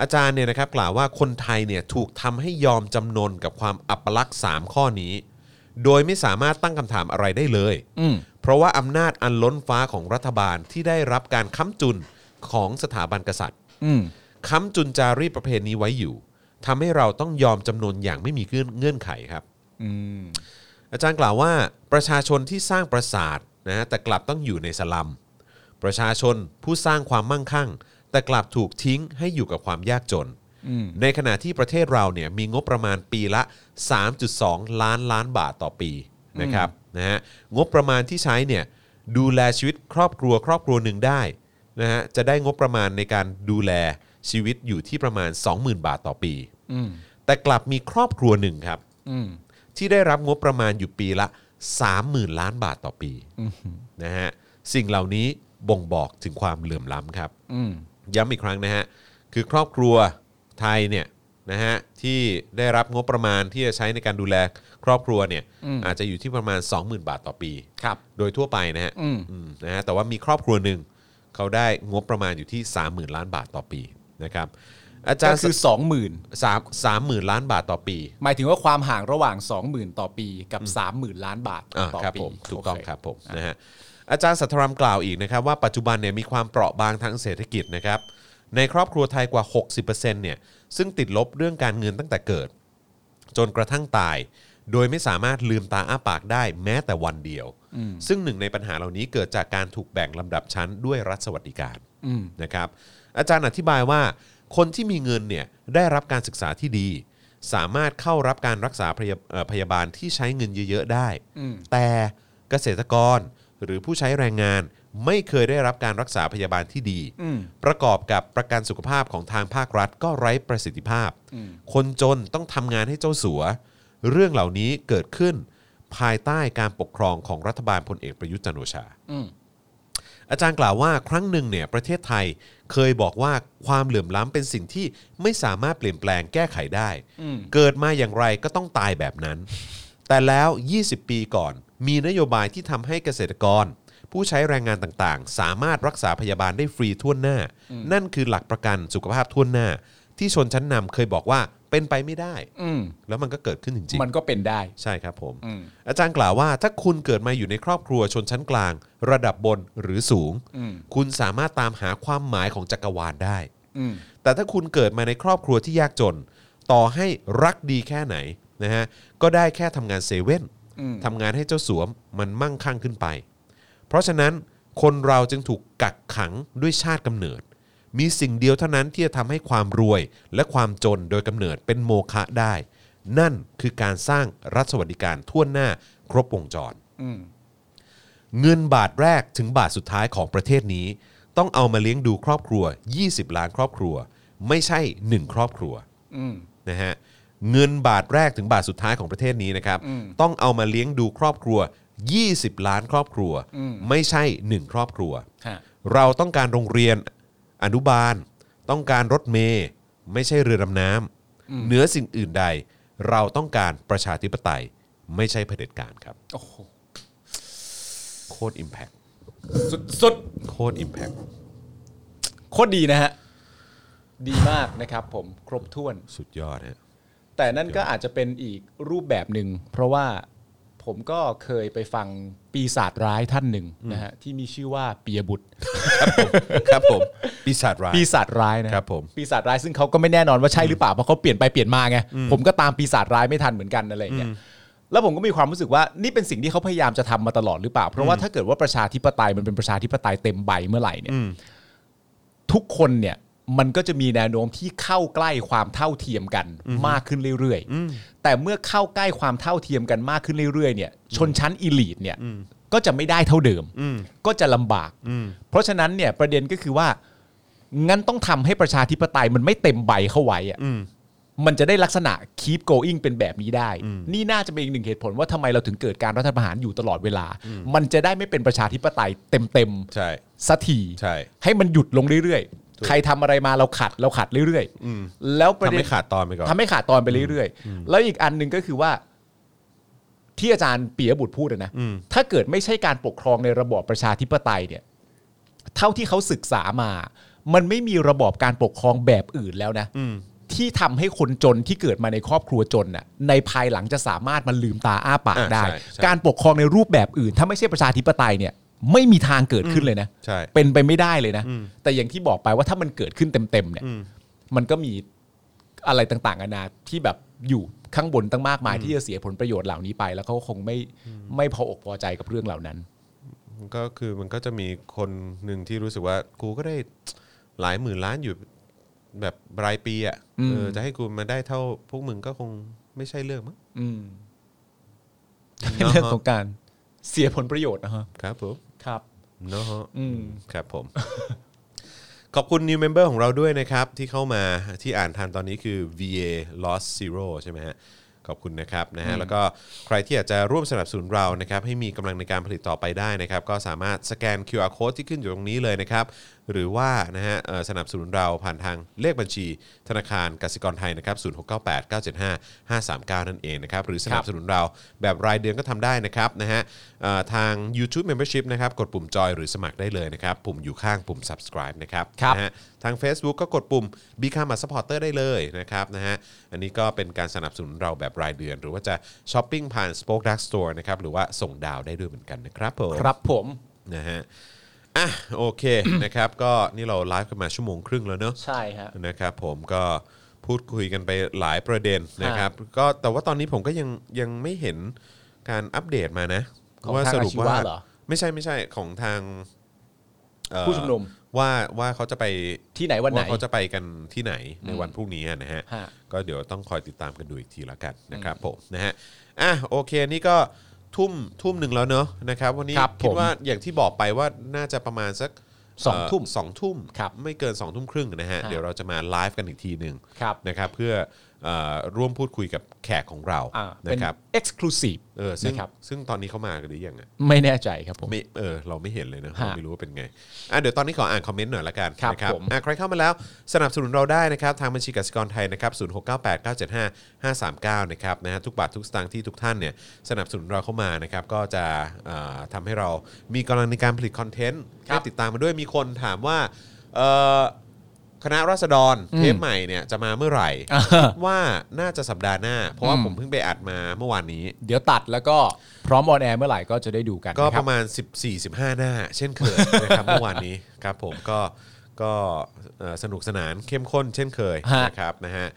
อาจารย์เนี่ยนะครับกล่าวว่าคนไทยเนี่ยถูกทำให้ยอมจำนนกับความอัปลักษณ์ 3 ข้อนี้ โดยไม่สามารถตั้งคำถามอะไรได้เลย อืม เพราะว่าอำนาจอันล้นฟ้าของรัฐบาลที่ได้รับการค้ำจุนของสถาบันกษัตริย์ อืม ค้ำจุนจารีตประเพณีไว้อยู่ทำให้เราต้องยอมจำนนอย่างไม่มีเงื่อนไขครับ อืม อาจารย์กล่าวว่าประชาชนที่สร้างปราสาทนะแต่กลับต้องอยู่ในสลัม ประชาชนผู้สร้างความมั่งคั่ง แต่กลับถูกทิ้งให้อยู่กับความยากจน อืม ในขณะที่ประเทศเราเนี่ยมีงบประมาณปีละ 3.2 ล้านล้านบาทต่อปีนะครับนะฮะงบประมาณที่ใช้เนี่ยดูแลชีวิตครอบครัวครอบครัวหนึ่งได้นะฮะจะได้งบประมาณในการดูแลชีวิตอยู่ที่ประมาณ 20,000 บาทต่อปี อืม แต่กลับมีครอบครัวหนึ่งครับ อืม ที่ได้รับงบประมาณอยู่ปีละ 30,000 ล้านบาทต่อปีนะฮะสิ่งเหล่านี้บ่งบอกถึงความเหลื่อมล้ำครับ อืม ย้ำอีกครั้งนะฮะคือครอบครัวไทยเนี่ยนะฮะที่ได้รับงบประมาณที่จะใช้ในการดูแลครอบครัวเนี่ยอาจจะอยู่ที่ประมาณ 20,000 บาทต่อปี ครับ โดยทั่วไปนะฮะ อืม อืมนะฮะแต่ว่ามีครอบครัวหนึ่งเขาได้งบประมาณอยู่ที่ 30,000 ล้านบาทต่อปีนะครับอาจาร ก็ ย์ คือสองหมื่น สามสามหมื่นล้านบาทต่อปี หมายถึงว่าความห่างระหว่างสองหมื่นต่อปีกับสามหมื่นล้านบาท อ่า ต่อ ครับ ปี ผมถูกต้อง โเ ครับผมนะฮะอาจารย์สัทธรามกล่าวอีกนะครับว่าปัจจุบันเนี่ยมีความเปราะบางทางเศรษฐกิจนะครับในครอบครัวไทยกว่า 60%เนี่ยซึ่งติดลบเรื่องการเงินตั้งแต่เกิด จนกระทั่งตาย โดยไม่สามารถลืมตาอ้าปากได้แม้แต่วันเดียว ซึ่งหนึ่งในปัญหาเหล่านี้เกิดจากการถูกแบ่งลำดับชั้นด้วยรัฐสวัสดิการนะครับ อาจารย์อธิบายว่า คนที่มีเงินเนี่ยได้รับการศึกษาที่ดี สามารถเข้ารับการรักษาพยาเอ่อพยาบาลที่ใช้เงินเยอะๆได้ แต่เกษตรกรหรือผู้ใช้แรงงานไม่เคยได้รับการรักษาพยาบาลที่ดี อืม ประกอบกับประกันสุขภาพของทางภาครัฐก็ไร้ประสิทธิภาพ คนจนต้องทำงานให้เจ้าสัว เรื่องเหล่านี้เกิดขึ้นภายใต้การปกครองของรัฐบาลพลเอกประยุทธ์จันทร์โอชา อืม อาจารย์กล่าวว่าครั้งหนึ่งเนี่ยประเทศไทยเคยบอกว่าความเหลื่อมล้ำเป็นสิ่งที่ไม่สามารถเปลี่ยนแปลงแก้ไขได้ อืม เกิดมาอย่างไรก็ต้องตายแบบนั้น แต่แล้ว 20 ปีก่อน มีนโยบายที่ทำให้เกษตรกร ผู้ใช้แรงงานต่างๆ สามารถรักษาพยาบาลได้ฟรีทั่วหน้า นั่นคือหลักประกันสุขภาพทั่วหน้า ที่ชนชั้นนำเคยบอกว่าเป็นไปไม่ได้ อืม แล้วมันก็เกิดขึ้นจริง มันก็เป็นได้ ๆ ใช่ครับผม อืม อาจารย์กล่าวว่าถ้าคุณเกิดมาอยู่ในครอบครัวชนชั้นกลาง ระดับบนหรือสูง อืม คุณสามารถตามหาความหมายของจักรวาลได้ อืม แต่ถ้าคุณเกิดมาในครอบครัวที่ยากจน ต่อให้รักดีแค่ไหนนะฮะก็ได้แค่ทำงานเซเว่น อืม ทำงานให้เจ้าสวมมันมั่งคั่งขึ้นไป เพราะฉะนั้นคนเราจึงถูกกักขังด้วยชาติกำเนิด มีสิ่งเดียวเท่านั้นที่จะทำให้ความรวยและความจนโดยกำเนิดเป็นโมฆะได้ นั่นคือการสร้างรัฐสวัสดิการทั่วหน้าครบวงจร อืม เงินบาทแรกถึงบาทสุดท้ายของประเทศนี้ ต้องเอามาเลี้ยงดูครอบครัว 20 ล้านครอบครัว ไม่ใช่ 1 ครอบครัว อืม นะฮะเงินบาทแรกถึงบาทสุดท้ายของประเทศนี้นะครับ ต้องเอามาเลี้ยงดูครอบครัว 20 ล้านครอบครัว ไม่ใช่ 1 ครอบครัว ฮะ เราต้องการโรงเรียนอนุบาล ต้องการรถเมย์ไม่ใช่เรือดำน้ำเหนือสิ่งอื่นใด เราต้องการประชาธิปไตย ไม่ใช่เผด็จการครับ โอ้โห โคตรอิมแพค สุดสุด โคตรอิมแพค โคตรดีนะฮะ ดีมากนะครับผม ครบถ้วน สุดยอดฮะ แต่นั่นก็อาจจะเป็นอีกรูปแบบหนึ่ง เพราะว่าผมก็เคยไปฟังปีศาจร้ายท่านหนึ่งนะฮะที่มีชื่อว่าปียบุตร ครับผม ปีศาจร้าย ปีศาจร้ายนะครับ ผม ปีศาจร้ายซึ่งเขาก็ไม่แน่นอนว่าใช่หรือเปล่าเพราะเขาเปลี่ยนไปเปลี่ยนมาไงผมก็ตามปีศาจร้ายไม่ทันเหมือนกันอะไรอย่างเงี้ยแล้วผมก็มีความรู้สึกว่านี่เป็นสิ่งที่เขาพยายามจะทำมาตลอดหรือเปล่า เพราะว่าถ้าเกิดว่าประชาธิปไตยมันเป็นประชาธิปไตยเต็มใบเมื่อไหร่เนี่ย ทุกคนเนี่ยมันก็จะมีแนวโน้มที่เข้าใกล้ความเท่าเทียมกันมากขึ้นเรื่อยๆ แต่เมื่อเข้าใกล้ความเท่าเทียมกันมากขึ้นเรื่อยๆเนี่ยชนชั้นอีลีทเนี่ยก็จะไม่ได้เท่าเดิมก็จะลำบาก เพราะฉะนั้นเนี่ยประเด็นก็คือว่า งั้นต้องทำให้ประชาธิปไตยมันไม่เต็มใบเข้าไว้อะมันจะได้ลักษณะ keep going เป็นแบบนี้ได้ นี่น่าจะเป็นอีกหนึ่งเหตุผลว่าทำไมเราถึงเกิดการรัฐประหารอยู่ตลอดเวลา มันจะได้ไม่เป็นประชาธิปไตยเต็ม ใช่ ๆสักที ใช่ ให้มันหยุดลงเรื่อย ถู ๆ ก ใครทำอะไรมาเราขัดเราขัดเรื่อย อืม ๆ แล้วประ ทำ เด็น ให้ขาดตอนไปก่อน ทำให้ขาดตอนไปเรื่อยๆ แล้วอีกอันหนึ่งก็คือว่า ที่อาจารย์ปียบุตรพูดอะนะ อืม ถ้าเกิดไม่ใช่การปกครองในระบอบประชาธิปไตยเนี่ย เท่าที่เขาศึกษามา มันไม่มีระบอบการปกครองแบบอื่นแล้วนะ อืม ที่ทำให้คนจนที่เกิดมาในครอบครัวจนน่ะในภายหลังจะสามารถมันลืมตาอ้าปาก อ่า ได้ ใช่ใช่ การปกครองในรูปแบบอื่น ถ้าไม่ใช่ประชาธิปไตยเนี่ย ไม่มีทางเกิดขึ้นเลยนะ ใช่ เป็นไปไม่ได้เลยนะ อืม แต่อย่างที่บอกไปว่าถ้ามันเกิดขึ้นเต็มๆเนี่ย อืม มันก็มีอะไรต่างๆนานาที่แบบอยู่ข้างบนตั้งมากมายที่จะเสียผลประโยชน์เหล่านี้ไป แล้วเขาคงไม่ไม่พออกพอใจกับเรื่องเหล่านั้น มันก็คือมันก็จะมีคนหนึ่งที่รู้สึกว่ากูก็ได้หลายหมื่นล้านอยู่แบบรายปีอ่ะ อืม เออจะให้กูมาได้เท่าพวกมึงก็คงไม่ใช่เรื่องมั้ง อืม เนาะ เรื่องของการเสียผลประโยชน์นะฮะ ครับผม ครับ เนาะฮะ อืม ครับผม ขอบคุณ new member ของเราด้วยนะครับ ที่เข้ามาที่อ่านทันตอนนี้คือ VA Lost Zero ใช่ไหมฮะ ขอบคุณนะครับนะฮะแล้วก็ใครที่อยากจะร่วมสนับสนุนเรานะครับ ให้มีกำลังในการผลิตต่อไปได้นะครับ ก็สามารถสแกน QR code ที่ขึ้นอยู่ตรงนี้เลยนะครับ หรือว่านะฮะเอ่อสนับสนุนเราผ่านทางเลขบัญชี ธนาคารกสิกรไทยนะครับศูนย์หกเนั่นเองนะครับ หรือสนับสนุนเราแบบรายเดือนก็ทำได้นะครับนะฮะเอ่อทาง YouTube Membership นะครับกดปุ่มจอยหรือสมัครได้เลยนะครับปุ่มอยู่ข้างปุ่ม subscribe นะครับ ครับ นะฮะ นะฮะทาง Facebook ก็กดปุ่ม Become a supporter ได้เลยนะครับนะฮะอันนี้ก็เป็นการสนับสนุนเราแบบรายเดือน หรือว่าจะช้อปปิ้งผ่าน Spoke Dark Store นะครับหรือว่าส่งดาวได้ด้วยเหมือนกันนะครับผม ครับผม นะฮะอ่ะโอเค นะครับ ก็นี่เราไลฟ์กันมาชั่วโมงครึ่งแล้วเนอะ ใช่ฮะ นะครับผมก็พูดคุยกันไปหลายประเด็นนะครับก็แต่ว่าตอนนี้ผมก็ยังยังไม่เห็นการอัปเดตมานะ ของ ว่า ทาง สรุป อาชี ว่าว ะเหรอ ไม่ใช่ไม่ใช่ของทางเอ่อ ผู้ชุมนุม ว่าว่าเขาจะไป ที่ไหนวันไหน เขาจะไปกันที่ไหนในวันพรุ่งนี้อะนะฮะ ฮะ ก็เดี๋ยวต้องคอยติดตามกันดูอีกทีละกันนะครับผมนะฮะอ่ะโอเคนี่ก็ทุ่มทุ่มหนึ่งแล้วเนอะนะครับวันนี้ ครับ คิ ผ ด ม ว่าอย่างที่บอกไปว่าน่าจะประมาณสัก สอง เ ทุ่ม สองทุ่ม ครับ ไม่เกิน2องทุ่มครึ่งนะฮะ ฮะ เดี๋ยวเราจะมาไลฟ์กันอีกทีหนึ่ง ครับ นะครับเพื่อเอ่อร่วมพูดคุยกับแขกของเรา อ่าเป็ นะ น ครับ exclusive เออซึ่ง นะครับ ซึ่งตอนนี้เขามากันหรือยังอะ ไม่แน่ใจครับผม ไม่เออเราไม่เห็นเลยนะ ฮะ เราไม่รู้ว่าเป็นไงอ่ะเดี๋ยวตอนนี้ขออ่านคอมเมนต์หน่อยละกัน ครับ นะ ผม อ่ะใครเข้ามาแล้วสนับสนุนเราได้นะครับทางบัญชีกสิกรไทยนะครับศูนย์หกเก้าแปดเก้าเจ็ดห้าห้าสามเก้านะครับนะฮะทุกบาททุกสตางค์ที่ทุกท่านเนี่ยสนับสนุนเราเข้ามานะครับก็จะเอ่อทำให้เรามีกำลังในการผลิตคอนเทนต์ให้ติดตามมาด้วยมีคนถามว่าเอ่อคณะราษฎรเทปใหม่เนี่ยจะมาเมื่อไหร่คิดว่าน่าจะสัปดาห์หน้า เพราะว่าผมเพิ่งไปอัดมาเมื่อวานนี้ เดี๋ยวตัดแล้วก็พร้อมออนแอร์เมื่อไหร่ก็จะได้ดูกัน ก็ นะค ป รับ ระมาณ 14 15 หน้า เช่นเค ยนะครับเมื่อวานนี้ครับผมก็ก็เอ่อสนุกสนานเข้มข้นเช่นเคย ฮะ นะครับนะฮะ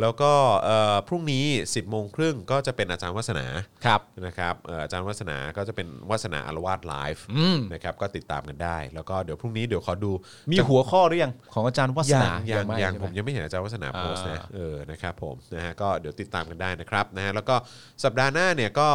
แล้วก็เอ่อพรุ่งนี้ 10โมงครึ่งก็จะเป็นอาจารย์วัฒนา ครับ นะครับเอ่ออาจารย์วัฒนาก็จะเป็นวัฒนาอารวาสไลฟ์ อืม นะครับก็ติดตามกันได้ แล้วก็เดี๋ยวพรุ่งนี้เดี๋ยวขอดู มีหัวข้อหรือยังของอาจารย์วัฒ ยั นาง ยัง ไม่ ยัง ใช่ไห ผมยังไม่เห็นอาจารย์วัฒนาโพสต์นะ อ่า เออนะครับผมนะฮะก็เดี๋ยวติดตามกันได้นะครับนะฮะแล้วก็สัปดาห์หน้าเนี่ยก็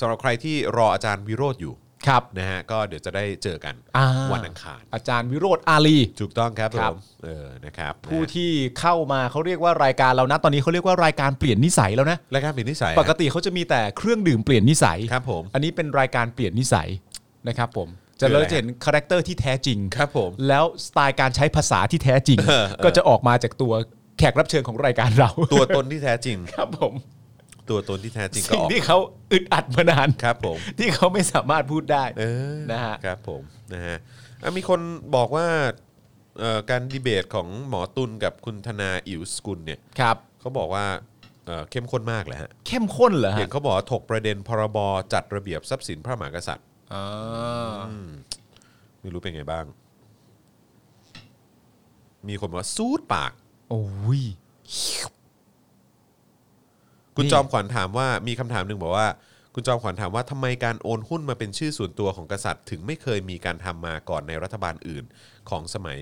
สำหรับใครที่รออาจารย์วิโรธอยู่ ครับ นะฮะก็เดี๋ยวจะได้เจอกัน อ่า วันอังคาร อาจารย์วิโรธอาลี ถูกต้องครับผ ครับ มเออนะครับ ผู้ นะฮะ ที่เข้ามาเขาเรียกว่ารายการเรานะ ตอนนี้เขาเรียกว่ารายการเปลี่ยนนิสัยแล้วนะ รายการเปลี่ยนนิสัย ปกติเขาจะมีแต่เครื่องดื่มเปลี่ยนนิสัย ครับผม อันนี้เป็นรายการเปลี่ยนนิสัยนะครับผม จะเราจะเห็นคาแรคเตอร์ที่แท้จริง ครับผม แล้วสไตล์การใช้ภาษาที่แท้จริง เออเออ ก็จะออกมาจากตัวแขกรับเชิญของรายการเรา ตัวตนที่แท้จริง ครับผม ตัวตนที่แท้จริงก็ สิ่ง ออก ที่เขาอึดอัดมานาน ครับผม ที่เขาไม่สามารถพูดได้ เออ นะฮะ ครับผมนะฮะอ่ะมีคนบอกว่าเอ่อการดีเบตของหมอตุลกับคุณธนาอิ๋วสกุลเนี่ย ครับ เขาบอกว่าเอ่อเข้มข้นมากเลยฮะ เข้มข้นเหรอ เห็ ฮะ นเขาบอกว่าถกประเด็นพรบจัดระเบียบทรัพย์สินพระมหากษัตริย์ อ่า ไม่รู้เป็นไงบ้าง มีคนบอกว่าซูดปาก โอ้ย คุณ นี่ จอมขวัญถามว่ามีคำถามหนึ่งบอกว่า คุณจอมขวัญถามว่าทำไมการโอนหุ้นมาเป็นชื่อส่วนตัวของกษัตริย์ ถึงไม่เคยมีการทำมาก่อนในรัฐบาลอื่นของสมัย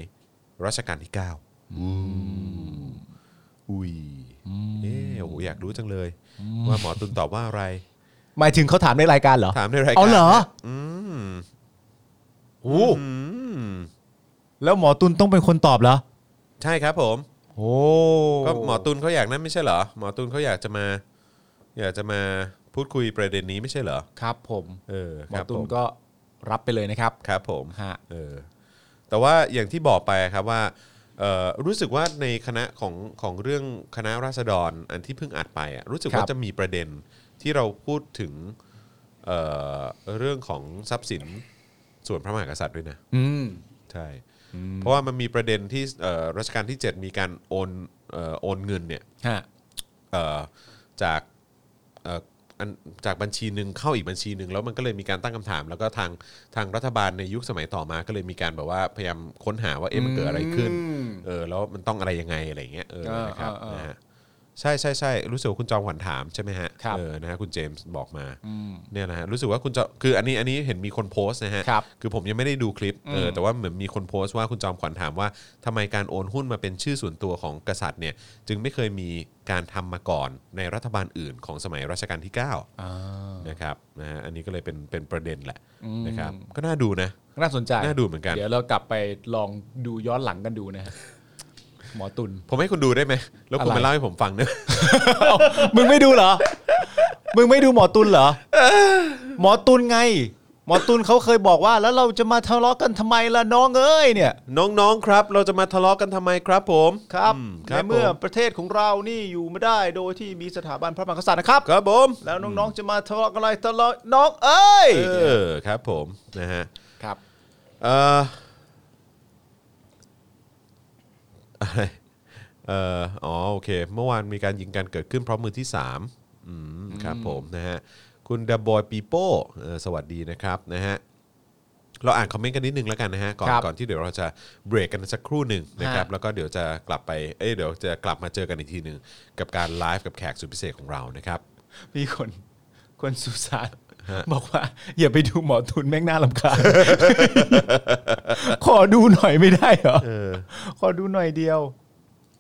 รัชกาลที่9อุ้ยเอ๊ะโอ้โหอยากรู้จังเลย ว่าหมอตุนตอบว่าอะไร หมายถึงเขาถามในรายการเหรอ ถามในรายการ อ๋อเหรอ อืม โอ้ อืม แล้วหมอตุลต้องเป็นคนตอบเหรอ ใช่ครับผม โอ้ ก็หมอตุนเขาอยากนั่นไม่ใช่เหรอหมอตุนเขาอยากจะมา อยากจะมาพูดคุยประเด็นนี้ไม่ใช่เหรอ ครับผม เออ หคมอ รับ ตุ ผ ล ม ก็รับไปเลยนะครับ ครับผม ฮะ เออ แต่ว่าอย่างที่บอกไปครับว่าเอ่อรู้สึกว่าในคณะของของเรื่องคณะราษฎรอันที่เพิ่งอัดไปอะรู้สึก ครั ว่า บ จะมีประเด็นที่เราพูดถึงเอ่อเรื่องของทรัพย์สินส่วนพระมหากษัตริย์ด้วยนะ อืม ใช่ เพราะว่ามันมีประเด็นที่เอ่อรัชกาลที่ 7 มีการโอนเอ่อโอนเงินเนี่ย ฮะ เอ่อจากเอ่ออันจากบัญชีหนึ่งเข้าอีกบัญชีหนึ่งแล้วมันก็เลยมีการตั้งคำถาม แล้วก็ทางทางรัฐบาลในยุคสมัยต่อมา ก็เลยมีการแบบว่าพยายามค้นหาว่าเอ๊ะมันเกิดอะไรขึ้น อืม เออแล้วมันต้องอะไรยังไงอะไรอย่างเงี้ยเออ อ่า นะครับ อ่าอ่าน นะฮะใช่ใช่ใช่รู้สึกว่าคุณจอมขวัญถามใช่ไหมฮะ ครับ เออนะฮะคุณเจมส์บอกมา อืม เนี่ยนะฮะรู้สึกว่าคุณจะคืออันนี้อันนี้เห็นมีคนโพสต์นะฮะ ครับ อผมยังไม่ได้ดูคลิปเออ อืม แต่ว่าเหมือนมีคนโพสต์ว่าคุณจอมขวัญถามว่าทำไมการโอนหุ้นมาเป็นชื่อส่วนตัวของกษัตริย์เนี่ยจึงไม่เคยมีการทำมาก่อนในรัฐบาลอื่นของสมัยรัชกาลที่9 อ่า นะครับนะฮะอันนี้ก็เลยเป็นเป็นประเด็นแหละ อืม นะครับก็น่าดูนะ น่าสนใจ น่าดูเหมือนกัน เดี๋ยวเรากลับไปลองดูย้อนหลังกันดู นะฮะหมอตุน ผมให้คุณดูได้ไหมแล้วคุณ อะไร มาเล่าให้ผมฟังเนี่ย มึงไม่ดูเหรอ มึงไม่ดูหมอตุนเหรอ หมอตุนไง หมอตุนเขาเคยบอกว่า แล้วเราจะมาทะเลาะกันทำไมล่ะน้องเอ้ยเนี่ย น้องๆครับ เราจะมาทะเลาะกันทำไมครับ ผม ครับ อืมค ใน รับ เมื่อ ผ ประเทศของเรานี่อยู่ไม่ได้โดยที่มีสถาบันพระมหากษัตริย์นะครับ ครับผม แล้วน้องๆจะมาทะเลาะกันอะไรทะเลาะน้องเอ้ย เออครับผมนะฮะ ครับ เออ อะไรเอ่ออ๋อโอเค เมื่อวานมีการยิงกันเกิดขึ้นเพราะมือที่สามอืมครับผมนะฮะคุณด e b บอยปีโป้สวัสดีนะครับนะฮะเราอ่านคอมเมนต์กันนิดนึงแล้วกันนะฮะก่อน ครับ ก่อนที่เดี๋ยวเราจะเบรกกันสักครู่หนึ่งนะครับ ฮะ แล้วก็เดี๋ยวจะกลับไปเอ้ยเดี๋ยวจะกลับมาเจอกันอีกทีหนึ่งกับการไลฟ์กับแขกสุดพิเศษของเรานะครับ มีคนคนสุสานบอกว่า อย่าไปดูหมอทุนแม่งน่าลำคาญ ขอดูหน่อยไม่ได้เหรอขอดูหน่อยเดียว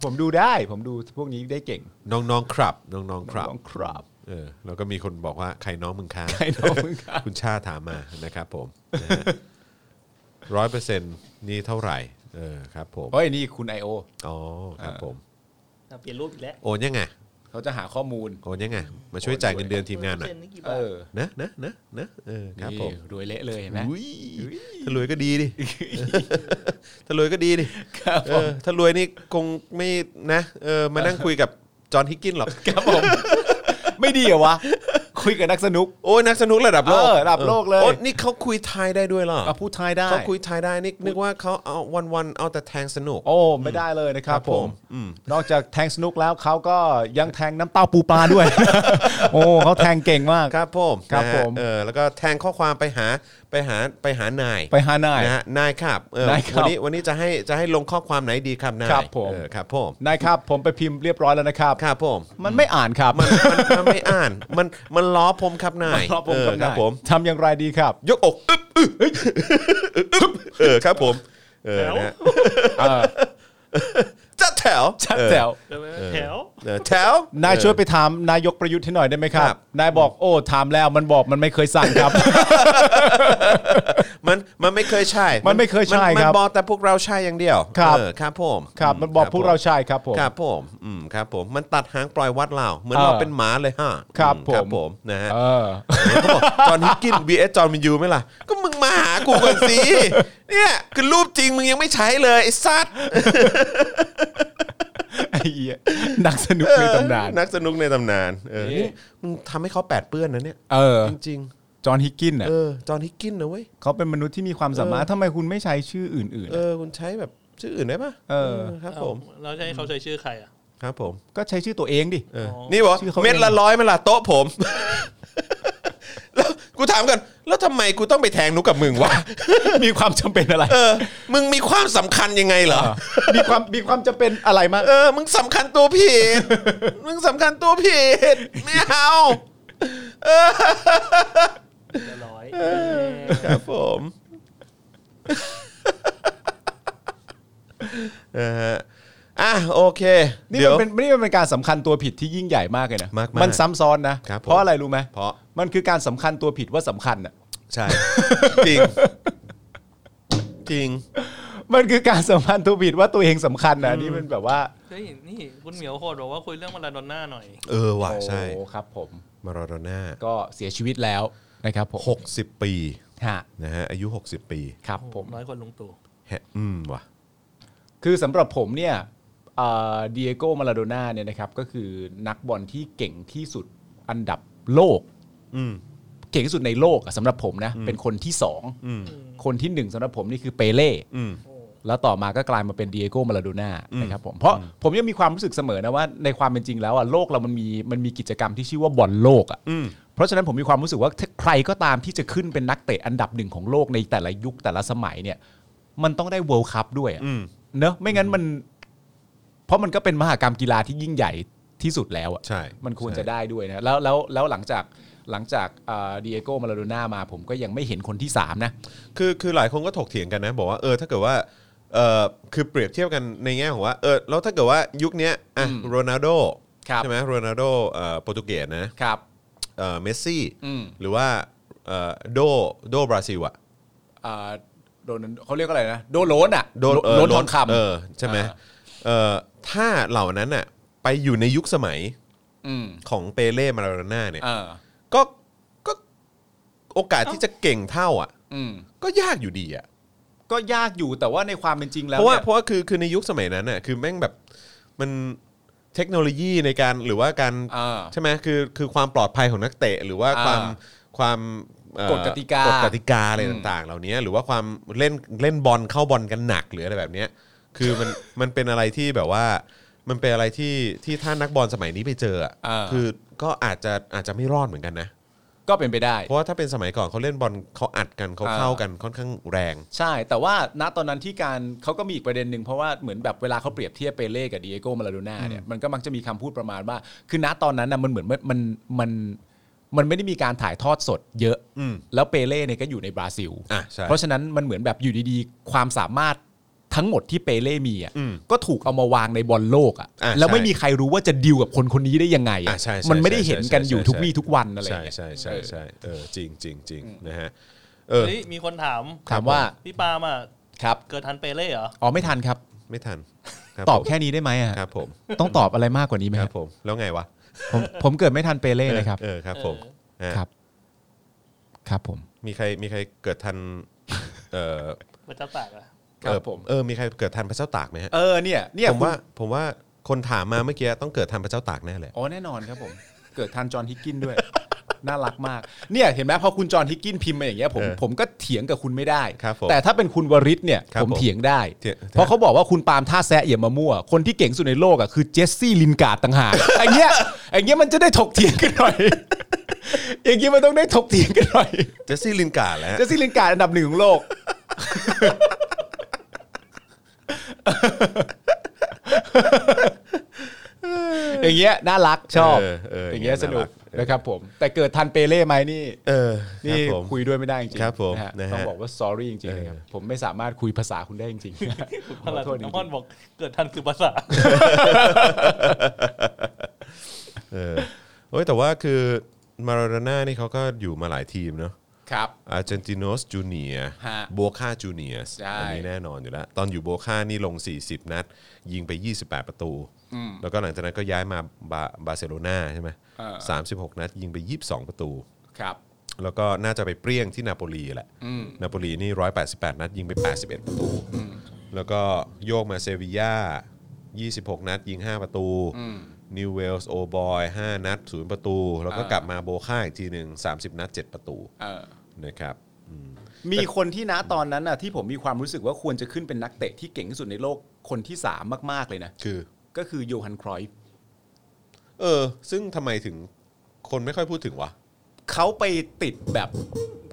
ผมดูได้ ผมดูพวกนี้ได้เก่ง น้องๆครับ น้องๆครับ น้องครับ เออแล้วก็มีคนบอกว่าใครน้องมึงค้า ใครน้องมึงครับ คุณชาถามมานะครับผมร้อยเปอร์เซ็นต์นี่เท่าไหร่ เออครับผม โอ้ยนี่คุณ I.O. อ๋อครับผม เปลี่ยนรูปอีกแล้ว โอนยังไง เขาจะหาข้อมูล โอนยังไง มาช่วยจ่ายเงินเดือนทีมงานหน่อย เปอร์เซ็ต์เอบกี่าท อ นะนะนะนะเออครับผม นี่รวยเละเลยเห็นไหม อุ้ยถ้ารวยก็ดี ดิ ถ้ารวยก็ดีดิ ครับ เอ ผม อ ถ้ารวยนี่คงไม่นะ เออ มานั่งคุยกับจอห์นฮิกกินหรอก ครับผม ไม่ดีเหรอวะ คุยกับนักสนุก โอ้ยนักสนุกระดับโลก เออระดับโลกเลย โอ้นี่เขาคุยไทยได้ด้วยเหรอ เอาพูดไทยได้ เขาคุยไทยได้นี่นึกว่าเขาเอาวันๆเอาแต่แทงสนุก โอ้ไม่ได้เลยนะครั ครับ บ ผ ผม มอืม นอกจากแทงสนุกแล้วเขาก็ยังแทงน้ำเต้าปูปลาด้วย โอ้เขาแทงเก่งมาก ครับผม ครับ นะฮะ ผม เออแล้วก็แทงข้อความไปหาไปหาไปหานาย ไปหานาย นะฮะนายครับเออน ายครั วั บ นี้วันนี้จะให้จะให้ลงข้อความไหนดีครับนาย ครับผม เออครับผม นายครับ ผมไปพิมพ์เรียบร้อยแล้วนะครับ ครับผม มันไม่อ่านครับ มันมันมันไม่อ่านมันมันล้อผมครับนาย เพราะผม เออ กับ ครับ นาย ผม ทำอย่างไรดีครับ ยกอกอึ๊บอึ๊บอึ๊บอึ๊บเออครับผมเออนะฮะ เออ จัดแถว ชัดแจ๋ว แถวแถว เออแถว นายช่วยไปถามนายกประยุทธ์ให้หน่อยได้ไหมครั ครับ บ นายบอกโอ้ถามแล้วมันบอกมันไม่เคยสั่งครับ มันมันไม่เคยใช่ มันไม่เคยใช่ มัน ครับ บอกแต่พวกเราใช่อย่างเดียว ครับ เออครับผม ครับ มันบอก ครั พวกเรา ผม ใช่ครับผม ครับผมอืมครับผม มันตัดหางปล่อยวัดเราเหมือน เออ เราเป็นหมาเลยฮะ ครับ อืม ผม ครับผมนะฮะ เออ เขาบอกจอห์นฮิกกิน vs จอห์นมินยูไหมล่ะ ก็มึงมาหากูก่อนสิ เนี่ยคือรูปจริงมึงยังไม่ใช้เลยไอ้สัตว์ ไอ้เหี้ยนักสนุกในตำนาน นักสนุกในตำนานเออ นี่ นี่มึงทำให้เขาแปดเปื้อนนะเนี่ย เออ จริง จอห์นฮิกกิน ๆ อ่ะ เออจอห์นฮิกกินนะเว้ย เขาเป็นมนุษย์ที่มีความสามารถทำไมคุณไม่ใช้ชื่ออื่นๆ เอออะคุณใช้แบบชื่ออื่นได้ปะ เออ ครับ เอา ผม เราจะให้เขาใช้ชื่อใครอ่ะ ครับผม ก็ใช้ชื่อตัวเองดิ เออ อ๋อ นี่บอกว่า ชื่อเขาเอง เม็ดละร้อยไหมันละโต๊ะผม แล้วกูถามกัน แล้วทำไมกูต้องไปแทงนุกกับมึง วะ มีความจำเป็นอะไร เออ มึงมีความสำคัญยังไงเหรอ มีความ มีความจำเป็นอะไรมาก เออ มึงสำคัญตัวผิ ด มึงสำคัญตัวผิด ไม่ เอา เรียบร้อย ครับผมนะฮะอ่ะโอเค นี่ เดี๋ย มั ว นเป็นนี่มันเป็นการสำคัญตัวผิดที่ยิ่งใหญ่มากเลยนะ มากๆ นซ้ำซ้อนนะ ครับผม เพราะอะไรรู้ไหม เพราะ มันคือการสำคัญตัวผิดว่าสำคัญอ่ะ ใช่ จริง จริง มันคือการสำคัญตัวผิดว่าตัวเองสำคัญนะนี่มันแบบว่า เฮ้ยนี่คุณเหมียวโคตรบอกว่าคุยเรื่องมาราโดน่าหน่อย เออว่ะใช่ โอ้ครับ ผม มาราโดน่า ก็เสียชีวิตแล้วนะครับผม 60 ปี ฮะ นะฮะอายุ 60 ปี ครับผม ร้อยคนลงตัว แฮะอืมว่ะ คือสำหรับผมเนี่ยเดียโก้มาลาโดน่าเนี่ยนะครับก็คือนักบอลที่เก่งที่สุดอันดับโลก อืม เก่งที่สุดในโลกอะสำหรับผมนะเป็นคนที่สอง อืม คนที่หนึ่งสำหรับผมนี่คือเปเล่ อืม แล้วต่อมาก็กลายมาเป็นเดียโก้มาลาโดน่านะครับผมเพราะผมยังมีความรู้สึกเสมอนะว่าในความเป็นจริงแล้วอ่ะโลกเรามันมีมันมีกิจกรรมที่ชื่อว่าบอลโลกอ่ะ อืม เพราะฉะนั้นผมมีความรู้สึกว่าถ้าใครก็ตามที่จะขึ้นเป็นนักเตะอันดับหนึ่งของโลกในแต่ละยุคแต่ละสมัยเนี่ย มันต้องได้เวิลด์คัพด้วยอะ อืม เนอะไม่งั้นมัน เพราะมันก็เป็นมหากรรมกีฬาที่ยิ่งใหญ่ที่สุดแล้วอ่ะ ใช่ มันควรจะ ใช่ ได้ด้วยนะแล้วแล้วแล้วหลังจากหลังจากเดียโก้มาลาโดน่ามาผมก็ยังไม่เห็นคนที่สามนะ คือคือหลายคนก็ถกเถียงกันนะ บอกว่าเออถ้าเกิดว่าเออคือเปรียบเทียบกันในแง่ของว่าเออแล้วถ้าเกิดว่ายุคเนี้ยอ่ะ อืม โรนัลโด ครับ ใช่ไหมโรนัลโดเอ่อโปรตุเกสนะครับ เอ่อเมสซี่ อืม หรือว่าเอ่อโดโดบราซิลอะ อ่าโดนเขาเรียกอะไรนะโดนโลนอ่ะ โดนเ โลนทองคำ เออใช่ไหม อ่า เออถ้าเหล่านั้นน่ะไปอยู่ในยุคสมัย อืม ของเปเล่มาราโดน่าเนี่ย เออ ก็ก็โอกาสที่จะเก่งเท่าอ่ะ อืม ก็ยากอยู่ดีอ่ะ ก็ยากอยู่แต่ว่าในความเป็นจริงแล้ว เพราะว่า เนี่ย เพราะว่าคือคือในยุคสมัยนั้นน่ะคือแม่งแบบมันเทคโนโลยีในการหรือว่าการ เออ ใช่ไหมคือคือความปลอดภัยของนักเตะ หรือว่าคอ่าวามความเอ่อก ฎกติกาก ก ฎกติกาอะไร อืม ต่างๆ เหล่านี้หรือว่าความเล่นเล่นบอลเข้าบอลกันหนักหรืออะไรแบบเนี้ยคือมัน มันเป็นอะไรที่แบบว่า มันเป็นอะไรที่ที่ถ้านักบอลสมัยนี้ไปเจออะ อ่า คือก็อาจจะอาจจะไม่รอดเหมือนกันนะ ก็เป็นไปได้ เพราะว่าถ้าเป็นสมัยก่อนเขาเล่นบอลเขาอัดกันเขา อ่า เข้ากันค่อนข้างแรง ใช่ แต่ว่าณตอนนั้นที่การเขาก็มีอีกประเด็นหนึ่งเพราะว่าเหมือนแบบเวลาเขาเปรียบเทียบเปเล่กับดีเอโกมาลาโดน่าเนี่ยมันก็มักจะมีคำพูดประมาณว่า คือณตอนนั้นนะมันเหมือนมันมันมันมันไม่ได้มีการถ่ายทอดสดเยอะ อืม แล้วเปเล่เนี่ยก็อยู่ในบราซิล อ่ะใช่ เพราะฉะนั้นมันเหมือนแบบอยู่ดีๆ ความสามารถทั้งหมดที่เปเล่มีอ่ะ อืม ก็ถูกเอามาวางในบอลโลกอ่ะ อ่ะ แล้วไม่ ใช่ มีใครรู้ว่าจะดิวกับคนคนนี้ได้ยังไง อ่ะใช่ใช่ มันไม่ได้เห็นกัน ใช่ใช่ อยู่ทุก ใช่ วี่ทุกวันอะไรอ ใช่ ย่างเงี้ย ใช่ใช่ เออ ใช่เออจริงจริงจริงนะฮะเออ เฮ้ยมีคนถาม ถามว่า พี่ปาล์มอ่ะ ครับ เกิดทันเปเล่เหรอ อ๋อไม่ทันครับ ไม่ทันครับ ตอบ ผม แค่นี้ได้ไหมอ่ะ ครับผม ต้องตอบอะไรมากกว่านี้ไหม ค ค รับรับ ผมแล้วไงวะ ผมผมเกิดไม่ทันเปเล่เลยครับ เออครับผมอ่ะ ครับ ครับผม มีใครมีใครเกิดทัน เออ พระเจ้าตากอ่ะ ครับ เอ่อ ผม เออมีใครเกิดทันพระเจ้าตากไหมฮะ เออเนี่ยเนี่ย ผมว่าผมว่าคนถามมาเมื่อกี้ต้องเกิดทันพระเจ้าตากแน่เลย อ๋อแน่นอนครับผม เกิดทันจอห์นฮิกกิน ด้วย น่ารักมาก เนี่ยเห็นไหมพอคุณจอห์นฮิกกินพิมพ์มาอย่างเงี้ยผมผมก็เถียงกับคุณไม่ได้ ครับผม แต่ถ้าเป็นคุณวริศเนี่ย ครับ ผมเถียงได้ เถียง เพราะเขาบอกว่าคุณปาล์มท่าแซะเอี่ยมมะมั่ว คนที่เก่งสุดในโลกอ่ะคือเจสซี่ลินการ์ดต่างหาก อย่างเงี้ยอย่างเงี้ยมันจะได้ถกเถียงกันหน่อย อย่างเงี้ยมันต้องได้ถกเถียงกันหน่อย เจสซี่ลินการ์ดแหล้ว เจสซี่ลินการ์ดอันดับหนึ่งของโลก อย่างเงี้ยน่ารักชอบ เออเออออาย่ย่างง เงี้ยเงี้ยสนุก น่ารัก นะครับผม แต่เกิดทันเปเล่ไหมนี่ เออ นี่ รับผม คุยด้วยไม่ได้จริงๆ ครับผม นะฮะ นะฮะ ต้องบอกว่า sorry จริงๆนะครับผมไม่สามารถคุยภาษาคุณได้จริงๆขอโทษจริ น้ำพ่อน ง บอกเกิดทันสุภาษา เออโอ้ยแต่ว่าคือมาราโดน่านี่เขาก็อยู่มาหลายทีมเนาะ ๆครับ อาร์เจนติโนสจูเนีย ฮะ โบคาจูเนียส ใช่ อันี้แน่นอนอยู่แล้ว ตอนอยู่โบคานี่ลง 40 นัด ยิงไป 28 ประตู แล้วก็หลังจากนั้นก็ย้ายมาบาบาร์เซโลนาใช่ไหมสามสิบหกนัด ยิงไป 22 ประตู ครับ แล้วก็น่าจะไปเปรี้ยงที่นาโปลีแหละ นาโปลีนี่ 188 นัด ยิงไป 81 ประตู แล้วก็โยกมาเซวีย่า 26 นัด ยิง 5 ประตู นิวเวลส์โอบอย 5 นัด 0 ประตู แล้วก็กลับมาโบค่าอีกทีหนึ่ง30 นัด 7 ประตู เออ นะครับ มีคนที่นะตอนนั้นน่ะที่ผมมีความรู้สึกว่าควรจะขึ้นเป็นนักเตะที่เก่งที่สุดในโลกคนที่สามมากๆเลยนะ คือ ก็คือโยฮันครอยฟ์ เออ ซึ่งทำไมถึงคนไม่ค่อยพูดถึงวะ เขาไปติดแบบ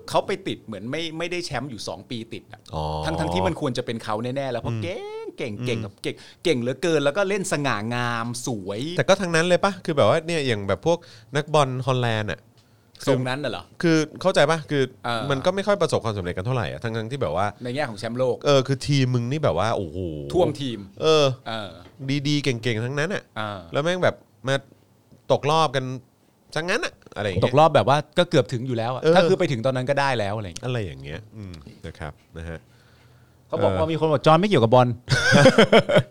เขาไปติดเหมือนไม่ไม่ได้แชมป์อยู่ 2 ปีติดอะ อ๋อ ทั้งทั้งที่มันควรจะเป็นเขาแน่ๆแล้วเพราะเก่งเก่งเก่งกับเก่งเก่งเหลือเกินแล้วก็เล่นสง่างามสวย แต่ก็ทั้งนั้นเลยปะคือแบบว่าเนี่ยอย่างแบบพวกนักบอลฮอลแลนด์อ่ะ ทรงนั้นน่ะเหรอ คือเข้าใจปะคือ เออ มันก็ไม่ค่อยประสบความสำเร็จกันเท่าไหร่อะทั้งทั้งๆที่แบบว่า ในแง่ของแชมป์โลก เออคือทีมมึงนี่แบบว่าโอ้โห ท่วมทีม เออ เออ ดีๆ เก่งๆ ทั้งนั้นอ่ะ เออ แล้วแม่งแบบมาตกรอบกันจังงั้นอ่ะ อะไรอย่าง ต เงี้ ก ย รอบแบบว่าก็เกือบถึงอยู่แล้วอะ เออ ถ้าคือไปถึงตอนนั้นก็ได้แล้วอะไรอย่างเงี้ย อะไรอย่างเงี้ยอืมนะครับนะ ฮะ เขาบอก เออ ว่ามีคนบอกจอห์นไม่เกี่ยวกับบอล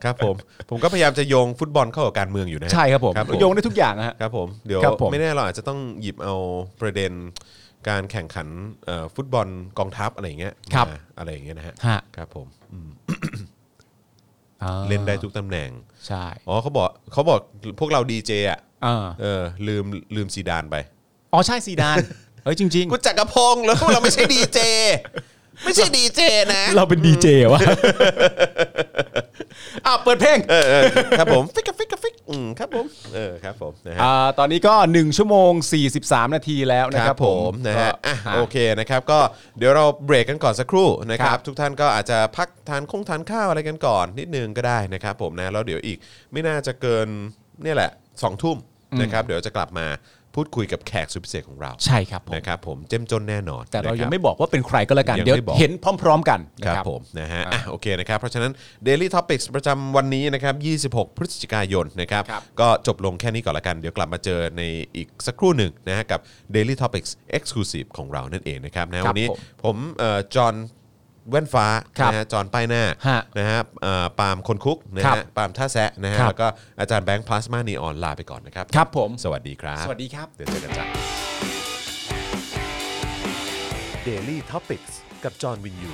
ครับผม ผมก็พยายามจะโยงฟุตบอลเข้ากับการเมืองอยู่นะฮะ ใช่ครับผม ครับผม โยงได้ทุกอย่างอะฮะ ครับผม เดี๋ยว ครับผม ไม่แน่เราอาจจะต้องหยิบเอาประเด็น การแข่งขันเอ่อฟุตบอลกองทัพอะไรอย่างเงี้ย ครับ มาอะไรอย่างเงี้ยนะฮะ ฮะ ครับผมอืม อ่า เล่นได้ทุกตำแหน่ง ใช่ อ๋อเขาบอกเขาบอกพวกเราดีเจอ่ะ เออ เออลืมลืมซีดานไป อ๋อใช่ซีดานเฮ้ยจริง กูจักรพงษ์แล้วพวกเราไม่ใช่ดีเจ ไม่ใช่ ดีเจนะ ๆ เราเป็นดีเจวะ อ่ะเปิดเพลง เออเออครับผม ฟิกกับฟิกกับฟิกอืมครับผมเออครับผมนะฮะ อ่าตอนนี้ก็ 1 ชั่วโมง 43 นาทีแล้วนะ ค ค รั รั บบ ผ ผม ม นะฮะ ก็ อ่ะ อ่ะ โอเคนะครับก็เดี๋ยวเราเบรกกันก่อนสักครู่นะครับ ครับ ทุกท่านก็อาจจะพักทานคงทานข้าวอะไรกันก่อนนิดนึงก็ได้นะครับผมนะแล้วเดี๋ยวอีกไม่น่าจะเกินเนี่ยแหละสองทุ่มนะครับเดี๋ยวจะกลับมาพูดคุยกับแขกสุดพิเศษของเรา ใช่ครับผม นะครับผมเจ้มจนแน่นอน แต่เรา นะค ยัง บ ไม่บอกว่าเป็นใครก็แล้วกัน ยัง เดี๋ยว ไม่บอก เห็นพร้อม ๆ กัน ค นะ รับ ครับ ผมนะฮะอ่ะโอเคนะครับ เพราะฉะนั้น Daily Topics ประจำวันนี้นะครับ 26 พฤศจิกายนนะครับ ครับ ก็จบลงแค่นี้ก่อนละกัน เดี๋ยวกลับมาเจอในอีกสักครู่หนึ่งนะฮะกับ Daily Topics Exclusive ของเรานั่นเองนะครับนะฮะ ครับ วันนี้ ผม ผมเอ่อจอห์นแว่นฟ้า ครับ นะฮะจอห์นป้ายหน้า ฮะ นะฮะเอ่อปาล์มคนคุกนะ ครับ ฮะปาล์มท่าแซะนะฮะ ครับ แล้วก็อาจารย์แบงค์พลาสมานีออนลาไปก่อนนะครับ ครับผม สวัสดีครับ สวัสดีครับ เดี๋ยวเจอกันจ้ะ Daily t o p i c กกับจอห์นวินยู